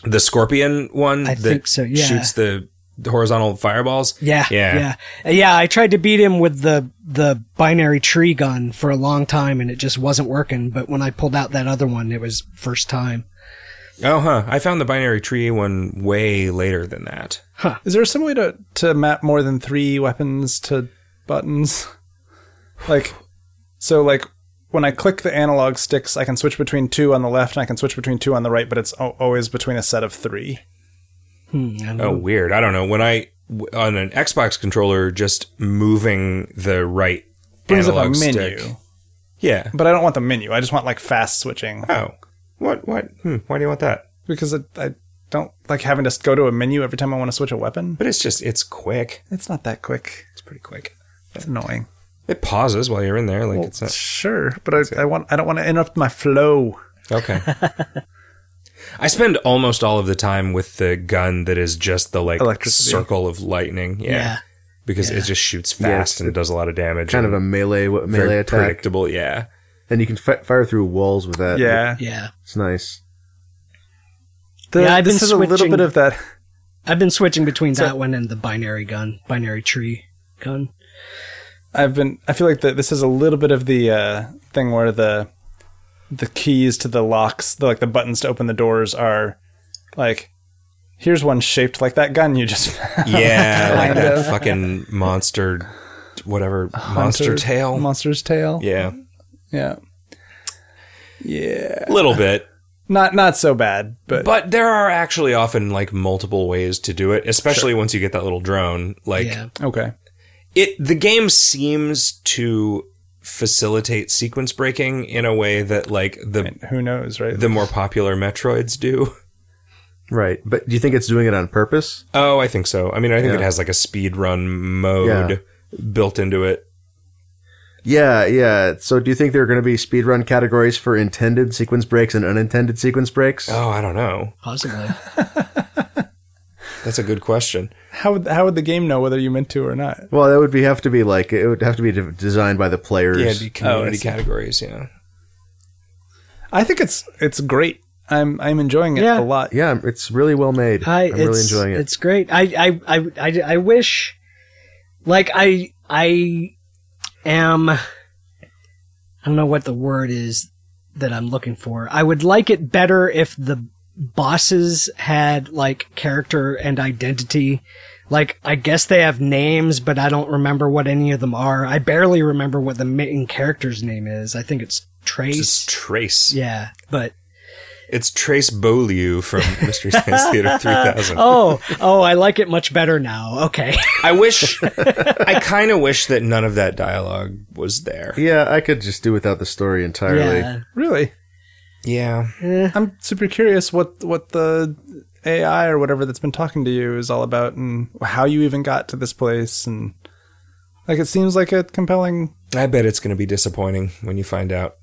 [SPEAKER 2] the scorpion one
[SPEAKER 1] I
[SPEAKER 2] that
[SPEAKER 1] think so, yeah.
[SPEAKER 2] shoots the the horizontal fireballs.
[SPEAKER 1] yeah
[SPEAKER 2] Yeah.
[SPEAKER 1] yeah Uh, yeah I tried to beat him with the the binary tree gun for a long time and it just wasn't working but when I pulled out that other one it was first time
[SPEAKER 2] Oh, huh. I found the binary tree one way later than that.
[SPEAKER 4] Is there some way to to map more than three weapons to buttons? Like, so like when I click the analog sticks, I can switch between two on the left and I can switch between two on the right, but it's al- always between a set of three.
[SPEAKER 1] hmm, I don't
[SPEAKER 2] Oh,
[SPEAKER 1] know.
[SPEAKER 2] weird. I don't know. When I w- on an Xbox controller, just moving the right
[SPEAKER 4] Brings up a
[SPEAKER 2] analog
[SPEAKER 4] menu,
[SPEAKER 2] stick. Yeah.
[SPEAKER 4] but I don't want the menu. I just want like fast switching
[SPEAKER 2] Oh, what? What? Hmm. Why do you want that?
[SPEAKER 4] because I, I don't like having to go to a menu every time I want to switch a weapon.
[SPEAKER 2] But it's just it's quick.
[SPEAKER 4] It's not that quick.
[SPEAKER 2] It's pretty quick.
[SPEAKER 4] It's annoying.
[SPEAKER 2] It pauses while you're in there. Like
[SPEAKER 4] Well,
[SPEAKER 2] it's not
[SPEAKER 4] sure, but I, I want I don't want to interrupt my flow.
[SPEAKER 2] okay. I spend almost all of the time with the gun that is just the like
[SPEAKER 4] Electricity.
[SPEAKER 2] circle of lightning. yeah.
[SPEAKER 1] yeah
[SPEAKER 2] because it just shoots
[SPEAKER 3] Yeah,
[SPEAKER 2] fast
[SPEAKER 3] it's-
[SPEAKER 2] and does a lot of damage.
[SPEAKER 3] Kind of
[SPEAKER 2] and
[SPEAKER 3] a melee w-
[SPEAKER 2] very
[SPEAKER 3] melee attack,
[SPEAKER 2] predictable. Yeah,
[SPEAKER 3] and you can fi- fire through walls with that.
[SPEAKER 4] Yeah.
[SPEAKER 1] yeah
[SPEAKER 3] it's nice.
[SPEAKER 4] The,
[SPEAKER 1] Yeah, I've
[SPEAKER 4] this
[SPEAKER 1] been
[SPEAKER 4] is a little
[SPEAKER 1] switching-
[SPEAKER 4] bit of that.
[SPEAKER 1] I've been switching between
[SPEAKER 4] So-
[SPEAKER 1] that one and the binary gun binary tree gun
[SPEAKER 4] I've been. I feel like that this is a little bit of the uh, thing where the the keys to the locks, the, like the buttons to open the doors, are like here's one shaped like that gun you just. Found.
[SPEAKER 2] yeah, like
[SPEAKER 4] Kind
[SPEAKER 2] that
[SPEAKER 4] of.
[SPEAKER 2] fucking monster, whatever monster
[SPEAKER 4] Hunter-
[SPEAKER 2] tail.
[SPEAKER 4] monster's tail.
[SPEAKER 2] yeah,
[SPEAKER 4] yeah, yeah.
[SPEAKER 2] little bit,
[SPEAKER 4] Not not so bad, but,
[SPEAKER 2] but there are actually often like multiple ways to do it, especially once you get that little drone. Like
[SPEAKER 1] yeah
[SPEAKER 4] okay.
[SPEAKER 2] it, the game seems to facilitate sequence breaking in a way that like the
[SPEAKER 4] I mean, who knows, right?
[SPEAKER 2] the more popular Metroids do.
[SPEAKER 3] Right, but do you think it's doing it on purpose?
[SPEAKER 2] Oh, I think so. I mean, I think
[SPEAKER 3] Yeah.
[SPEAKER 2] it has like a speed run mode built into it.
[SPEAKER 3] Yeah, yeah. So, do you think there are going to be speedrun categories for intended sequence breaks and unintended sequence breaks?
[SPEAKER 2] Oh, I don't know.
[SPEAKER 1] possibly
[SPEAKER 2] That's a good question.
[SPEAKER 4] how would how would the game know whether you meant to or not?
[SPEAKER 3] Well, that would be have to be like it would have to be de- designed by the
[SPEAKER 2] Yeah,
[SPEAKER 3] players.
[SPEAKER 2] it'd be
[SPEAKER 4] Oh, I
[SPEAKER 2] community
[SPEAKER 4] see.
[SPEAKER 2] categories. Yeah,
[SPEAKER 4] I think it's it's great. I'm I'm enjoying it
[SPEAKER 1] Yeah.
[SPEAKER 4] a lot.
[SPEAKER 3] Yeah, it's really well made.
[SPEAKER 1] I,
[SPEAKER 3] am
[SPEAKER 1] it's,
[SPEAKER 3] really enjoying it.
[SPEAKER 1] It's great. I, I, I, I, I wish, like, I, I am, I don't know what the word is that I'm looking for. I would like it better if the bosses had, like, character and identity. Like, I guess they have names, but I don't remember what any of them are. I barely remember what the main character's name is. I think it's Trace.
[SPEAKER 2] It's Trace.
[SPEAKER 1] Yeah, but
[SPEAKER 2] It's Trace Beaulieu from Mystery Science Theater 3000.
[SPEAKER 1] oh, oh, I like it much better now. Okay,
[SPEAKER 2] I wish, I kind of wish that none of that dialogue was there.
[SPEAKER 3] Yeah, I could just do without the story entirely.
[SPEAKER 1] yeah,
[SPEAKER 4] Really?
[SPEAKER 2] Yeah.
[SPEAKER 4] I'm super curious what what the AI or whatever that's been talking to you is all about and how you even got to this place and like it seems like a compelling
[SPEAKER 2] I bet it's going to be disappointing when you find out.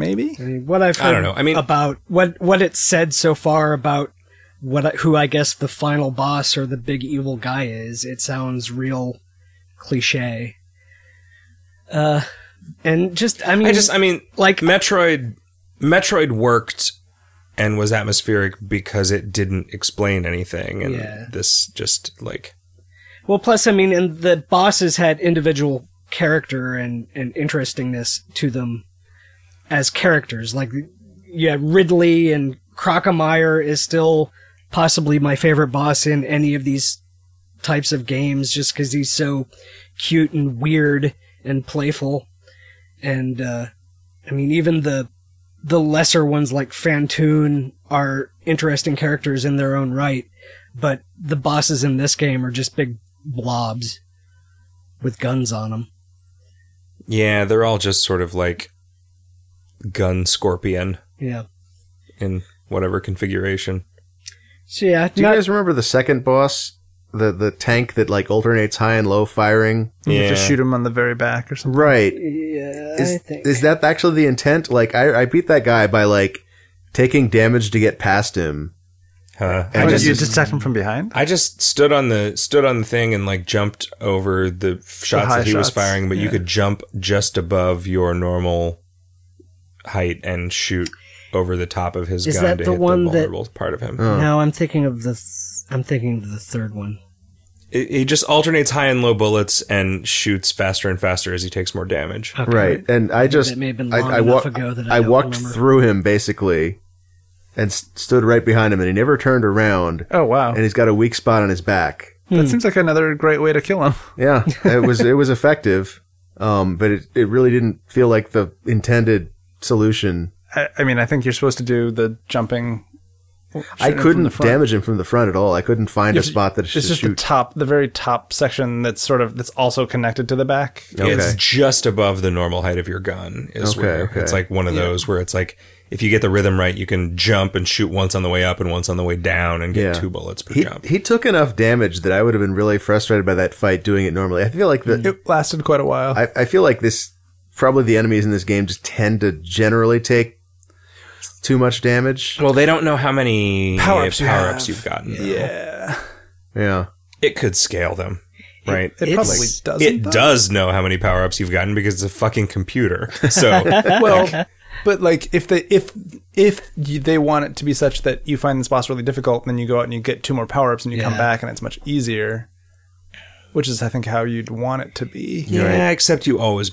[SPEAKER 4] maybe.
[SPEAKER 1] I mean, what I've heard
[SPEAKER 2] I don't know. I mean-
[SPEAKER 1] about what what it said so far about what I- who I guess the final boss or the big evil guy is. It sounds real cliche. Uh, and just I mean,
[SPEAKER 2] I just, I mean,
[SPEAKER 1] like
[SPEAKER 2] Metroid Metroid worked and was atmospheric because it didn't explain anything and
[SPEAKER 1] Yeah.
[SPEAKER 2] this just like
[SPEAKER 1] Well, plus, I mean, and the bosses had individual character and, and interestingness to them as characters. Like, yeah, Ridley and Crockemeyer is still possibly my favorite boss in any of these types of games just because he's so cute and weird and playful. And, uh, I mean, even the the lesser ones like Fantoon are interesting characters in their own right, but the bosses in this game are just big blobs with guns on them.
[SPEAKER 2] yeah, they're all just sort of like gun scorpion
[SPEAKER 1] Yeah.
[SPEAKER 2] in whatever configuration.
[SPEAKER 1] So yeah,
[SPEAKER 3] Do you
[SPEAKER 1] not-
[SPEAKER 3] guys remember the second boss? The the tank that like alternates high and low firing?
[SPEAKER 4] You have to
[SPEAKER 2] Yeah.
[SPEAKER 4] shoot him on the very back or something.
[SPEAKER 3] Right.
[SPEAKER 1] yeah, I
[SPEAKER 3] Is,
[SPEAKER 1] think
[SPEAKER 3] is that actually the intent? Like I, I beat that guy by like taking damage to get past him.
[SPEAKER 2] Huh.
[SPEAKER 3] And
[SPEAKER 4] I
[SPEAKER 3] just-
[SPEAKER 4] just, you attack him from behind.
[SPEAKER 2] I just stood on the stood on the thing and like jumped over the f- shots
[SPEAKER 4] high
[SPEAKER 2] that he was
[SPEAKER 4] shots,
[SPEAKER 2] firing, but you
[SPEAKER 4] yeah.
[SPEAKER 2] could jump just above your normal height and shoot over the top of his
[SPEAKER 1] Is
[SPEAKER 2] gun
[SPEAKER 1] that
[SPEAKER 2] to
[SPEAKER 1] the
[SPEAKER 2] hit
[SPEAKER 1] one
[SPEAKER 2] the
[SPEAKER 1] that-
[SPEAKER 2] vulnerable part of him.
[SPEAKER 1] No, I'm thinking of the. Th- I'm thinking of the third one.
[SPEAKER 2] It- He just alternates high and low bullets and shoots faster and faster as he takes more damage.
[SPEAKER 1] Okay.
[SPEAKER 3] Right. And I just
[SPEAKER 1] That may have been
[SPEAKER 3] I,
[SPEAKER 1] long
[SPEAKER 3] I
[SPEAKER 1] enough
[SPEAKER 3] wa-
[SPEAKER 1] ago that I,
[SPEAKER 3] I
[SPEAKER 1] don't
[SPEAKER 3] walked
[SPEAKER 1] remember.
[SPEAKER 3] through him basically and s- stood right behind him and he never turned around
[SPEAKER 4] Oh wow.
[SPEAKER 3] and he's got a weak spot on his back.
[SPEAKER 4] That seems like another great way to kill him.
[SPEAKER 3] Yeah, it was it was effective, um, but it, it really didn't feel like the intended solution.
[SPEAKER 4] I, I mean, I think you're supposed to do the jumping.
[SPEAKER 3] I
[SPEAKER 4] shooting from the
[SPEAKER 3] couldn't
[SPEAKER 4] front.
[SPEAKER 3] damage him from the front at all. I couldn't find a
[SPEAKER 4] It's-
[SPEAKER 3] spot that it should
[SPEAKER 4] It's just the
[SPEAKER 3] shoot.
[SPEAKER 4] top, the very top section that's sort of that's also connected to the back.
[SPEAKER 2] It's
[SPEAKER 3] Okay.
[SPEAKER 2] just above the normal height of your gun. Is
[SPEAKER 3] Okay,
[SPEAKER 2] where
[SPEAKER 3] okay.
[SPEAKER 2] it's like one of those where it's like if you get the rhythm right, you can jump and shoot once on the way up and once on the way down and get
[SPEAKER 3] Yeah.
[SPEAKER 2] two bullets per
[SPEAKER 3] he,
[SPEAKER 2] jump.
[SPEAKER 3] he took enough damage that I would have been really frustrated by that fight doing it normally. I feel like
[SPEAKER 1] Mm.
[SPEAKER 3] the
[SPEAKER 4] It lasted quite a while.
[SPEAKER 3] I, I feel like this probably the enemies in this game just tend to generally take too much damage.
[SPEAKER 2] Well, they don't know how many
[SPEAKER 4] Power-ups you
[SPEAKER 2] power-ups
[SPEAKER 4] have.
[SPEAKER 2] you've gotten.
[SPEAKER 4] yeah,
[SPEAKER 3] Yeah,
[SPEAKER 2] It could scale them, right?
[SPEAKER 4] it
[SPEAKER 1] It's-
[SPEAKER 4] probably doesn't.
[SPEAKER 2] it
[SPEAKER 4] though.
[SPEAKER 2] does know how many power-ups you've gotten because it's a fucking computer. So
[SPEAKER 4] Well, but like if they if if you, they want it to be such that you find this boss really difficult, and then you go out and you get two more power ups, and you come
[SPEAKER 1] Yeah.
[SPEAKER 4] back, and it's much easier. Which is, I think, how you'd want it to be.
[SPEAKER 2] yeah, except you always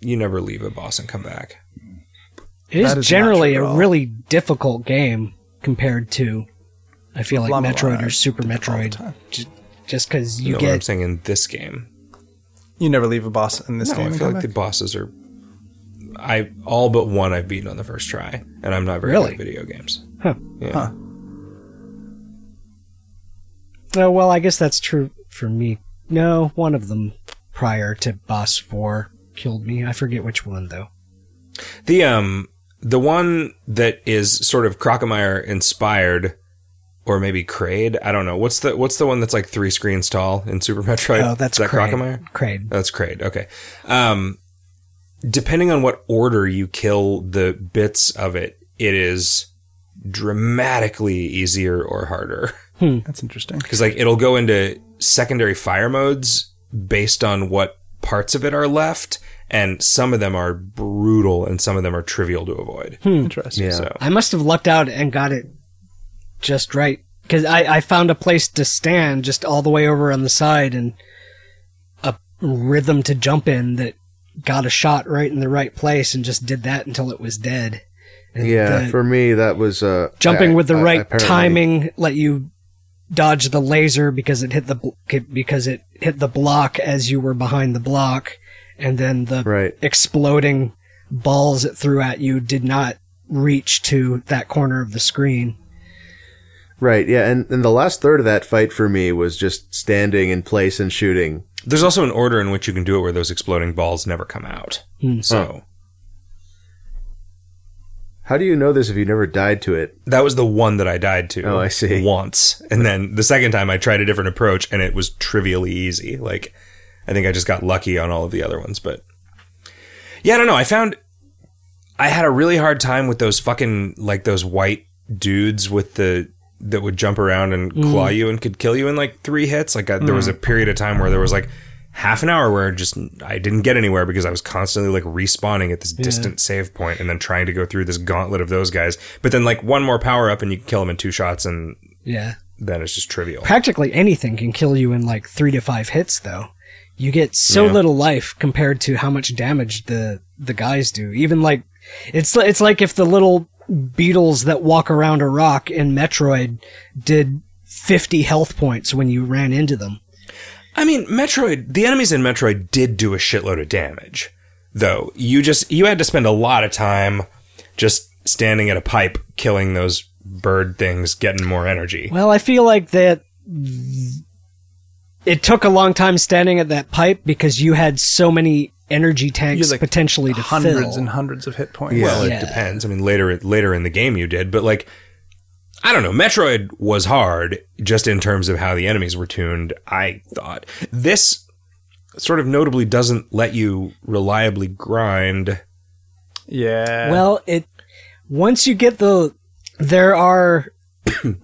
[SPEAKER 2] you never leave a boss and come back.
[SPEAKER 1] It is,
[SPEAKER 4] That is not
[SPEAKER 1] generally
[SPEAKER 4] true at
[SPEAKER 1] a
[SPEAKER 4] all.
[SPEAKER 1] really difficult game compared to, I feel like
[SPEAKER 4] Llama
[SPEAKER 1] Metroid
[SPEAKER 4] Lion.
[SPEAKER 1] or Super
[SPEAKER 4] the
[SPEAKER 1] Metroid,
[SPEAKER 4] time.
[SPEAKER 1] Ju- just because
[SPEAKER 2] You
[SPEAKER 1] you
[SPEAKER 2] know what I'm
[SPEAKER 1] get
[SPEAKER 2] saying in this game.
[SPEAKER 4] You never leave a boss in this
[SPEAKER 2] No,
[SPEAKER 4] game.
[SPEAKER 2] I
[SPEAKER 4] and
[SPEAKER 2] feel
[SPEAKER 4] come
[SPEAKER 2] like the
[SPEAKER 4] back.
[SPEAKER 2] bosses are. I all but one I've beaten on the first try, and I'm not very
[SPEAKER 1] Really?
[SPEAKER 2] good at video games.
[SPEAKER 1] Huh.
[SPEAKER 2] Yeah.
[SPEAKER 4] Huh.
[SPEAKER 1] Oh, well, I guess that's true for me. No, one of them prior to boss 4 killed me. I forget which one, though.
[SPEAKER 2] The um the one that is sort of Crockemeyer inspired, or maybe Crade. I don't know. What's the what's the one that's like three screens tall in Super Metroid?
[SPEAKER 1] oh, that's
[SPEAKER 2] is that
[SPEAKER 1] Crane.
[SPEAKER 2] Crockemeyer.
[SPEAKER 1] Crane.
[SPEAKER 2] That's Crade. Okay. Um, depending on what order you kill the bits of it, it is dramatically easier or harder.
[SPEAKER 4] That's interesting.
[SPEAKER 2] because like it'll go into secondary fire modes based on what parts of it are left and some of them are brutal and some of them are trivial to avoid
[SPEAKER 1] Hmm.
[SPEAKER 4] Interesting.
[SPEAKER 3] yeah.
[SPEAKER 2] so
[SPEAKER 1] I must have lucked out and got it just right. Because I, I found a place to stand just all the way over on the side and a rhythm to jump in that got a shot right in the right place and just did that until it was dead. And
[SPEAKER 3] yeah.
[SPEAKER 1] the-
[SPEAKER 3] for me, that was uh,
[SPEAKER 1] jumping
[SPEAKER 3] I-
[SPEAKER 1] with the
[SPEAKER 3] I-
[SPEAKER 1] right
[SPEAKER 3] apparently-
[SPEAKER 1] timing let you dodge the laser because it hit the bl- because it hit the block as you were behind the block and then the
[SPEAKER 3] Right.
[SPEAKER 1] exploding balls it threw at you did not reach to that corner of the screen.
[SPEAKER 3] Right. Yeah. And, and the last third of that fight for me was just standing in place and shooting.
[SPEAKER 2] There's also an order in which you can do it where those exploding balls never come out.
[SPEAKER 1] Hmm.
[SPEAKER 2] So
[SPEAKER 3] How do you know this if you never died to it?
[SPEAKER 2] that was the one that I died to.
[SPEAKER 3] Oh, I see.
[SPEAKER 2] Once. And then the second time I tried a different approach and it was trivially easy. Like, I think I just got lucky on all of the other ones. But yeah, I don't know. I found I had a really hard time with those fucking, like, those white dudes with the. That would jump around and claw you and could kill you in like three hits. Like I, there was a period of time where there was like half an hour where just I didn't get anywhere because I was constantly like respawning at this distant save point and then trying to go through this gauntlet of those guys. But then like one more power up and you can kill them in two shots and
[SPEAKER 1] Yeah.
[SPEAKER 2] then it's just trivial.
[SPEAKER 1] Practically anything can kill you in like three to five hits, though. You get so little life compared to how much damage the the guys do. Even like it's li- it's like if the little beetles that walk around a rock in Metroid did fifty health points when you ran into them.
[SPEAKER 2] I mean, Metroid, the enemies in Metroid did do a shitload of damage, though. You just, you had to spend a lot of time just standing at a pipe, killing those bird things, getting more energy.
[SPEAKER 1] Well, I feel like that it took a long time standing at that pipe because you had so many energy tanks
[SPEAKER 4] like
[SPEAKER 1] potentially to
[SPEAKER 4] hundreds
[SPEAKER 1] fill.
[SPEAKER 4] and hundreds of hit points.
[SPEAKER 2] Well,
[SPEAKER 1] Yeah.
[SPEAKER 2] it depends. I mean, later later in the game you did, but like, I don't know. Metroid was hard just in terms of how the enemies were tuned. I thought this sort of notably doesn't let you reliably grind.
[SPEAKER 4] yeah.
[SPEAKER 1] Well, it once you get the there are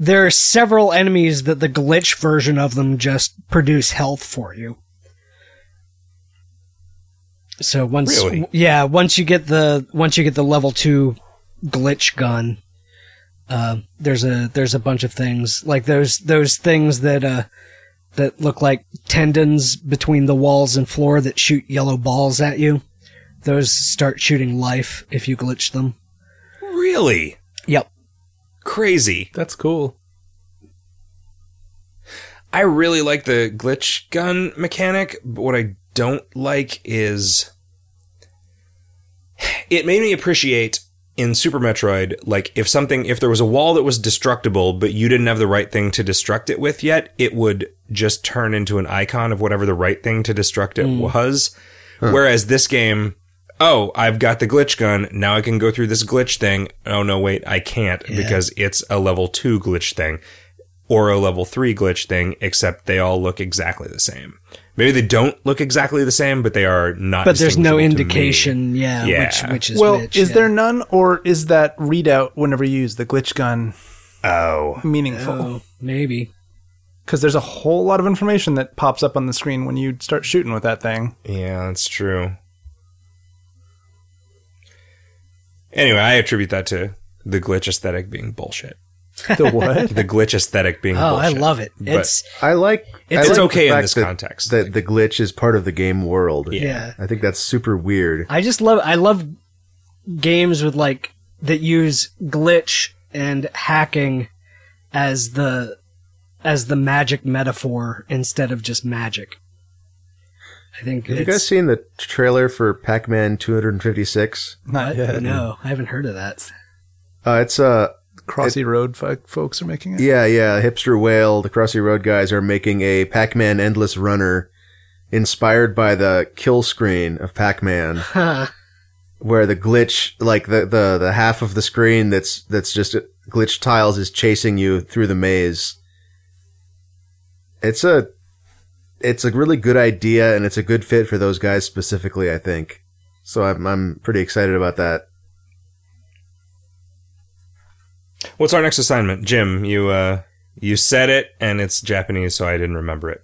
[SPEAKER 1] there are several enemies that the glitch version of them just produce health for you. So once
[SPEAKER 2] Really?
[SPEAKER 1] yeah, once you get the once you get the level 2 glitch gun uh, there's a there's a bunch of things like those those things that uh that look like tendons between the walls and floor that shoot yellow balls at you. Those start shooting life if you glitch them.
[SPEAKER 2] Really
[SPEAKER 1] Yep.
[SPEAKER 2] crazy.
[SPEAKER 4] that's cool.
[SPEAKER 2] I really like the glitch gun mechanic, but what I don't like is it made me appreciate in Super Metroid, like if something, if there was a wall that was destructible, but you didn't have the right thing to destruct it with yet, it would just turn into an icon of whatever the right thing to destruct it
[SPEAKER 1] Hmm.
[SPEAKER 2] was. Whereas this game, oh, I've got the glitch gun. Now I can go through this glitch thing. Oh, no, wait, I can't because it's a level two glitch thing or a level three glitch thing, except they all look exactly the same. Maybe they don't look exactly the same, but they are not.
[SPEAKER 1] But there's no
[SPEAKER 2] distinguishable to me.
[SPEAKER 1] indication, yeah,
[SPEAKER 2] Yeah.
[SPEAKER 1] which which is
[SPEAKER 4] Well,
[SPEAKER 1] which,
[SPEAKER 4] is
[SPEAKER 1] yeah.
[SPEAKER 4] there none, or is that readout whenever you use the glitch gun
[SPEAKER 2] Oh.
[SPEAKER 4] meaningful?
[SPEAKER 1] Oh, maybe.
[SPEAKER 4] Because there's a whole lot of information that pops up on the screen when you start shooting with that thing.
[SPEAKER 2] Yeah, that's true. Anyway, I attribute that to the glitch aesthetic being bullshit.
[SPEAKER 4] The what?
[SPEAKER 2] The glitch aesthetic being
[SPEAKER 1] Oh, I
[SPEAKER 2] bullshit.
[SPEAKER 1] love it.
[SPEAKER 2] But
[SPEAKER 1] It's
[SPEAKER 3] I like. I
[SPEAKER 2] It's
[SPEAKER 3] like
[SPEAKER 2] okay
[SPEAKER 3] the
[SPEAKER 2] in
[SPEAKER 3] fact
[SPEAKER 2] this
[SPEAKER 3] that-
[SPEAKER 2] context.
[SPEAKER 3] that the glitch is part of the game world.
[SPEAKER 2] Yeah.
[SPEAKER 1] yeah.
[SPEAKER 3] I think that's super weird.
[SPEAKER 1] I just love I love games with like that use glitch and hacking as the as the magic metaphor instead of just magic. I think
[SPEAKER 3] Have you
[SPEAKER 1] it's-
[SPEAKER 3] guys seen the trailer for Pac-Man 256?
[SPEAKER 4] Not yet.
[SPEAKER 1] No, I haven't heard of that.
[SPEAKER 3] Uh, it's uh,
[SPEAKER 4] Crossy Road fo- folks are making it.
[SPEAKER 3] yeah, yeah, hipster whale. The Crossy Road guys are making a Pac-Man endless runner inspired by the kill screen of Pac-Man,
[SPEAKER 1] Huh.
[SPEAKER 3] where the glitch, like the the the half of the screen that's that's just uh, glitch tiles, is chasing you through the maze. It's a it's a really good idea, and it's a good fit for those guys specifically. I think. So I'm I'm pretty excited about that.
[SPEAKER 2] What's our next assignment, Jim? You uh, you said it, and it's Japanese, so I didn't remember it.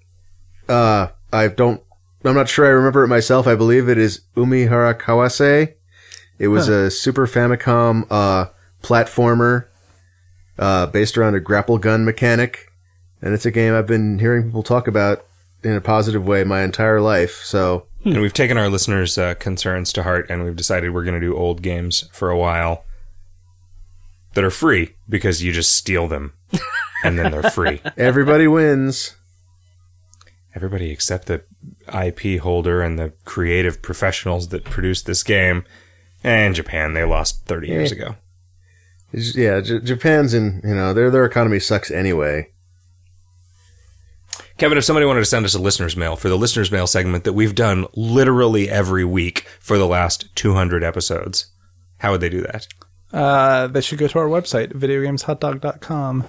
[SPEAKER 3] Uh, I don't. I'm not sure I remember it myself. I believe it is Umihara Kawase. It was a Super Famicom uh, platformer uh, based around a grapple gun mechanic, and it's a game I've been hearing people talk about in a positive way my entire life. So
[SPEAKER 4] Hmm.
[SPEAKER 2] And we've taken our listeners' uh, concerns to heart, and we've decided we're going to do old games for a while that are free because you just steal them, and then they're free.
[SPEAKER 3] everybody wins.
[SPEAKER 2] everybody except the IP holder and the creative professionals that produced this game And Japan, they lost 30 years ago.
[SPEAKER 3] It's- Yeah, J- Japan's in, you know, their their economy sucks anyway.
[SPEAKER 2] Kevin, if somebody wanted to send us a listener's mail for the listener's mail segment that we've done literally every week for the last 200 episodes, how would they do that?
[SPEAKER 4] Uh, they should go to our website, videogameshotdog.com.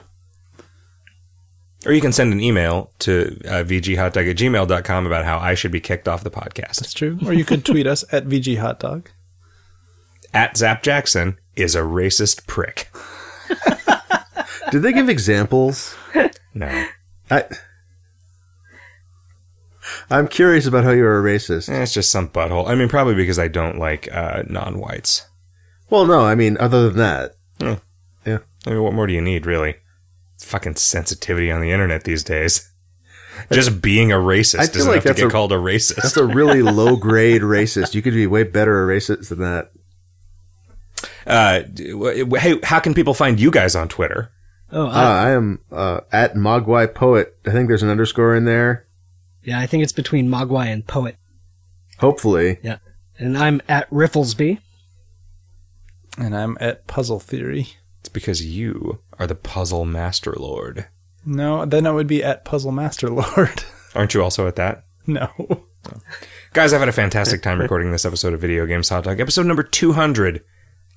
[SPEAKER 2] Or you can send an email to uh, vghotdog at gmail.com about how I should be kicked off the podcast.
[SPEAKER 4] That's true. Or you could tweet us at VGHotdog.
[SPEAKER 2] At Zap Jackson is a racist prick.
[SPEAKER 3] Did they give examples?
[SPEAKER 2] No. Eh,
[SPEAKER 3] I I'm curious about how you're a racist.
[SPEAKER 2] Eh, It's just some butthole. I mean, probably because I don't like uh, non whites.
[SPEAKER 3] Well, no, I mean other than that.
[SPEAKER 2] I mean, what more do you need, really? It's fucking sensitivity on the internet these days. Just being a
[SPEAKER 3] I
[SPEAKER 2] racist
[SPEAKER 3] feel
[SPEAKER 2] doesn't
[SPEAKER 3] like
[SPEAKER 2] have to
[SPEAKER 3] that's
[SPEAKER 2] get
[SPEAKER 3] a-
[SPEAKER 2] called a racist.
[SPEAKER 3] That's a really low grade racist. You could be way better a racist than that.
[SPEAKER 2] Uh, d- w- w- hey, how can people find you guys on Twitter?
[SPEAKER 1] Oh,
[SPEAKER 3] Uh,
[SPEAKER 1] I,
[SPEAKER 3] I am uh, at Mogwai Poet. I think there's an underscore in there.
[SPEAKER 1] yeah, I think it's between Mogwai and Poet.
[SPEAKER 3] Hopefully.
[SPEAKER 1] And I'm at Rifflesby.
[SPEAKER 4] And I'm at Puzzle Theory.
[SPEAKER 2] It's because you are the puzzle master lord.
[SPEAKER 4] No, then I would be at Puzzle Master Lord.
[SPEAKER 2] Aren't you also at that?
[SPEAKER 4] no.
[SPEAKER 2] Guys, I've had a fantastic time recording this episode of Video Games Hot Dog, episode number 200.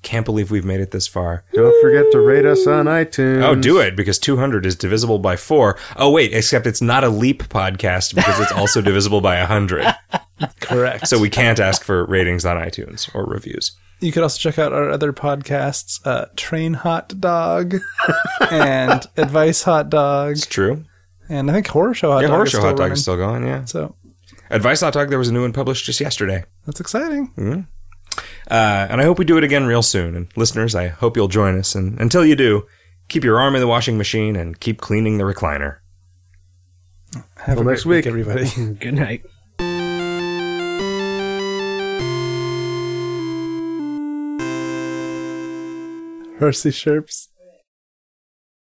[SPEAKER 2] Can't believe we've made it this far.
[SPEAKER 3] Don't forget to rate us on iTunes.
[SPEAKER 2] Oh, do it, because 200 is divisible by 4. Oh, wait, except it's not a leap podcast because it's also divisible by 100.
[SPEAKER 4] Correct.
[SPEAKER 2] So we can't ask for ratings on iTunes or reviews.
[SPEAKER 4] you could also check out our other podcasts, uh, Train Hot Dog and Advice Hot Dog.
[SPEAKER 2] It's true.
[SPEAKER 4] And I think Horror Show Hot
[SPEAKER 2] Yeah,
[SPEAKER 4] Dog.
[SPEAKER 2] Horror
[SPEAKER 4] is
[SPEAKER 2] Show
[SPEAKER 4] still
[SPEAKER 2] Hot Dog
[SPEAKER 4] running.
[SPEAKER 2] is still going, yeah.
[SPEAKER 4] So
[SPEAKER 2] Advice Hot Dog, there was a new one published just yesterday.
[SPEAKER 4] that's exciting.
[SPEAKER 2] Uh, and I hope we do it again real soon. And listeners, I hope you'll join us. And until you do, keep your arm in the washing machine and keep cleaning the recliner.
[SPEAKER 4] Have
[SPEAKER 3] Till
[SPEAKER 4] a
[SPEAKER 3] next
[SPEAKER 4] great
[SPEAKER 3] week.
[SPEAKER 4] everybody.
[SPEAKER 1] Good night.
[SPEAKER 4] Hersey Sherps.